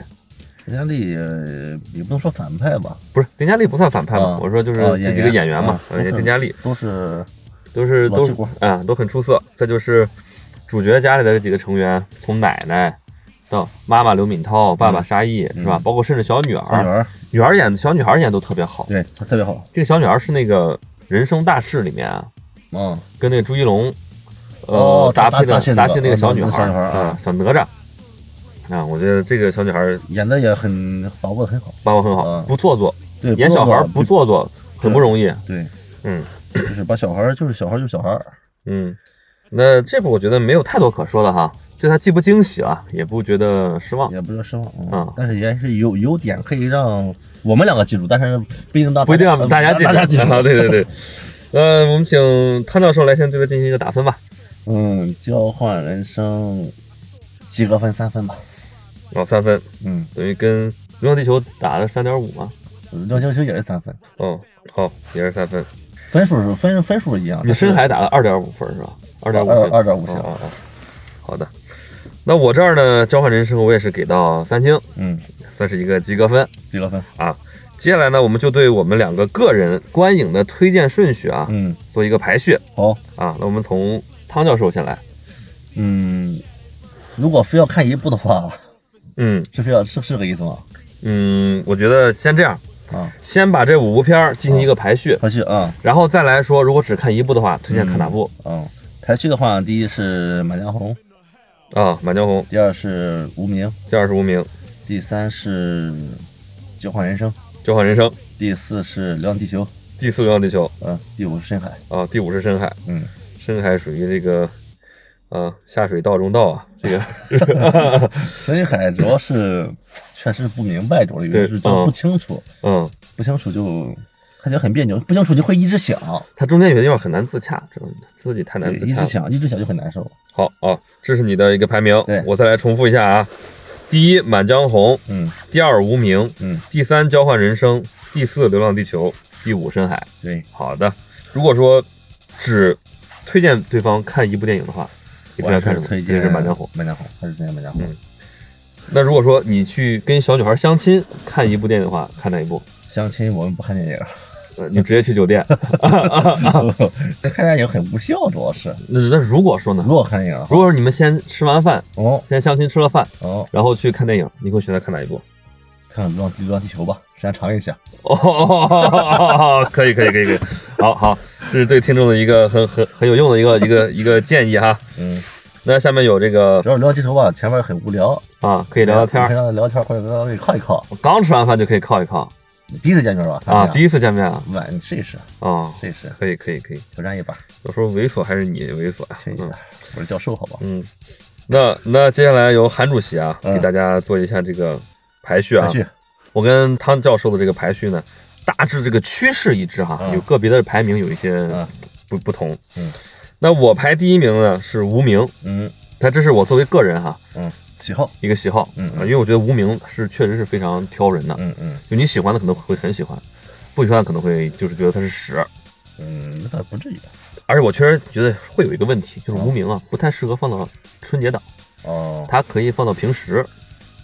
Speaker 2: 陈嘉丽呃也不能说反派吧，
Speaker 1: 不是丁嘉丽不算反派嘛
Speaker 2: 啊，
Speaker 1: 我说就是
Speaker 2: 啊
Speaker 1: 这几个演员嘛，
Speaker 2: 啊
Speaker 1: 呃丁嘉丽
Speaker 2: 都是
Speaker 1: 都是
Speaker 2: 老
Speaker 1: 都
Speaker 2: 戏
Speaker 1: 是
Speaker 2: 骨
Speaker 1: 啊都很出色。再就是主角家里的这几个成员，从奶奶到妈妈刘敏涛，爸爸沙溢是吧？包括甚至小女
Speaker 2: 嗯小女
Speaker 1: 儿，
Speaker 2: 儿，
Speaker 1: 女儿演小女孩演得都特别好。
Speaker 2: 对她特别好。
Speaker 1: 这个小女儿是那个《人生大事》里面啊，
Speaker 2: 嗯，
Speaker 1: 跟那个朱一龙呃
Speaker 2: 哦
Speaker 1: 搭配的
Speaker 2: 搭搭戏那个
Speaker 1: 搭戏那个
Speaker 2: 啊
Speaker 1: 小女
Speaker 2: 那个
Speaker 1: 孩
Speaker 2: 小女孩啊
Speaker 1: 啊，小哪吒啊，我觉得这个小女孩
Speaker 2: 演的也很把握的很好。
Speaker 1: 把握很好
Speaker 2: 啊，
Speaker 1: 不做作，
Speaker 2: 对，
Speaker 1: 演小孩不
Speaker 2: 不
Speaker 1: 做作很不容易。
Speaker 2: 对，
Speaker 1: 嗯，
Speaker 2: 就是把小孩儿就是小孩儿就是小孩儿。
Speaker 1: 嗯，那这部我觉得没有太多可说的哈，这它既不惊喜啊，也不觉得失望，
Speaker 2: 也不是失望，
Speaker 1: 嗯
Speaker 2: 但是也是有有点可以让我们两个记住，但是不一嗯定让
Speaker 1: 不一定
Speaker 2: 家
Speaker 1: 让大家记住。
Speaker 2: 大家记住。
Speaker 1: 啊，对对对。呃，我们请汤教授来先对它进行一个打分吧。
Speaker 2: 嗯，交换人生及格分三分吧。
Speaker 1: 哦，三分
Speaker 2: 嗯，
Speaker 1: 等于跟《流浪地球》打了三点五嘛。
Speaker 2: 廖星星也是三分，
Speaker 1: 哦，好，也是三分。
Speaker 2: 分数是分分数一样。
Speaker 1: 你深海打了二点五啊分是吧？二点五星，
Speaker 2: 二2.5星
Speaker 1: 哦哦哦好的，那我这儿呢，交换人生我也是给到三星，
Speaker 2: 嗯，
Speaker 1: 算是一个及格分。
Speaker 2: 及格分。
Speaker 1: 接下来呢，我们就对我们两个个人观影的推荐顺序啊，
Speaker 2: 嗯，
Speaker 1: 做一个排序。
Speaker 2: 好，
Speaker 1: 啊，那我们从汤教授先来。
Speaker 2: 嗯，如果非要看一部的话，
Speaker 1: 嗯
Speaker 2: 是非要是是这个意思吗？
Speaker 1: 嗯，我觉得先这样，
Speaker 2: 啊，
Speaker 1: 先把这五部片儿进行一个排序，
Speaker 2: 快去啊，
Speaker 1: 然后再来说，如果只看一部的话，推荐看哪部？
Speaker 2: 嗯，排序的话，第一是《满江红》，
Speaker 1: 啊，《满江红》，
Speaker 2: 第二是《无名》，
Speaker 1: 第二是《无名》，《
Speaker 2: 第三是《交换人生》。
Speaker 1: 交换人生》，
Speaker 2: 第四是《流浪地球》，
Speaker 1: 第四《流浪地球》，
Speaker 2: 嗯，第五是《深海》，
Speaker 1: 啊，第五是《深海》。
Speaker 2: 嗯，
Speaker 1: 深海属于这个，啊，下水道中 道啊，这个
Speaker 2: 深海主要是确实不明白，主要
Speaker 1: 对
Speaker 2: 原因是就
Speaker 1: 嗯
Speaker 2: 不清楚，
Speaker 1: 嗯，
Speaker 2: 不清楚就感觉很别扭，不清楚你会一直想，
Speaker 1: 它中间有些地方很难自洽，这自己太
Speaker 2: 对
Speaker 1: 难自洽
Speaker 2: 一直
Speaker 1: 了。
Speaker 2: 想，一直想就很难受。
Speaker 1: 好啊，这是你的一个排名
Speaker 2: 对，
Speaker 1: 我再来重复一下啊。第一《满江红》，
Speaker 2: 嗯，
Speaker 1: 第二《无名》，
Speaker 2: 嗯，
Speaker 1: 第三《交换人生》，第四《流浪地球》，第五《深海》。
Speaker 2: 对，
Speaker 1: 好的，如果说只推荐对方看一部电影的话，你
Speaker 2: 我
Speaker 1: 推荐
Speaker 2: 还
Speaker 1: 看什
Speaker 2: 是
Speaker 1: 么？
Speaker 2: 推
Speaker 1: 这
Speaker 2: 荐
Speaker 1: 是《满江红》。
Speaker 2: 满江红》还是推荐《满江红》
Speaker 1: 嗯那如果说你去跟小女孩相亲，看一部电影的话，看哪一部？
Speaker 2: 相亲我们不看电影，
Speaker 1: 呃你就直接去酒店。
Speaker 2: 这看电影很无效，主要是。
Speaker 1: 那那如果说呢
Speaker 2: 如？果看电影的话，
Speaker 1: 如果说你们先吃完饭，
Speaker 2: 哦
Speaker 1: 先相亲吃了饭，
Speaker 2: 哦，
Speaker 1: 然后去看电影，你会选择看哪一部？
Speaker 2: 看《流浪地流浪地球》吧，时间长一些。
Speaker 1: 哦， 可以可以可以可以，好好，这是对听众的一个很很很有用的一个一个一个建议哈。
Speaker 2: 嗯，
Speaker 1: 那下面有这个
Speaker 2: 主要《流浪地球》吧，前面很无聊，
Speaker 1: 啊，可以聊聊天
Speaker 2: 可
Speaker 1: 儿，
Speaker 2: 以让他聊天或者跟他靠一靠。
Speaker 1: 刚吃完饭就可以靠一靠
Speaker 2: 你第一次见面吧？
Speaker 1: 啊，第
Speaker 2: 一，
Speaker 1: 一次见面啊，
Speaker 2: 晚你试一试，
Speaker 1: 哦，
Speaker 2: 试一试，
Speaker 1: 可以可以可以，
Speaker 2: 挑战一把，
Speaker 1: 有时候猥琐还是你猥琐呀，
Speaker 2: 听一下
Speaker 1: 嗯。
Speaker 2: 我是教授，好吧？
Speaker 1: 嗯，那那接下来由韩主席啊，
Speaker 2: 嗯
Speaker 1: 给大家做一下这个排序啊。
Speaker 2: 排序，
Speaker 1: 我跟汤教授的这个排序呢，大致这个趋势一致哈，
Speaker 2: 嗯
Speaker 1: 有个别的排名有一些
Speaker 2: 嗯
Speaker 1: 不、不同。
Speaker 2: 嗯，
Speaker 1: 那我排第一名呢是无名，
Speaker 2: 嗯
Speaker 1: 但这是我作为个人哈
Speaker 2: 嗯，喜好，
Speaker 1: 一个喜好，
Speaker 2: 嗯嗯
Speaker 1: 啊因为我觉得无名是确实是非常挑人的，
Speaker 2: 嗯嗯
Speaker 1: 就你喜欢的可能会很喜欢，不喜欢的可能会就是觉得它是屎。
Speaker 2: 嗯，那倒不至于吧。
Speaker 1: 而且我确实觉得会有一个问题，就是无名啊不太适合放到春节档，
Speaker 2: 哦，
Speaker 1: 它可以放到平时，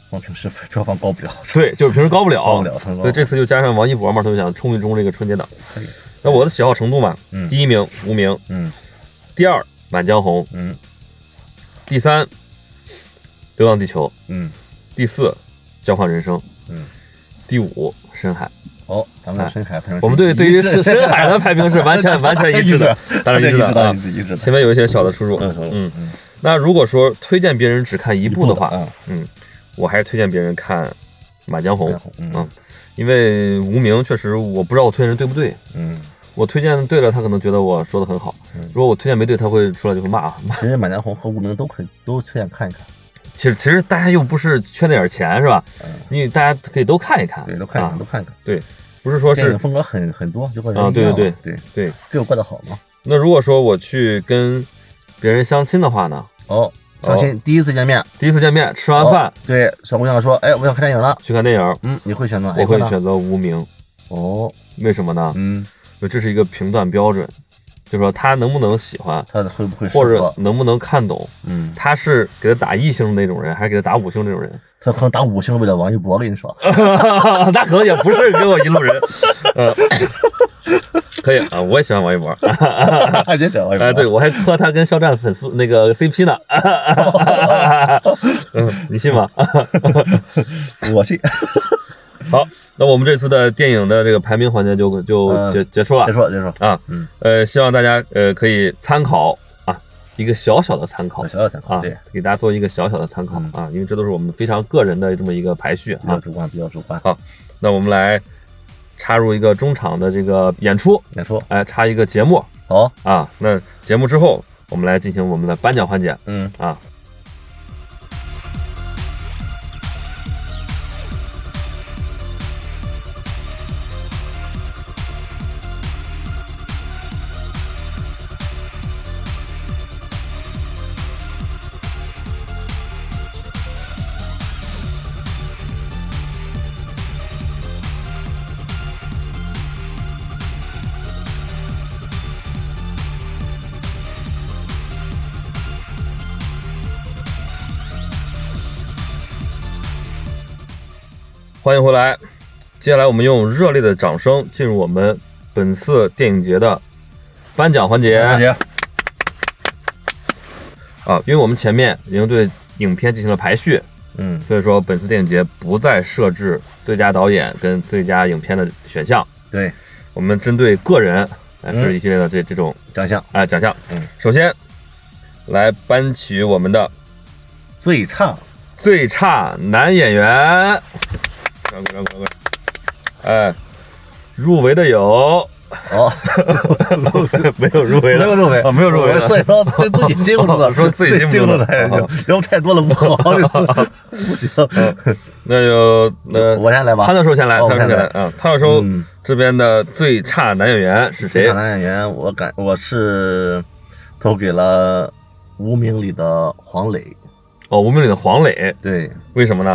Speaker 2: 我平时票房高不了，
Speaker 1: 对，就是平时高不了，
Speaker 2: 高不了，很高
Speaker 1: 所以。哦这次就加上王一博嘛，他就想冲一冲这个春节档
Speaker 2: 可以。
Speaker 1: 那我的喜好程度嘛，
Speaker 2: 嗯
Speaker 1: 第一名无名，
Speaker 2: 嗯
Speaker 1: 第二满江红，
Speaker 2: 嗯
Speaker 1: 第三流浪地球，
Speaker 2: 嗯，
Speaker 1: 第四交换人生，
Speaker 2: 嗯，
Speaker 1: 第五深 海。
Speaker 2: 哦，咱们的深海排名
Speaker 1: 哎我们对对于 深 深海的排评是完全完全 一致的，当然一致的
Speaker 2: 当
Speaker 1: 啊
Speaker 2: 然。一致的。
Speaker 1: 前面有一些小的出入，
Speaker 2: 嗯嗯
Speaker 1: 嗯。那如果说推荐别人只看一部的话，
Speaker 2: 嗯
Speaker 1: 嗯，我还是推荐别人看《满江红》，
Speaker 2: 嗯
Speaker 1: 嗯，因为无名确实我不知道我推荐人对不对，
Speaker 2: 嗯，
Speaker 1: 我推荐对了，他可能觉得我说的很好；
Speaker 2: 嗯
Speaker 1: 如果我推荐没对，他会出来就会骂 啊。
Speaker 2: 其实《满江红》和《无名》都可以都推荐看一看，
Speaker 1: 其实其实大家又不是缺那点钱是吧？
Speaker 2: 嗯
Speaker 1: 你大家可以都看一看，
Speaker 2: 对，都看一看，
Speaker 1: 啊
Speaker 2: 都看一看。
Speaker 1: 不是说
Speaker 2: 电
Speaker 1: 是
Speaker 2: 影风格很很多，就和人
Speaker 1: 啊
Speaker 2: 一样嘛
Speaker 1: 对对
Speaker 2: 对，
Speaker 1: 对。
Speaker 2: 这有怪的好吗？
Speaker 1: 那如果说我去跟别人相亲的话呢，
Speaker 2: 哦，相亲第一次见面，
Speaker 1: 第一次见面吃完饭、
Speaker 2: 哦对小姑娘说：“哎，我想看电影了。
Speaker 1: 去看电影”，
Speaker 2: 嗯，你会选择哪
Speaker 1: 我
Speaker 2: 一个
Speaker 1: 会
Speaker 2: 呢？
Speaker 1: 选择无名，
Speaker 2: 哦，
Speaker 1: 为什么呢？
Speaker 2: 嗯，
Speaker 1: 这是一个评断标准，就是说他能不能喜欢，
Speaker 2: 他会不会嗯适
Speaker 1: 或者
Speaker 2: 合？
Speaker 1: 能不能看懂，
Speaker 2: 嗯，
Speaker 1: 他是给他打一星的那种人，还是给他打五星那种人？
Speaker 2: 他可能打五星为了王一博，我跟 你说，
Speaker 1: 那可能也不是跟我一路人，呃，可以啊，我也喜欢王一博，
Speaker 2: 他就讲王一博。
Speaker 1: 哎，对，我还磕他跟肖战粉丝那个 CP 呢，嗯，你信吗？
Speaker 2: 我信。
Speaker 1: 好，那我们这次的电影的这个排名环节就就
Speaker 2: 嗯
Speaker 1: 结结束了
Speaker 2: 再说再说，
Speaker 1: 啊
Speaker 2: 嗯，
Speaker 1: 呃，希望大家呃可以参考啊，一个小小的参考
Speaker 2: 我小小参考，
Speaker 1: 啊
Speaker 2: 对，，
Speaker 1: 给大家做一个小小的参考
Speaker 2: 嗯
Speaker 1: 啊，因为这都是我们非常个人的这么一个排序
Speaker 2: 比较
Speaker 1: 啊，
Speaker 2: 主观，比较主观。
Speaker 1: 那我们来插入一个中场的这个演出，
Speaker 2: 再说，
Speaker 1: 哎，插一个节目。
Speaker 2: 好，
Speaker 1: 啊，那节目之后，我们来进行我们的颁奖环节
Speaker 2: 嗯，
Speaker 1: 啊。欢迎回来，接下来我们用热烈的掌声进入我们本次电影节的颁奖环节
Speaker 2: 大姐，
Speaker 1: 啊，因为我们前面已经对影片进行了排序，
Speaker 2: 嗯，
Speaker 1: 所以说本次电影节不再设置最佳导演跟最佳影片的选项，
Speaker 2: 对，
Speaker 1: 我们针对个人来设置
Speaker 2: 嗯
Speaker 1: 一系列的这这种
Speaker 2: 奖项
Speaker 1: 啊奖项。
Speaker 2: 嗯，
Speaker 1: 首先来颁取我们的
Speaker 2: 最差，
Speaker 1: 最差男演员，快快快快快！哎，入围的有，
Speaker 2: 哦，
Speaker 1: 没有入围
Speaker 2: 没有
Speaker 1: 的，
Speaker 2: 入围
Speaker 1: 啊没有入围的
Speaker 2: 所以说自自己心目中的，
Speaker 1: 说自己心
Speaker 2: 心
Speaker 1: 目
Speaker 2: 目
Speaker 1: 中的
Speaker 2: 中的啊哎还行
Speaker 1: 好，
Speaker 2: 要不太多了不 好，不行。
Speaker 1: 那就那
Speaker 2: 我先来吧
Speaker 1: 潘，教授先来，
Speaker 2: 哦
Speaker 1: 潘教授先来
Speaker 2: 我先
Speaker 1: 啊！潘教授
Speaker 2: 嗯
Speaker 1: 这边的最差男演员是
Speaker 2: 最
Speaker 1: 谁
Speaker 2: 差？男演员，我感我是投给了《无名》里的黄磊，
Speaker 1: 哦，无名里的黄磊，
Speaker 2: 对，
Speaker 1: 为什么呢？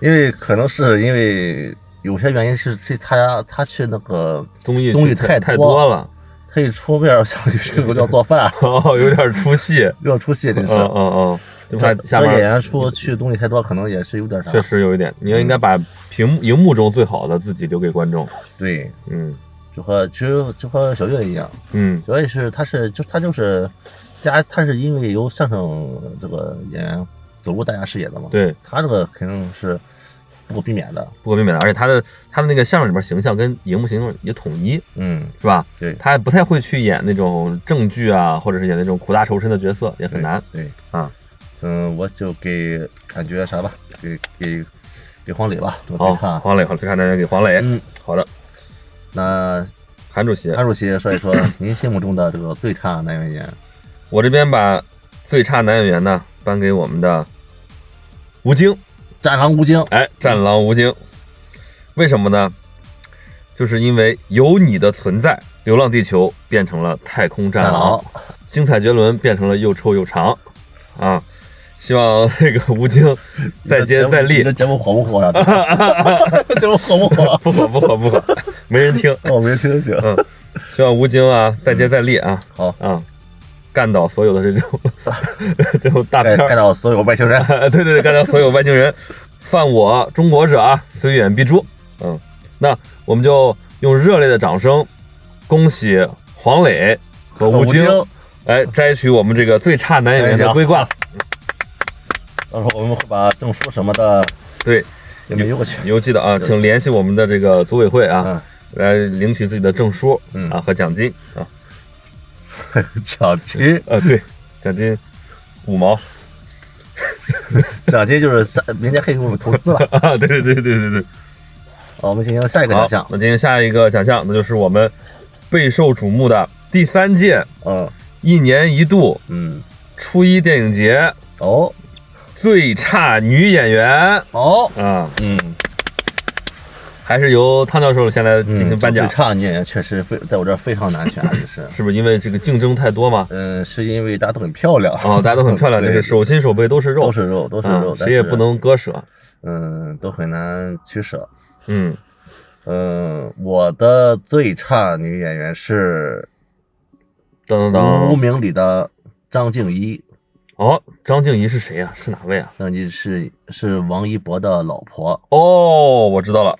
Speaker 2: 因为可能是因为有些原因是是他他去那个
Speaker 1: 综艺
Speaker 2: 综艺
Speaker 1: 去太
Speaker 2: 太
Speaker 1: 太
Speaker 2: 多
Speaker 1: 多了，
Speaker 2: 他一出面儿，像去这个要做饭，啊
Speaker 1: 哦，有点出戏。
Speaker 2: 要出戏，真
Speaker 1: 嗯
Speaker 2: 是。
Speaker 1: 嗯嗯，这么快
Speaker 2: 这
Speaker 1: 下
Speaker 2: 这
Speaker 1: 班
Speaker 2: 演
Speaker 1: 了，
Speaker 2: 员啊出去东西太多，可能也是有点啥。
Speaker 1: 确实有一点，你应该把屏幕荧幕中最好的自己留给观众。
Speaker 2: 对，
Speaker 1: 嗯
Speaker 2: 就和其实就和小岳一样，
Speaker 1: 嗯
Speaker 2: 小岳是他是就他就是家他是因为由相声这个演员走入大家视野的嘛。，
Speaker 1: 对，
Speaker 2: 他这个肯定是不可避免的。
Speaker 1: 不可避免的，而且他的他的那个相声里边形象跟荧幕形象也统一，
Speaker 2: 嗯，
Speaker 1: 是吧？
Speaker 2: 对
Speaker 1: 他不太会去演那种正剧啊，或者是演那种苦大仇深的角色，也很难。
Speaker 2: 对
Speaker 1: 啊，
Speaker 2: 嗯，我就给感觉啥吧，给给给黄磊吧，我
Speaker 1: 好，
Speaker 2: 给看啊。
Speaker 1: 哦黄磊，好，最看大家给黄磊。
Speaker 2: 嗯，
Speaker 1: 好的，
Speaker 2: 那
Speaker 1: 韩主席，
Speaker 2: 安主席说一说您心目中的这个最差男演员。
Speaker 1: 我这边把最差男演员呢颁给我们的吴京，
Speaker 2: 战狼吴京，
Speaker 1: 哎，战狼吴京，为什么呢？就是因为有你的存在，《流浪地球》变成了太空战
Speaker 2: 战
Speaker 1: 狼，
Speaker 2: 狼，
Speaker 1: 精彩绝伦变成了又臭又长，啊！希望这个吴京再接再
Speaker 2: 你
Speaker 1: 厉
Speaker 2: 这，节目火不火 呀？这节目火不火？
Speaker 1: 不火不火不火，没人听。
Speaker 2: 我没听清。
Speaker 1: 希望吴京啊再接再厉啊，
Speaker 2: 好
Speaker 1: 啊，干倒所有的这 种这种大
Speaker 2: 盖
Speaker 1: 片
Speaker 2: 盖
Speaker 1: 儿，
Speaker 2: 到所有外星人。
Speaker 1: 对对对，干倒所有外星人，犯我中国者啊，虽远必诛。嗯，那我们就用热烈的掌声，恭喜黄磊和吴京，哎，摘取我们这个最差男演员
Speaker 2: 哎
Speaker 1: 的桂 冠。
Speaker 2: 到时候我们会把证书什么的
Speaker 1: 对，
Speaker 2: 也没邮过去。
Speaker 1: 你就记得啊，请联系我们的这个组委会啊
Speaker 2: 嗯，
Speaker 1: 来领取自己的证书
Speaker 2: 嗯
Speaker 1: 啊和奖金啊。
Speaker 2: 奖金，
Speaker 1: 呃，对，奖金五毛。
Speaker 2: 奖金就是三，明年可以给我们投 资了。
Speaker 1: 啊，对对对对对对。
Speaker 2: 好，我们进行下一个
Speaker 1: 好
Speaker 2: 奖，项。
Speaker 1: 那进行下一个奖项，那就是我们备受瞩目的第三届
Speaker 2: 嗯
Speaker 1: 一年一度
Speaker 2: 嗯，
Speaker 1: 初一电影节
Speaker 2: 哦
Speaker 1: 最差女演员
Speaker 2: 哦，
Speaker 1: 啊，
Speaker 2: 嗯，
Speaker 1: 还是由汤教授先来进行颁奖
Speaker 2: 嗯最，差女演员确实非在我这儿非常难选，啊， 就是。
Speaker 1: 是不是因为这个竞争太多嘛？
Speaker 2: 嗯，是因为大家都哦很漂 亮
Speaker 1: 啊，大家都很漂亮，就
Speaker 2: 嗯对
Speaker 1: 是手心手背都是肉，
Speaker 2: 都是肉，都是
Speaker 1: 啊
Speaker 2: 肉，但
Speaker 1: 谁也
Speaker 2: 是
Speaker 1: 不能割舍。
Speaker 2: 嗯，都很难取舍。
Speaker 1: 嗯，
Speaker 2: 嗯，我的最差女演员是
Speaker 1: 等等
Speaker 2: 《无
Speaker 1: 等，
Speaker 2: 名》里的张婧仪，
Speaker 1: 哦，张婧仪是谁呀、是哪位啊？
Speaker 2: 张婧仪是是王一博的老婆，
Speaker 1: 哦，我知道了，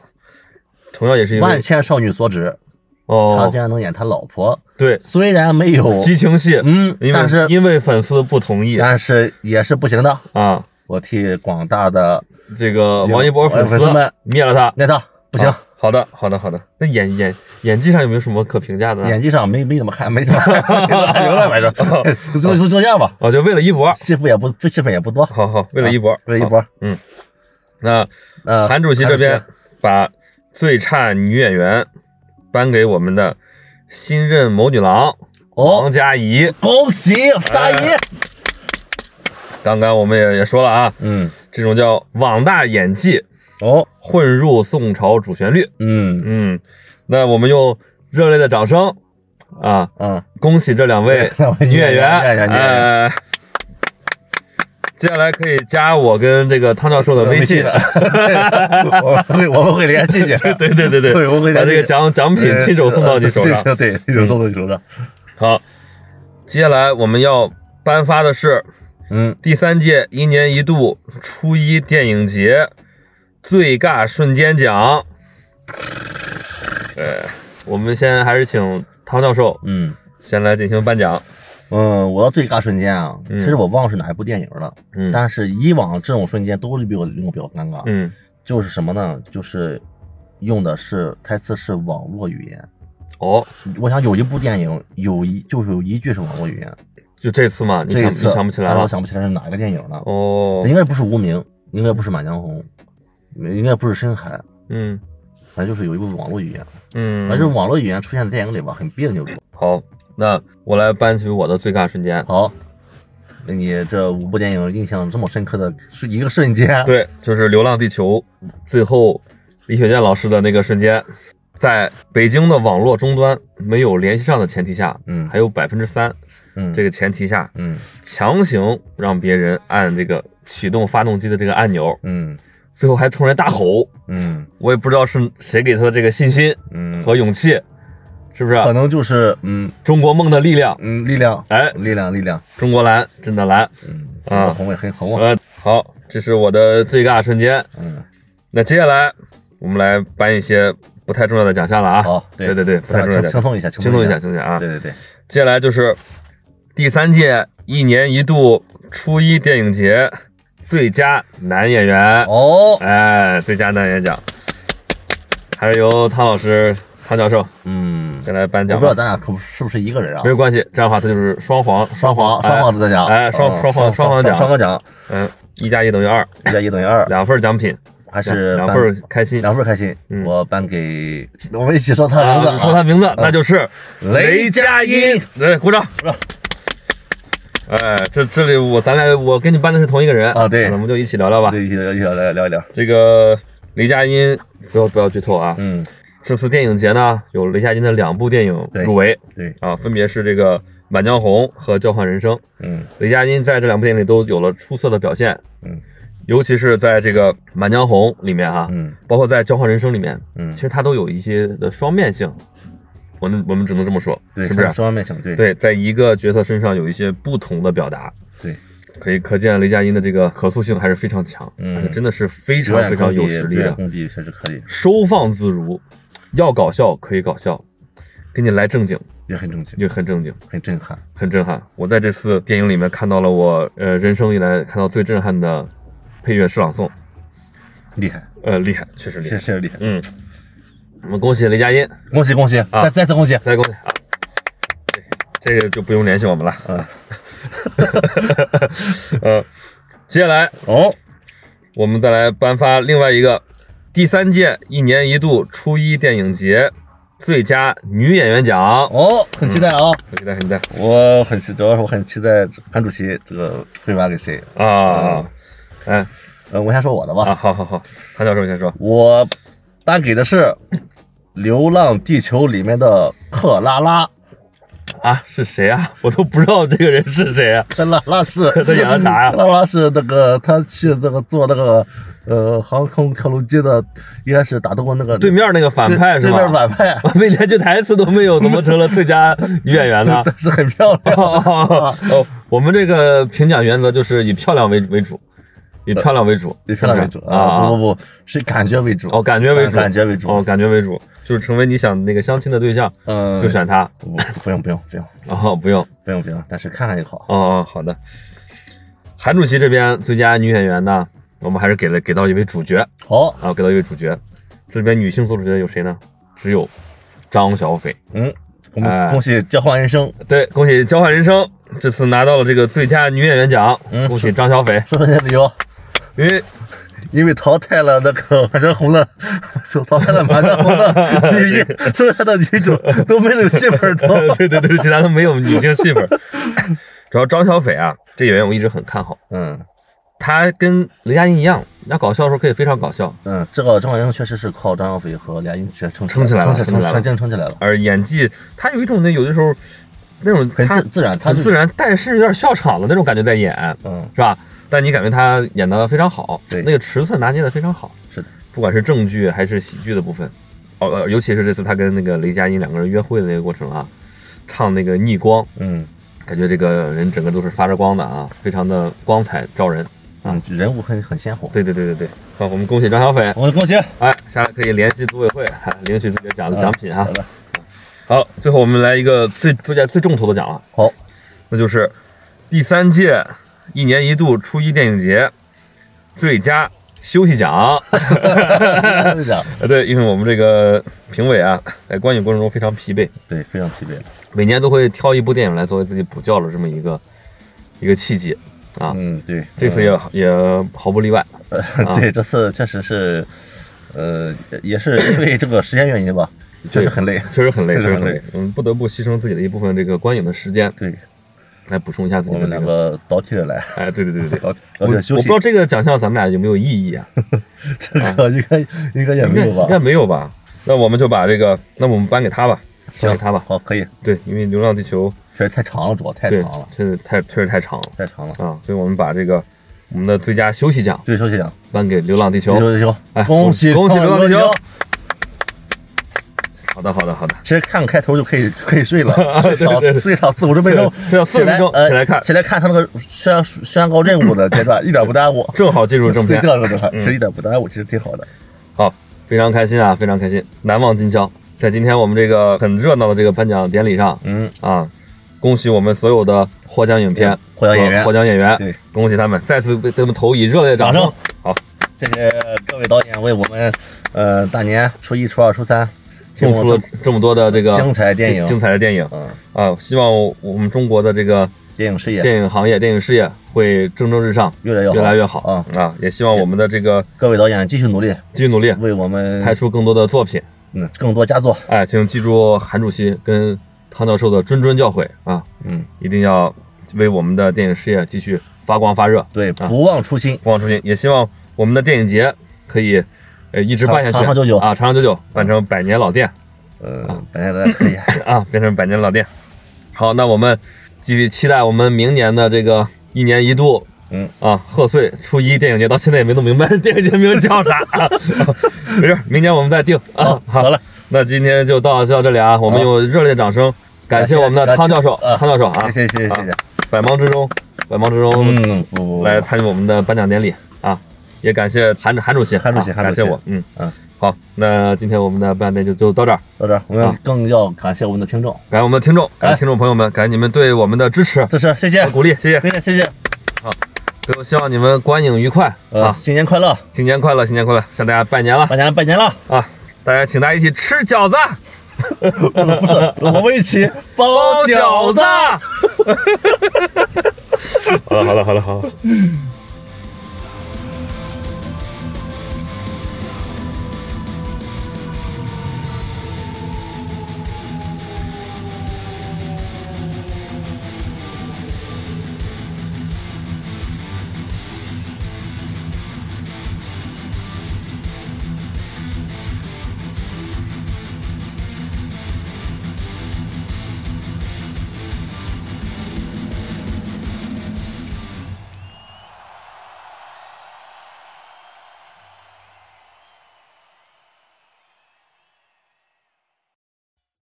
Speaker 1: 同样也是因
Speaker 2: 万
Speaker 1: 为
Speaker 2: 千少女所指，她
Speaker 1: 哦
Speaker 2: 竟，然能演她老婆，
Speaker 1: 对，
Speaker 2: 虽然没有，
Speaker 1: 激情戏，
Speaker 2: 嗯，
Speaker 1: 因为
Speaker 2: 但是
Speaker 1: 因为粉丝不同意
Speaker 2: 但是也是不行的。
Speaker 1: 啊，
Speaker 2: 我替广大的
Speaker 1: 这个王一博粉丝
Speaker 2: 粉丝们
Speaker 1: 灭了他，
Speaker 2: 那套不行，
Speaker 1: 啊好的，好的，好的。那演演演技上有没有什么可评价的呢？
Speaker 2: 演技上没没怎么看，没怎么看，留了反正，就就就这样吧。
Speaker 1: 哦，就为了一博，
Speaker 2: 戏份也不戏份也不多，
Speaker 1: 好好，为了一博，
Speaker 2: 啊为了一
Speaker 1: 好。
Speaker 2: 博。
Speaker 1: 那
Speaker 2: 呃，
Speaker 1: 韩主席这边
Speaker 2: 韩主
Speaker 1: 把最差女演员颁给我们的新任谋女郎
Speaker 2: 哦
Speaker 1: 王哎佳怡。
Speaker 2: 恭喜大姨，
Speaker 1: 刚刚我们也也说了啊，
Speaker 2: 嗯，
Speaker 1: 这种叫网大演技
Speaker 2: 哦，
Speaker 1: 混入宋朝主旋律。
Speaker 2: 嗯
Speaker 1: 嗯，那我们用热烈的掌声啊，
Speaker 2: 嗯，
Speaker 1: 恭喜这两位女演员，
Speaker 2: 女演员女演员
Speaker 1: 呃，接下来可以加我跟这个汤教授的微信。
Speaker 2: 了， 我会我们会联系你，
Speaker 1: 对对对对，
Speaker 2: 对我会
Speaker 1: 把
Speaker 2: 联系
Speaker 1: 这个奖 奖品亲手送到你手上。
Speaker 2: 对对，亲手送到你手上，
Speaker 1: 好，接下来我们要颁发的是
Speaker 2: 嗯，
Speaker 1: 第三届一年一度初一电影节最尬瞬间奖。呃，我们先还是请汤教授
Speaker 2: 嗯。
Speaker 1: 先来进行颁奖。
Speaker 2: 嗯，我的最尬瞬间啊，
Speaker 1: 嗯
Speaker 2: 其实我忘了是哪一部电影了，
Speaker 1: 嗯
Speaker 2: 但是以往这种瞬间都是比我令我比较尴尬，
Speaker 1: 嗯，
Speaker 2: 就是什么呢？就是用的是台词是网络语言，
Speaker 1: 哦，
Speaker 2: 我想有一部电影有一就是有一句是网络语言，
Speaker 1: 就这次嘛，你
Speaker 2: 这
Speaker 1: 想
Speaker 2: 一
Speaker 1: 你
Speaker 2: 次
Speaker 1: 想不起来
Speaker 2: 但是
Speaker 1: 了
Speaker 2: 我？想不起哎来是哪个电影了。
Speaker 1: 哦
Speaker 2: 应，该不是《无名》，应该不是《满江红》，没应该不是《深海》，
Speaker 1: 嗯
Speaker 2: 反正就是有一部网络语言，
Speaker 1: 嗯，
Speaker 2: 反正网络语言出现在电影里吧，很别扭。
Speaker 1: 好，那我来搬起我的最尬瞬间。
Speaker 2: 好，那你这五部电影印象这么深刻的是一个瞬间，，
Speaker 1: 对，就是《流浪地球》最后李雪健老师的那个瞬间，在北京的网络终端没有联系上的前提下，
Speaker 2: 嗯
Speaker 1: 还有百分之三
Speaker 2: 嗯，
Speaker 1: 这个前提下，
Speaker 2: 嗯
Speaker 1: 强行让别人按这个启动发动机的这个按钮，
Speaker 2: 嗯
Speaker 1: 最后还冲人大吼，
Speaker 2: 嗯
Speaker 1: 我也不知道是谁给他的这个信心
Speaker 2: 嗯，
Speaker 1: 和勇气，是不是？
Speaker 2: 可能就是嗯
Speaker 1: 中国梦的力量，
Speaker 2: 嗯力量，
Speaker 1: 哎，
Speaker 2: 力量力量，
Speaker 1: 中国蓝真的蓝，
Speaker 2: 嗯，
Speaker 1: 啊
Speaker 2: 红卫很红啊，
Speaker 1: 呃，好，这是我的最尬瞬间。
Speaker 2: 嗯，
Speaker 1: 那接下来我们来颁一些不太重要的奖项了啊。
Speaker 2: 好，
Speaker 1: 对对对，不太重要
Speaker 2: 轻
Speaker 1: 的奖
Speaker 2: 轻
Speaker 1: 项，
Speaker 2: 松一下，
Speaker 1: 轻松一
Speaker 2: 一
Speaker 1: 下，，轻松一下啊。
Speaker 2: 对对对，
Speaker 1: 接下来就是第三届一年一度初一电影节最佳男演员，
Speaker 2: 哦，
Speaker 1: 哎，最佳男演员奖，还是由汤老师、汤教授
Speaker 2: 嗯，
Speaker 1: 再来颁
Speaker 2: 我
Speaker 1: 奖
Speaker 2: 不知道
Speaker 1: 吧。
Speaker 2: 咱俩可不是不是一个人啊
Speaker 1: 没？有关系，这样的话他就是双黄，
Speaker 2: 双
Speaker 1: 黄，
Speaker 2: 簧，双簧
Speaker 1: 哎
Speaker 2: 的奖，
Speaker 1: 哎双
Speaker 2: 嗯
Speaker 1: 双簧双簧奖
Speaker 2: 双簧奖，
Speaker 1: 嗯，一加一等于二，
Speaker 2: 一加一等于二，
Speaker 1: 两份奖品，两
Speaker 2: 还是
Speaker 1: 两
Speaker 2: 颁
Speaker 1: 份开心。
Speaker 2: 两份开心
Speaker 1: 嗯，
Speaker 2: 我颁给我们一起说他
Speaker 1: 啊
Speaker 2: 名字啊，
Speaker 1: 说他名字，那就是
Speaker 2: 雷
Speaker 1: 佳音。来，鼓掌，鼓掌。哎，这这里我咱俩我跟你颁的是同一个人
Speaker 2: 啊对
Speaker 1: 那我们就一起聊聊吧。
Speaker 2: 对，一起聊一起聊聊一聊，
Speaker 1: 这个雷佳音，不要不要剧透啊！
Speaker 2: 嗯，
Speaker 1: 这次电影节呢，有雷佳音的两部电影
Speaker 2: 对
Speaker 1: 入围，
Speaker 2: 对，
Speaker 1: 啊，分别是这个《满江红》和《交换人生》。
Speaker 2: 嗯，
Speaker 1: 雷佳音在这两部电影里都有了出色的表现，
Speaker 2: 嗯，
Speaker 1: 尤其是在这个《满江红》里面哈、
Speaker 2: 嗯
Speaker 1: 包括在《交换人生》里面，
Speaker 2: 嗯
Speaker 1: 其，实它都有一些的双面性，我们我们只能这么说，
Speaker 2: 对，
Speaker 1: 是不是？
Speaker 2: 双方面情，对，
Speaker 1: 对，在一个角色身上有一些不同的表达，
Speaker 2: 对，
Speaker 1: 可以可见雷佳音的这个可塑性还是非常强，
Speaker 2: 嗯
Speaker 1: 而且真的是非
Speaker 2: 表
Speaker 1: 常
Speaker 2: 演
Speaker 1: 非常
Speaker 2: 功
Speaker 1: 有
Speaker 2: 底
Speaker 1: 实力
Speaker 2: 表
Speaker 1: 的
Speaker 2: 演，功底确实可以，
Speaker 1: 收放自如，要搞笑可以搞笑，给你来正经
Speaker 2: 也很正经，
Speaker 1: 也很正经，
Speaker 2: 很震撼，
Speaker 1: 很震撼。我在这次电影里面看到了我呃人生以来看到最震撼的配乐诗朗诵，
Speaker 2: 厉害，
Speaker 1: 呃，厉害，确实厉
Speaker 2: 确
Speaker 1: 害。
Speaker 2: 实厉害，
Speaker 1: 嗯，我们恭喜雷佳音，
Speaker 2: 恭喜恭喜，
Speaker 1: 啊
Speaker 2: 再再次恭喜，
Speaker 1: 再恭喜啊！对这个就不用联系我们了。
Speaker 2: 嗯，
Speaker 1: 呃，接下来
Speaker 2: 哦，
Speaker 1: 我们再来颁发另外一个第三届一年一度初一电影节最佳女演员奖。
Speaker 2: 哦，很期待啊、
Speaker 1: 很期待，很期待
Speaker 2: 我很期，主要是我很期待潘主席这个会颁给谁。
Speaker 1: 啊！哎
Speaker 2: 呃，我先说我的吧，
Speaker 1: 啊，好好好，韩教授先说。
Speaker 2: 我颁给的是《流浪地球》里面的克拉拉，
Speaker 1: 啊，是谁啊？ 我都不知道这个人是谁啊！
Speaker 2: 克拉拉是
Speaker 1: 他演的啥呀
Speaker 2: 克拉拉是那个他去这个做那个呃航空跳楼机的，应该是打动过那个
Speaker 1: 对面那个反派是
Speaker 2: 对
Speaker 1: 吧？
Speaker 2: 面反 派，啊
Speaker 1: 我连句台词都没有，怎么成了最佳女演员 呢？
Speaker 2: 但 是很漂亮。
Speaker 1: 哦，哦我们这个评奖原则就是以漂亮为为主，以漂亮为主，
Speaker 2: 呃以漂亮为主
Speaker 1: 啊啊！
Speaker 2: 不不不，是感觉为主
Speaker 1: 哦，感觉为主，
Speaker 2: 感觉为主
Speaker 1: 哦，感觉为主，就是成为你想那个相亲的对象，
Speaker 2: 嗯，
Speaker 1: 就选他。
Speaker 2: 不不用不用不用
Speaker 1: 哦，不用，
Speaker 2: 不用不用，但是看看就好。
Speaker 1: 哦哦，好的。韩主席这边最佳女演员呢，我们还是给了给到一位主角
Speaker 2: 好，
Speaker 1: 啊，给到一位主角。这里边女性做主角有谁呢？只有张小斐。
Speaker 2: 嗯，我
Speaker 1: 哎
Speaker 2: 们恭喜交换人生，
Speaker 1: 对，恭喜《交换人生》这次拿到了这个最佳女演员奖，
Speaker 2: 嗯
Speaker 1: 恭喜张小斐，
Speaker 2: 说说你的理由。
Speaker 1: 因为
Speaker 2: 因为淘汰了 那个满江红的，淘汰了满江红的女一， 剩下的女主都没有戏份都。
Speaker 1: 对对对，其他都没有女性戏份。主要张小斐啊，这演员我一直很看好，
Speaker 2: 嗯
Speaker 1: 她跟雷佳音一样，人家搞笑的时候可以非常搞笑，
Speaker 2: 嗯，这个张小英确实是靠张小斐和梁音学撑
Speaker 1: 撑起来了
Speaker 2: 撑起
Speaker 1: 撑起来
Speaker 2: 来
Speaker 1: 了
Speaker 2: 了，真撑起来了，
Speaker 1: 而演技她有一种那有的时候那种
Speaker 2: 很
Speaker 1: 她
Speaker 2: 自自然，他
Speaker 1: 很自。然，但是有点笑场的那种感觉在演，
Speaker 2: 嗯，
Speaker 1: 是吧？但你感觉她演的非常好，
Speaker 2: 对
Speaker 1: 那个尺寸拿捏的非常好，
Speaker 2: 是的，
Speaker 1: 不管是正剧还是喜剧的部分，哦，呃尤其是这次她跟那个雷佳音两个人约会的那个过程啊，唱那个逆光，
Speaker 2: 嗯
Speaker 1: 感觉这个人整个都是发着光的啊，非常的光彩照人。
Speaker 2: 嗯，人物很很鲜活。
Speaker 1: 啊对对对对对，好，我们恭喜张小斐，
Speaker 2: 我们恭喜，
Speaker 1: 哎，下来可以联系组委会哎领取自己的奖的
Speaker 2: 嗯
Speaker 1: 奖品哈
Speaker 2: 好。的
Speaker 1: 好，最后我们来一个最最佳最重头的奖了，
Speaker 2: 好，
Speaker 1: 那就是第三届一年一度初一电影节最佳休息奖。
Speaker 2: 就 这样，
Speaker 1: 呃，对，因为我们这个评委啊，在观影过程中非常疲惫，
Speaker 2: 对，非常疲惫了。
Speaker 1: 每年都会挑一部电影来作为自己补觉的这么一个一个契机啊。
Speaker 2: 嗯，对，
Speaker 1: 这次也啊也毫不例外，
Speaker 2: 嗯对，这次确实是，呃，也是因为这个时间原 因吧，确实很累。
Speaker 1: 确实很累，
Speaker 2: 确
Speaker 1: 确
Speaker 2: 实
Speaker 1: 实
Speaker 2: 很
Speaker 1: 很累
Speaker 2: 累。
Speaker 1: 嗯，不得不牺牲自己的一部分这个观影的时间
Speaker 2: 对
Speaker 1: 来补充一下自己
Speaker 2: 我
Speaker 1: 的
Speaker 2: 们
Speaker 1: 这
Speaker 2: 两
Speaker 1: 个。
Speaker 2: 个倒替着 来，
Speaker 1: 哎，对对对对对，
Speaker 2: 倒
Speaker 1: 我我
Speaker 2: 倒替
Speaker 1: 不
Speaker 2: 着休息
Speaker 1: 知。道这个奖项咱们俩有没有异议啊？
Speaker 2: 这个啊应该应该也
Speaker 1: 应
Speaker 2: 没
Speaker 1: 该
Speaker 2: 有
Speaker 1: 应
Speaker 2: 吧
Speaker 1: 该？没有吧？那我们就把这个，那我们颁给他吧，颁
Speaker 2: 行，
Speaker 1: 给他吧。
Speaker 2: 好，可以。
Speaker 1: 对，因为《流浪地球
Speaker 2: 确实太长了，主要》太
Speaker 1: 对
Speaker 2: 长了，，
Speaker 1: 真的太确实太长了
Speaker 2: 太长了。
Speaker 1: 啊，所以我们把这个我们的最佳休息奖
Speaker 2: 对，休息奖，
Speaker 1: 颁给《流浪地球
Speaker 2: 休》。息
Speaker 1: 哎
Speaker 2: 奖，恭喜
Speaker 1: 恭喜
Speaker 2: 流
Speaker 1: 流浪
Speaker 2: 浪
Speaker 1: 地球
Speaker 2: 球！
Speaker 1: 好好的，好的，好的。
Speaker 2: 其实看开头就可以可以睡了，最 少
Speaker 1: 对对对
Speaker 2: 最少四五十分钟，
Speaker 1: 是是要四十分钟
Speaker 2: 呃
Speaker 1: 起来看
Speaker 2: 起来看他那个宣扬宣告任务的 阶段，一点不耽误。
Speaker 1: 正好进入正
Speaker 2: 对，
Speaker 1: 片嗯
Speaker 2: 这，样说的话，其实一点不耽误，其实挺好的。
Speaker 1: 好，非常开心啊，非常开心，难忘今宵。在今天我们这个很热闹的这个颁奖典礼上，
Speaker 2: 嗯，
Speaker 1: 啊，恭喜我们所有的获奖影片、
Speaker 2: 获奖演员
Speaker 1: 和获奖演员，
Speaker 2: 对，
Speaker 1: 恭喜他们，再次为他们投以热烈的掌
Speaker 2: 掌
Speaker 1: 声
Speaker 2: 声。谢谢各位导演为我们，呃，大年初一、初二、初三
Speaker 1: 送出了这么多的这个
Speaker 2: 精彩电影
Speaker 1: 精精彩的电影
Speaker 2: 嗯
Speaker 1: 啊！希望我们中国的这个
Speaker 2: 电影事业
Speaker 1: 电影行业、电影事业会蒸蒸日上，
Speaker 2: 越来越好
Speaker 1: 越来越好
Speaker 2: 啊！
Speaker 1: 啊！也希望我们的这个
Speaker 2: 各位导演继续努力，
Speaker 1: 继续努力，
Speaker 2: 为我们
Speaker 1: 拍出更多的作品。
Speaker 2: 嗯更多佳作。
Speaker 1: 哎，请记住韩主席跟汤教授的谆谆教诲啊，
Speaker 2: 嗯，
Speaker 1: 一定要为我们的电影事业继续发光发热，
Speaker 2: 对，
Speaker 1: 啊
Speaker 2: 不忘初心。
Speaker 1: 不忘初心。也希望我们的电影节可以，呃，一直办下去，
Speaker 2: 长长久久
Speaker 1: 啊，长长久久，办成百年老店
Speaker 2: 呃，本来的可 以，
Speaker 1: 啊，变成百年老店。好，那我们继续期待我们明年的这个一年一度。
Speaker 2: 嗯
Speaker 1: 啊，贺岁初一电影节到现在也没弄明白 电影节名叫啥、啊， 没事，明年我们再定啊。好
Speaker 2: 好了，
Speaker 1: 那今天就到就到这里啊，我们用热烈的掌声感谢我们的汤教授，
Speaker 2: 啊
Speaker 1: 汤教授啊，
Speaker 2: 谢谢谢谢谢谢。
Speaker 1: 百忙之中，百忙之中
Speaker 2: 嗯，不不
Speaker 1: 来参与我们的颁奖典礼啊，也感谢韩韩主席，
Speaker 2: 韩主席
Speaker 1: 啊
Speaker 2: 韩
Speaker 1: 感
Speaker 2: 主席
Speaker 1: 谢我，嗯
Speaker 2: 嗯，
Speaker 1: 好，那今天我们的颁奖典礼就就到这儿，
Speaker 2: 到这儿，我们
Speaker 1: 啊
Speaker 2: 嗯更要感谢我们的听众
Speaker 1: 感谢我们的听众，感谢
Speaker 2: 哎
Speaker 1: 听众朋友们，感谢你们对我们的支持
Speaker 2: 支持，谢谢
Speaker 1: 和，鼓励，谢谢。
Speaker 2: 谢谢谢谢，
Speaker 1: 最后希望你们观影愉快
Speaker 2: 呃，
Speaker 1: 啊，
Speaker 2: 新年快乐，
Speaker 1: 新年快乐，新年快乐，向大家拜年了
Speaker 2: 拜年拜年 了，
Speaker 1: 啊，大家请大家一起吃饺子，
Speaker 2: 不是，我们一起包
Speaker 1: 包
Speaker 2: 饺
Speaker 1: 饺
Speaker 2: 子
Speaker 1: 子。。好了好了好了好了。